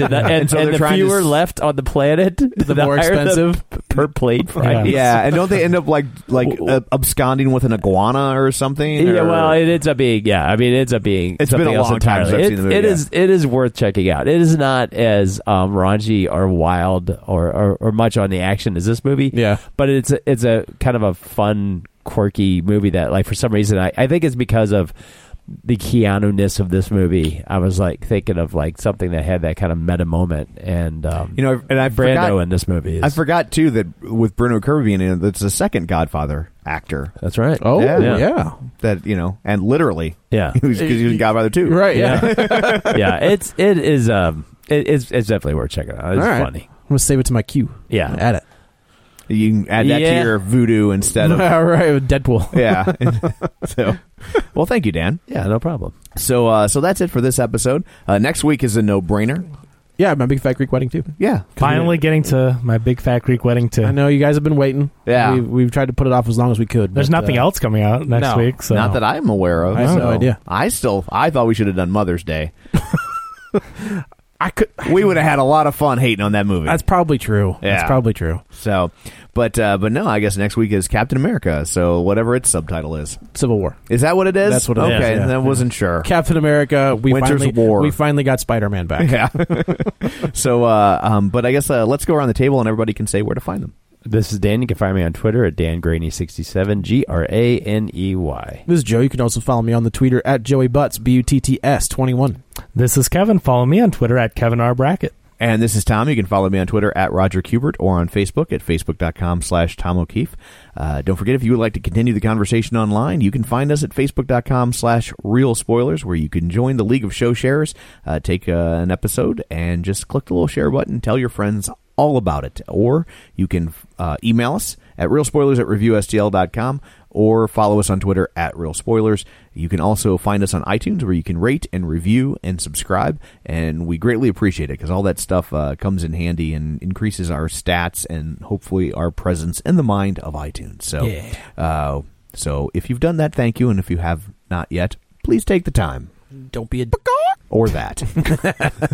Speaker 3: and the, and,
Speaker 1: so
Speaker 3: and
Speaker 1: they're
Speaker 3: the
Speaker 1: trying to
Speaker 3: fewer
Speaker 1: s-
Speaker 3: left on the planet, the,
Speaker 2: more
Speaker 3: higher the
Speaker 2: expensive.
Speaker 3: p- per plate price.
Speaker 1: Yeah, and don't they end up like like uh, absconding with an iguana or something?
Speaker 3: Yeah,
Speaker 1: or-
Speaker 3: well, it ends up being yeah. I mean, it ends up being
Speaker 1: It's been
Speaker 3: something
Speaker 1: a
Speaker 3: else
Speaker 1: long time
Speaker 3: entirely.
Speaker 1: since I've
Speaker 3: It-
Speaker 1: seen the movie,
Speaker 3: it
Speaker 1: yeah.
Speaker 3: is it is worth checking out. It is not as um, raunchy or wild or, or or much on the action as this movie.
Speaker 2: Yeah.
Speaker 3: but it's a, it's a kind of a fun, quirky movie that like for some reason I I think it's because of the Keanu ness of this movie. I was like thinking of like something that had that kind of meta moment and um,
Speaker 1: you know, and I
Speaker 3: Brando
Speaker 1: forgot.
Speaker 3: in this movie. Is,
Speaker 1: I forgot too that with Bruno Kirby being in it, that's the second Godfather actor
Speaker 3: That's right.
Speaker 2: Oh
Speaker 1: Yeah.
Speaker 2: yeah,
Speaker 1: Yeah. that you know, and literally,
Speaker 3: Yeah. Uh,
Speaker 1: he was, 'cause he was in Godfather too,
Speaker 2: right. Yeah,
Speaker 3: yeah, it's it is um it, it's it's definitely worth checking out. It's
Speaker 2: All right.
Speaker 3: funny.
Speaker 2: I'm gonna save it to my queue.
Speaker 3: Yeah.
Speaker 2: I'm add it.
Speaker 1: You can add that
Speaker 3: Yeah.
Speaker 1: to your voodoo instead of
Speaker 2: All right, with Deadpool.
Speaker 1: yeah. so, well, thank you, Dan.
Speaker 3: Yeah, no problem.
Speaker 1: So, uh, so that's it for this episode. Uh, next week is a no-brainer.
Speaker 2: Yeah, my big fat Greek wedding too.
Speaker 1: Yeah,
Speaker 4: Finally getting to my big fat Greek wedding too.
Speaker 2: I know you guys have been waiting.
Speaker 1: Yeah.
Speaker 2: we've, we've tried to put it off as long as we could.
Speaker 4: There's
Speaker 2: but,
Speaker 4: nothing
Speaker 2: uh,
Speaker 4: else coming out next
Speaker 2: no,
Speaker 4: week. So
Speaker 1: Not that I'm aware of.
Speaker 2: I have no
Speaker 1: so.
Speaker 2: idea.
Speaker 1: I still, I thought we should have done Mother's Day.
Speaker 2: I could.
Speaker 1: we would have had a lot of fun hating on that movie.
Speaker 2: That's probably true.
Speaker 1: Yeah.
Speaker 2: That's probably true.
Speaker 1: so, but uh, but no, I guess next week is Captain America. So whatever its subtitle is,
Speaker 2: Civil War.
Speaker 1: is that what it is?
Speaker 2: That's what it is,
Speaker 1: okay,
Speaker 2: yeah.
Speaker 1: I wasn't sure.
Speaker 2: Captain America. We
Speaker 1: Winter's
Speaker 2: finally,
Speaker 1: War.
Speaker 2: We finally got Spider Man back.
Speaker 1: yeah. so, uh, um, but I guess uh, let's go around the table and everybody can say where to find them.
Speaker 3: This is Dan. You can find me on Twitter at DanGraney67, G R A N E Y.
Speaker 2: This is Joe. You can also follow me on the Twitter at Joey Butts B U T T S twenty one.
Speaker 4: This is Kevin. Follow me on Twitter at Kevin R. Brackett.
Speaker 1: And this is Tom. You can follow me on Twitter at Roger Kubert or on Facebook at facebook.com slash Tom O'Keefe. Uh, don't forget, if you would like to continue the conversation online, you can find us at facebook.com slash real spoilers, where you can join the League of Show Sharers, uh, take uh, an episode, and just click the little share button, tell your friends all about it. Or you can uh, email us at realspoilers at reviewstl.com or follow us on Twitter at Real Spoilers. You can also find us on iTunes where you can rate and review and subscribe, and we greatly appreciate it because all that stuff uh, comes in handy and increases our stats and hopefully our presence in the mind of iTunes. So, uh, so if you've done that, thank you, and if you have not yet, please take the time
Speaker 2: Don't be a
Speaker 1: or that.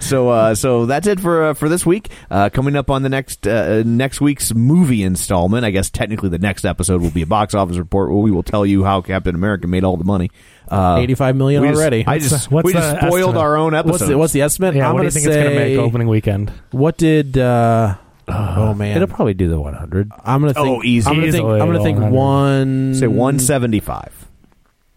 Speaker 1: so uh, so that's it for uh, for this week. Uh, coming up on the next uh, next week's movie installment, I guess technically the next episode will be a box office report where we will tell you how Captain America made all the money. Uh,
Speaker 2: eighty five million
Speaker 1: we just-
Speaker 2: already.
Speaker 1: I just
Speaker 4: what's
Speaker 1: we
Speaker 4: the
Speaker 1: just spoiled
Speaker 4: estimate?
Speaker 1: our own episode.
Speaker 2: what's the, what's the estimate?
Speaker 4: Yeah,
Speaker 2: I'm
Speaker 4: what do you
Speaker 2: gonna
Speaker 4: think it's going to
Speaker 2: say-
Speaker 4: make opening weekend?
Speaker 2: What did? Uh, oh man,
Speaker 3: It'll probably do the 100.
Speaker 2: I'm gonna think.
Speaker 1: Oh, easy.
Speaker 2: I'm gonna think.
Speaker 4: Easily
Speaker 2: I'm gonna think
Speaker 4: 100.
Speaker 2: one.
Speaker 1: say one seventy five?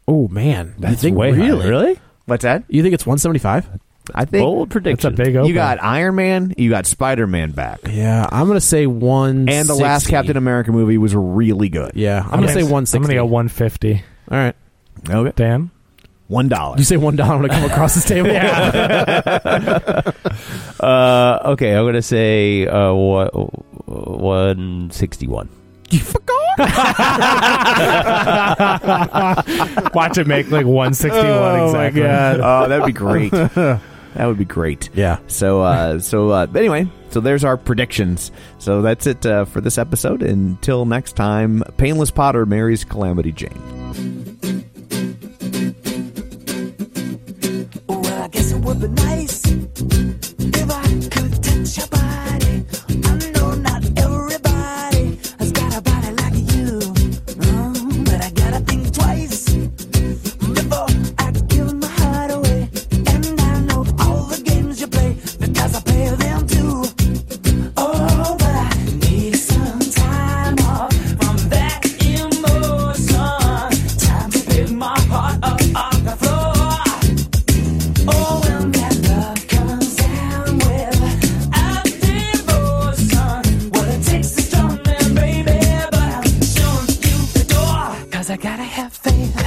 Speaker 2: Oh man, you
Speaker 3: That's
Speaker 2: think
Speaker 3: way high.
Speaker 2: really?
Speaker 3: Really?
Speaker 1: What's that?
Speaker 2: You think it's one seventy five?
Speaker 1: I think
Speaker 3: Bold
Speaker 4: That's a
Speaker 3: prediction.
Speaker 4: big open.
Speaker 1: you got Iron Man, you got Spider Man back,
Speaker 2: Yeah, I'm gonna say one.
Speaker 1: and the last Captain America movie was really good.
Speaker 2: Yeah, I'm, gonna say one sixty.
Speaker 4: I'm going to go 150.
Speaker 2: All right,
Speaker 1: Okay,
Speaker 4: Dan?
Speaker 1: one dollar.
Speaker 2: you say one dollar when I come across this table. yeah.
Speaker 3: Uh, okay, I'm going to say uh, wha- 161.
Speaker 4: Watch it make like 161 exactly.
Speaker 1: Oh, that'd be great. that would be great.
Speaker 2: Yeah.
Speaker 1: So, uh, so uh, anyway, so there's our predictions. So that's it uh, for this episode. Until next time, Painless Potter marries Calamity Jane.
Speaker 5: Well, I guess it would be nice if I could touch your body. I know not everybody has got a body like you, Mm, but I gotta think twice before I give my heart away. And I know all the games you play because I play them too. Oh, but I need some time off from that emotion. Time to pick my heart up off the floor. Oh, when that love comes down with a devotion, well it takes a strong man, baby, but I'm showing you the door 'cause I gotta have faith.